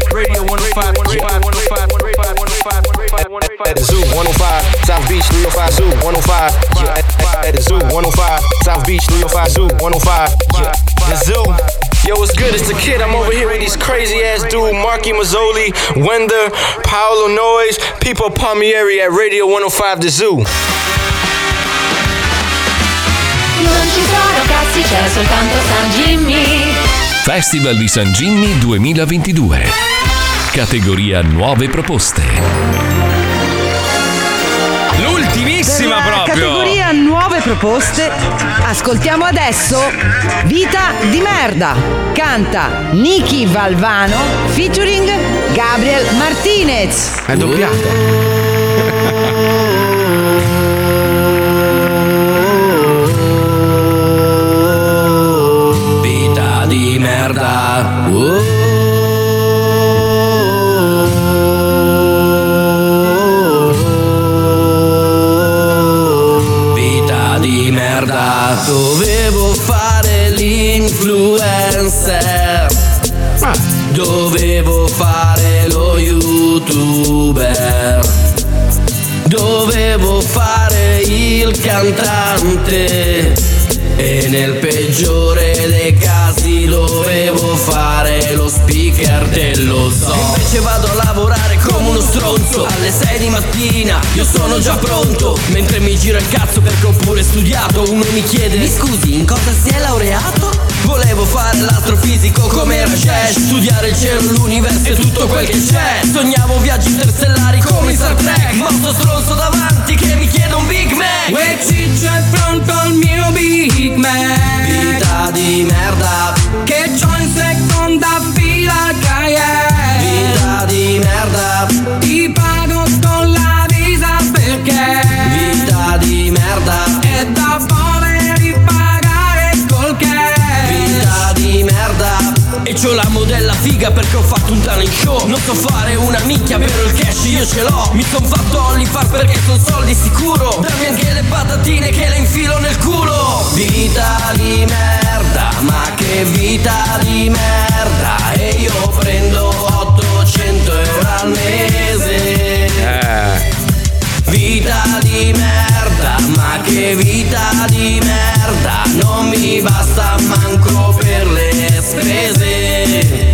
Radio 105, 105, 105, 105, At the zoo 105, South Beach 305, zoo 105. Yeah, at- at the zoo 105, South Beach 305, zoo 105. Yeah, the zoo. Yo, what's good? It's the kid. I'm over here with these crazy ass dude, Marky Mazzoli, Wender, Paolo Noyes, People Palmieri at Radio 105 The Zoo. Non ci sono cazzi, c'è soltanto San Jimmy. Festival di San Gimmi 2022. Categoria nuove proposte. L'ultimissima Per la proprio. categoria nuove proposte, ascoltiamo adesso Vita di merda. Canta Niki Valvano featuring Gabriel Martinez. È doppiata. Vita di merda. Uh. Oh. Vita di merda. Dovevo fare l'influencer. Dovevo fare lo youtuber. Dovevo fare il cantante e nel peggiore dei casi dovevo fare lo speaker dello zoo. Invece vado a lavorare come uno stronzo alle 6 di mattina, io sono già pronto. Mentre mi giro il cazzo perché ho pure studiato, uno mi chiede: Mi scusi, in cosa sei laureato? Volevo fare l'astrofisico come Rajesh Studiare il cielo, l'universo e tutto quel che c'è Sognavo viaggi interstellari come in Star Trek Ma sto stronzo davanti che mi chiede un Big Mac Uè, zitto e pronto al mio Big Mac Vita di merda Che c'ho in seconda fila che è Vita di merda Ti pago con la visa perché Vita di merda E da poveri pagare col cash Vita di merda e c'ho la modella figa perché ho fatto un talent show Non so fare una minchia, però il cash io ce l'ho Mi son fatto OnlyFans perché son soldi sicuro Dammi anche le patatine che le infilo nel culo Vita di merda, ma che vita di merda E io prendo 800 euro al mese Eh, Ah. Vita di merda, ma che vita di merda, non mi basta manco per le spese.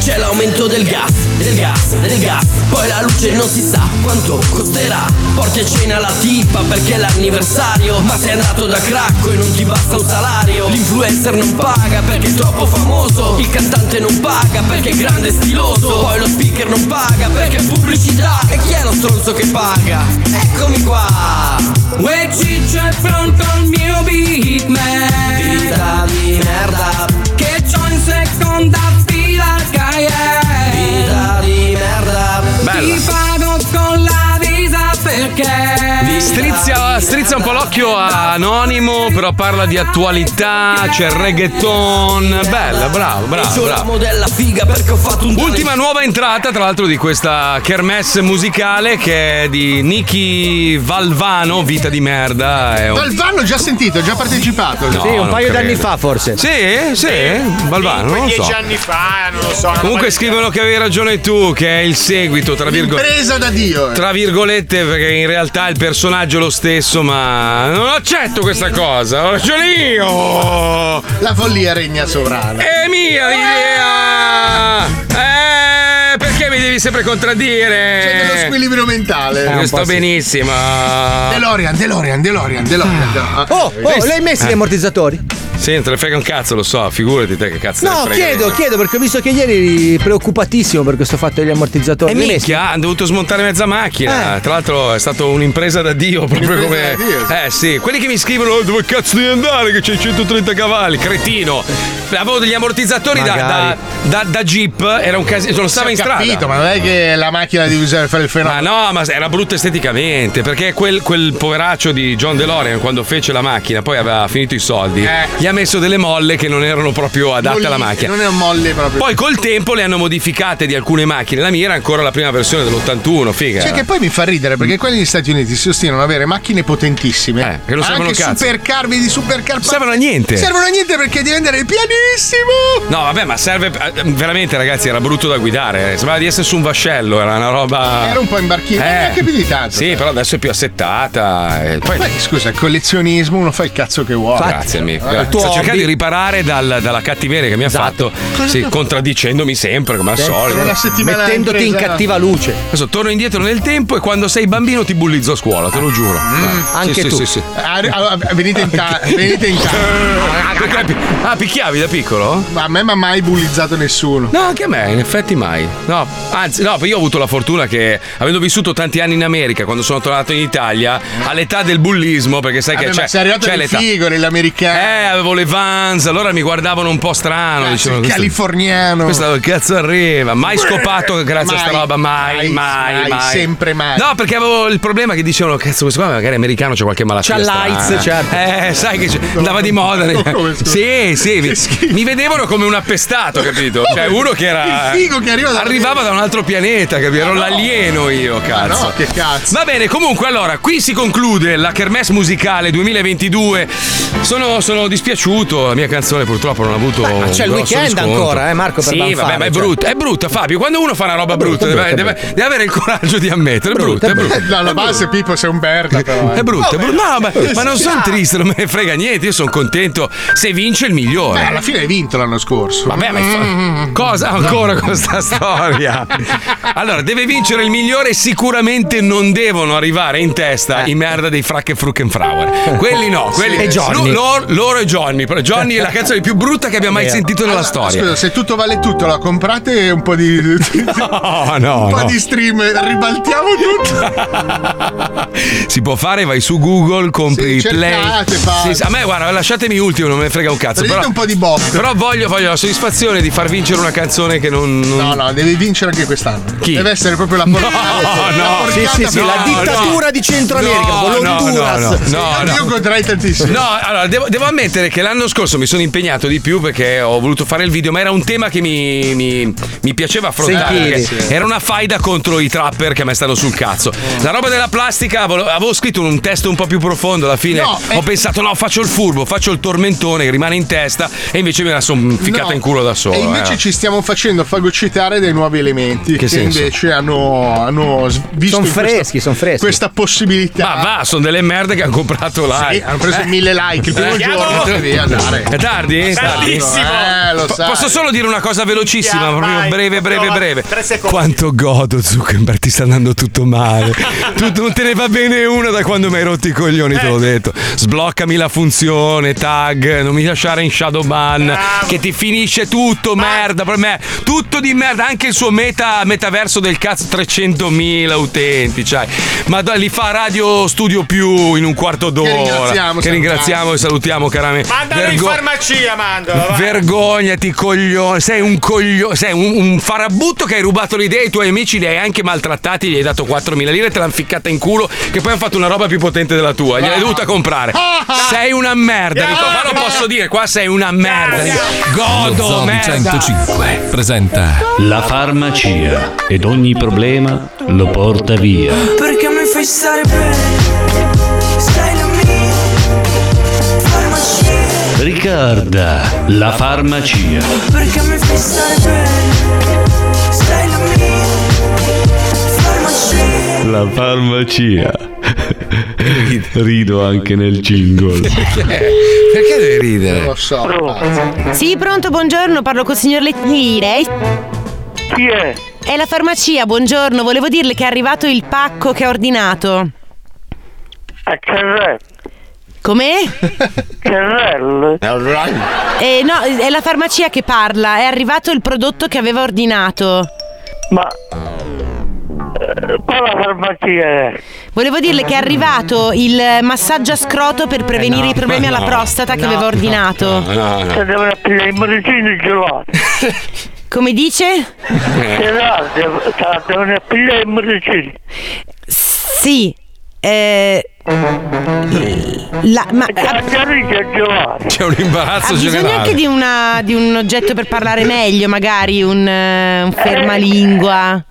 C'è l'aumento del gas, del gas, gas, del gas Poi la luce non si sa quanto costerà Porti a cena la tipa perché è l'anniversario Ma sei andato da cracco e non ti basta un salario L'influencer non paga perché è troppo famoso Il cantante non paga perché è grande e stiloso Poi lo speaker non paga perché è pubblicità E chi è lo stronzo che paga? Eccomi qua Uè ciccio è pronto il mio Big Mac Vita di merda Che c'ho in seconda fila Gaia Vita di merda Bella. Ti pago con la visa perché Strizza, strizza un po' l'occhio a Anonimo, però parla di attualità, c'è il reggaeton. Bella, bravo, bravo, Sono bravo. della figa perché ho fatto un Ultima nuova entrata, tra l'altro, di questa kermesse musicale che è di Nicky Valvano, Vita di merda. È un... Valvano già sentito, ha già partecipato. No, non credo. Sì, sì, Valvano, non lo dieci so. anni fa, eh, non lo so. una roba Comunque di- scrivono che avevi ragione tu, che è il seguito, tra virgolette. Presa da Dio. eh. Tra virgolette, perché in realtà il personaggio è lo stesso, ma non accetto questa cosa, ho ragione io! La follia regna sovrana. È mia l'idea! Eh, perché mi devi sempre contraddire? C'è dello squilibrio mentale. Io sto Eh, benissimo. DeLorean, DeLorean, DeLorean, DeLorean. Ah. Oh, oh, l'hai messo gli ammortizzatori? Sì, non te ne frega un cazzo, lo so, figurati te che cazzo te ne No, frega. chiedo, chiedo perché ho visto che ieri eri preoccupatissimo per questo fatto degli ammortizzatori. E L'hai messi? minchia, hanno dovuto smontare mezza macchina. Tra l'altro è stata un'impresa da Dio, proprio come. Un'impresa da Eh sì, quelli che mi scrivono "Oh, dove cazzo devi andare che c'è 130 cavalli, cretino. Avevo degli ammortizzatori da, da, Magari. da- da Jeep, era un casino, non stava Sì, in ho strada. capito, ma non è che la macchina devi usare per fare il fenomeno. Ma no, ma era brutto esteticamente, perché quel, quel poveraccio di John DeLorean quando fece la macchina, poi aveva finito i soldi, gli ha messo delle molle che non erano proprio adatte alla Mollissimo, macchina. Non è un molle proprio. Poi col tempo le hanno modificate di alcune macchine. La mia era ancora la prima versione dell'81, figa. Cioè, che poi mi fa ridere perché quelli negli Stati Uniti sostenono avere macchine potentissime, Eh, che non servono anche un cazzo. supercar, vedi supercar. Servono a niente. Servono a niente perché devi andare pianissimo. No, vabbè, ma serve. eh, Veramente, ragazzi, era brutto da guidare. Sembrava di essere su un vascello, era una roba. Era un po' in barchino, non Eh. neanche più di tanto. Sì, però adesso è più assettata. e Poi. Poi, scusa, collezionismo, uno fa il cazzo che vuole. Grazie amico, Eh, grazie. tuo sto cercando hobby. Esatto. di riparare dal- dalla cattiveria che mi ha fatto, sì, contraddicendomi sempre come al Dentro solito. la settimana Mettendoti in presa. cattiva luce. Adesso torno indietro nel tempo e quando sei bambino ti bullizzo a scuola, te lo giuro. Mm. Guarda. Sì, sì, sì, sì. Ah, allora, venite in casa. venite in casa. Perché- Ah, picchiavi da piccolo? Ma a me mi ha mai bullizzato nessuno. No, anche a me, Eh, in effetti mai. No, anzi, no, io ho avuto la fortuna che, avendo vissuto tanti anni in America, quando sono tornato in Italia, all'età del bullismo, perché sai Vabbè, che ma c'è, sei arrivato c'è nel l'età. figo, nell'americano. Eh, avevo le Vans, allora mi guardavano un po' strano. dicevano, il "Questo- californiano. Questo dove cazzo arriva? Mai scopato grazie a sta Mai, roba, mai, mai, mai. mai, sempre mai. No, perché avevo il problema che dicevano, cazzo, questo qua magari è americano, c'è qualche malattia. C'ha strana." l'AIDS, certo. Eh, sai che c'è- andava di moda. No, come scusa. sì, sì. Mi, mi vedevano come un appestato, capito? Cioè, uno che era. Il figo che arriva da- arrivava da un altro pianeta, capito? Ero l'alieno io, cazzo. no, che cazzo. Va bene, comunque, allora, qui si conclude la Kermesse musicale 2022. Sono, sono dispiaciuto, la mia canzone purtroppo non ha avuto. ma c'è il grosso weekend riscontro. ancora, eh, Marco, per Sì, banfare, vabbè, ma è cioè. brutta, è brutta, Fabio. Quando uno fa una roba brutta, brutta, deve, è deve- deve avere il coraggio di ammettere. È brutta, è brutta. Dalla base, Pippo, sei un berda, però. eh. È brutta, è Vabbè. brutta. No, ma, ma non Sì. sono triste, non me ne frega niente. Io sono contento. Se vince il migliore. Beh, alla fine hai vinto l'anno scorso. Vabbè, ma è fa- cosa ancora con sta storia? Allora, deve vincere il migliore. Sicuramente non devono arrivare in testa i merda dei Frack e Fruckenfrauer. Quelli no, quelli Eh. Sì. E Johnny. Lu- Loro, loro e Johnny. Però Johnny è la canzone più brutta che abbia mai Vero. sentito nella Allora, storia. Scusa, se tutto vale tutto, la comprate un po' di. No, no. Un po' no. di stream, ribaltiamo tutto. Si può fare, vai su Google, compri Sì, i play. cercate, Paolo. Sì, sì, a me guarda, lasciatemi ultimo, non me ne frega un cazzo. Prendete Però, un po' di bot. però voglio, voglio la soddisfazione di far vincere una canzone che non. non- No, no, devi vincere anche quest'anno. Chi? Deve essere proprio la portata. no, la no. portata Sì, sì, sì, proprio- la dittatura di Centro America, No, con no, l'Honduras. no, no, Sì, no, Io no. conterei tantissimo. No, allora devo, devo ammettere che l'anno scorso mi sono impegnato di più perché ho voluto fare il video, ma era un tema che mi, mi- mi piaceva affrontare. Sentire. perché Era una faida contro i trapper che a me stanno sul cazzo. La roba della plastica, vole- avevo scritto un testo un po' più profondo alla fine. No, eh. ho pensato, no, faccio il furbo, faccio il tormentone che rimane in testa e invece me la sono ficcata No. in culo da solo. E invece eh. ci stiamo facendo fagocitare dai nuovi elementi che, senso? invece hanno, hanno s- visto Sono in questa- freschi, sono freschi. Questa possibilità. Ma Ah, va, sono delle merde che hanno comprato là. hanno preso mille like il primo giorno, poi via, andare. È tardi? Tardissimo. Eh, lo Po- sai. Posso solo dire una cosa velocissima, Sì, proprio vai. breve, breve, No, breve. tre secondi. Quanto godo, Zuckerberg, ti sta andando tutto male. tu non te ne va bene uno da quando mi hai rotto i coglioni, te l'ho detto. Sbloccami la funzione, tag, non mi lasciare in shadow ban, che ti finisce tutto, merda, per me. Tutto di merda, anche il suo meta, metaverso del cazzo, 300.000 utenti, c'hai. Ma da- li fa Radio Studio Più in un quarto d'ora. ringraziamo, Che ringraziamo e salutiamo, caramente. Mandalo in Vergo- farmacia, mandalo. va. Vergognati, coglione. Sei un coglione. Sei un, un farabutto che hai rubato l'idea ai tuoi amici, li hai anche maltrattati, gli hai dato 4.000 lire, te l'hanno ficcata in culo, che poi hanno fatto una roba più potente della tua. Gliel'hai dovuta comprare. Sei una merda, Nico. Ma lo posso dire, qua sei una merda. Lo Godo, Zoo di merda. 105 presenta La farmacia ed ogni problema lo porta via. Perché mi fai stare bene? Stai la mia farmacia. Riccarda, la farmacia. Perché mi fai stare bene? Stai la mia farmacia. La farmacia. Rido anche nel jingle. Perché devi ridere? Non lo so. Sì, pronto, buongiorno, parlo col signor Lettini. Lei? Chi è? È la farmacia, buongiorno. Volevo dirle che è arrivato il pacco che ho ordinato. A Carrello. Com'è? Carrello. Eh, no, è la farmacia che parla. È arrivato il prodotto che aveva ordinato. Ma. eh, Quale farmacia è? Volevo dirle che è arrivato il massaggio a scroto per prevenire Eh, no, i problemi ma alla no. prostata che No, aveva no, ordinato. No, Ah, no, no. devono aprire i mericini gelati. Come dice? Eh. devono aprire i mericini. Sì. Eh, la, ma, C'è un imbarazzo ha bisogno generale. anche di, una- di un oggetto per parlare meglio, magari un, eh, un fermalingua.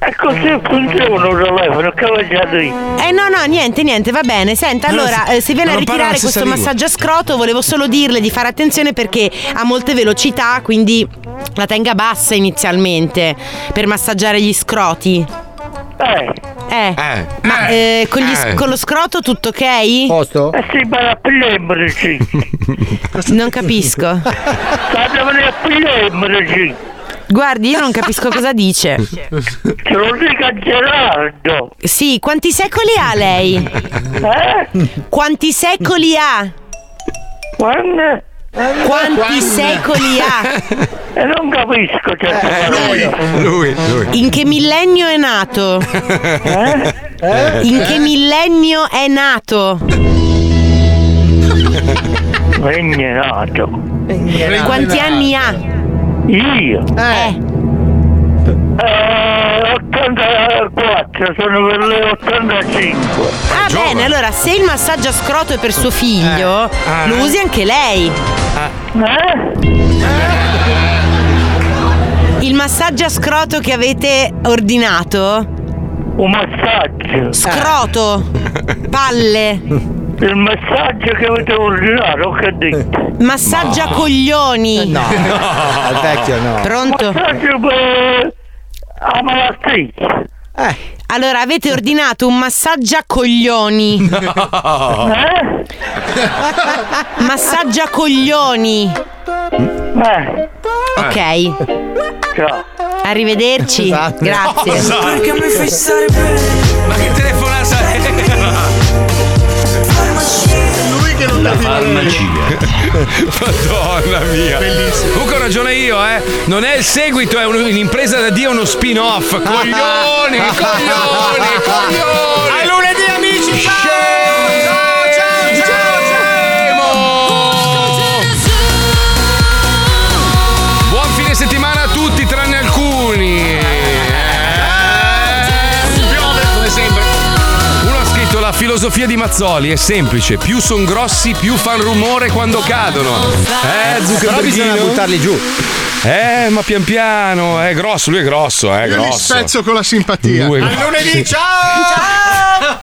E così funziona un telefono, che ho già detto. Eh no, no, niente, niente, va bene. Senta, Ma non allora, si- eh, se viene a ma non parla ritirare la questo stessa lingua. massaggio a scroto, volevo solo dirle di fare attenzione perché ha molte velocità, quindi la tenga bassa inizialmente per massaggiare gli scroti. Eh. Eh. Ma eh, con, gli s- Eh. con lo scroto tutto ok? Posto? Eh sì, ma Non capisco. Guardi, io non capisco cosa dice. Ce lo dica Gerardo. Sì, quanti secoli ha lei? Eh? Quanti secoli ha? Quanti secoli ha? E non capisco certe parole. Eh, Lui, lui. In che millennio è nato? Eh? Eh? In che millennio è nato? Regnato. Quanti anni ha? Io? Eh. 84, sono per le 85. Ah bene, allora se il massaggio a scroto è per suo figlio, Eh. lo usi anche lei. Eh? Il massaggio a scroto che avete ordinato? Un massaggio. Scroto. Palle. Il messaggio che avete ordinato, che dite? Massaggio a coglioni. No. No, al vecchio no. Pronto? Massaggio a malattia. Eh. Allora avete ordinato un massaggio a coglioni. No. Eh? Massaggio a coglioni. Ok. Ciao. Arrivederci. Grazie. Cosa? Esatto. Perché mi fai stare Oh, Ma che telefonata Lui che non La farmacia. Madonna mia. Bellissimo. Comunque ho ragione io, eh. Non è il seguito, è un- un'impresa da Dio, uno spin-off. Coglioni, coglioni, coglioni. A lunedì amici, ciao! Ciao, ciao, Buon fine settimana a tutti, tranne alcuni. Eh, Piove come sempre. Uno ha scritto la filosofia di Mazzoli è semplice, più son grossi più fan rumore quando cadono. Eh, Zuccherberghino? Però bisogna buttarli giù. Eh, ma pian piano, è grosso, lui è grosso, è Io li grosso. spezzo con la simpatia. Lui è A grosso. lunedì, Sì. ciao! ciao!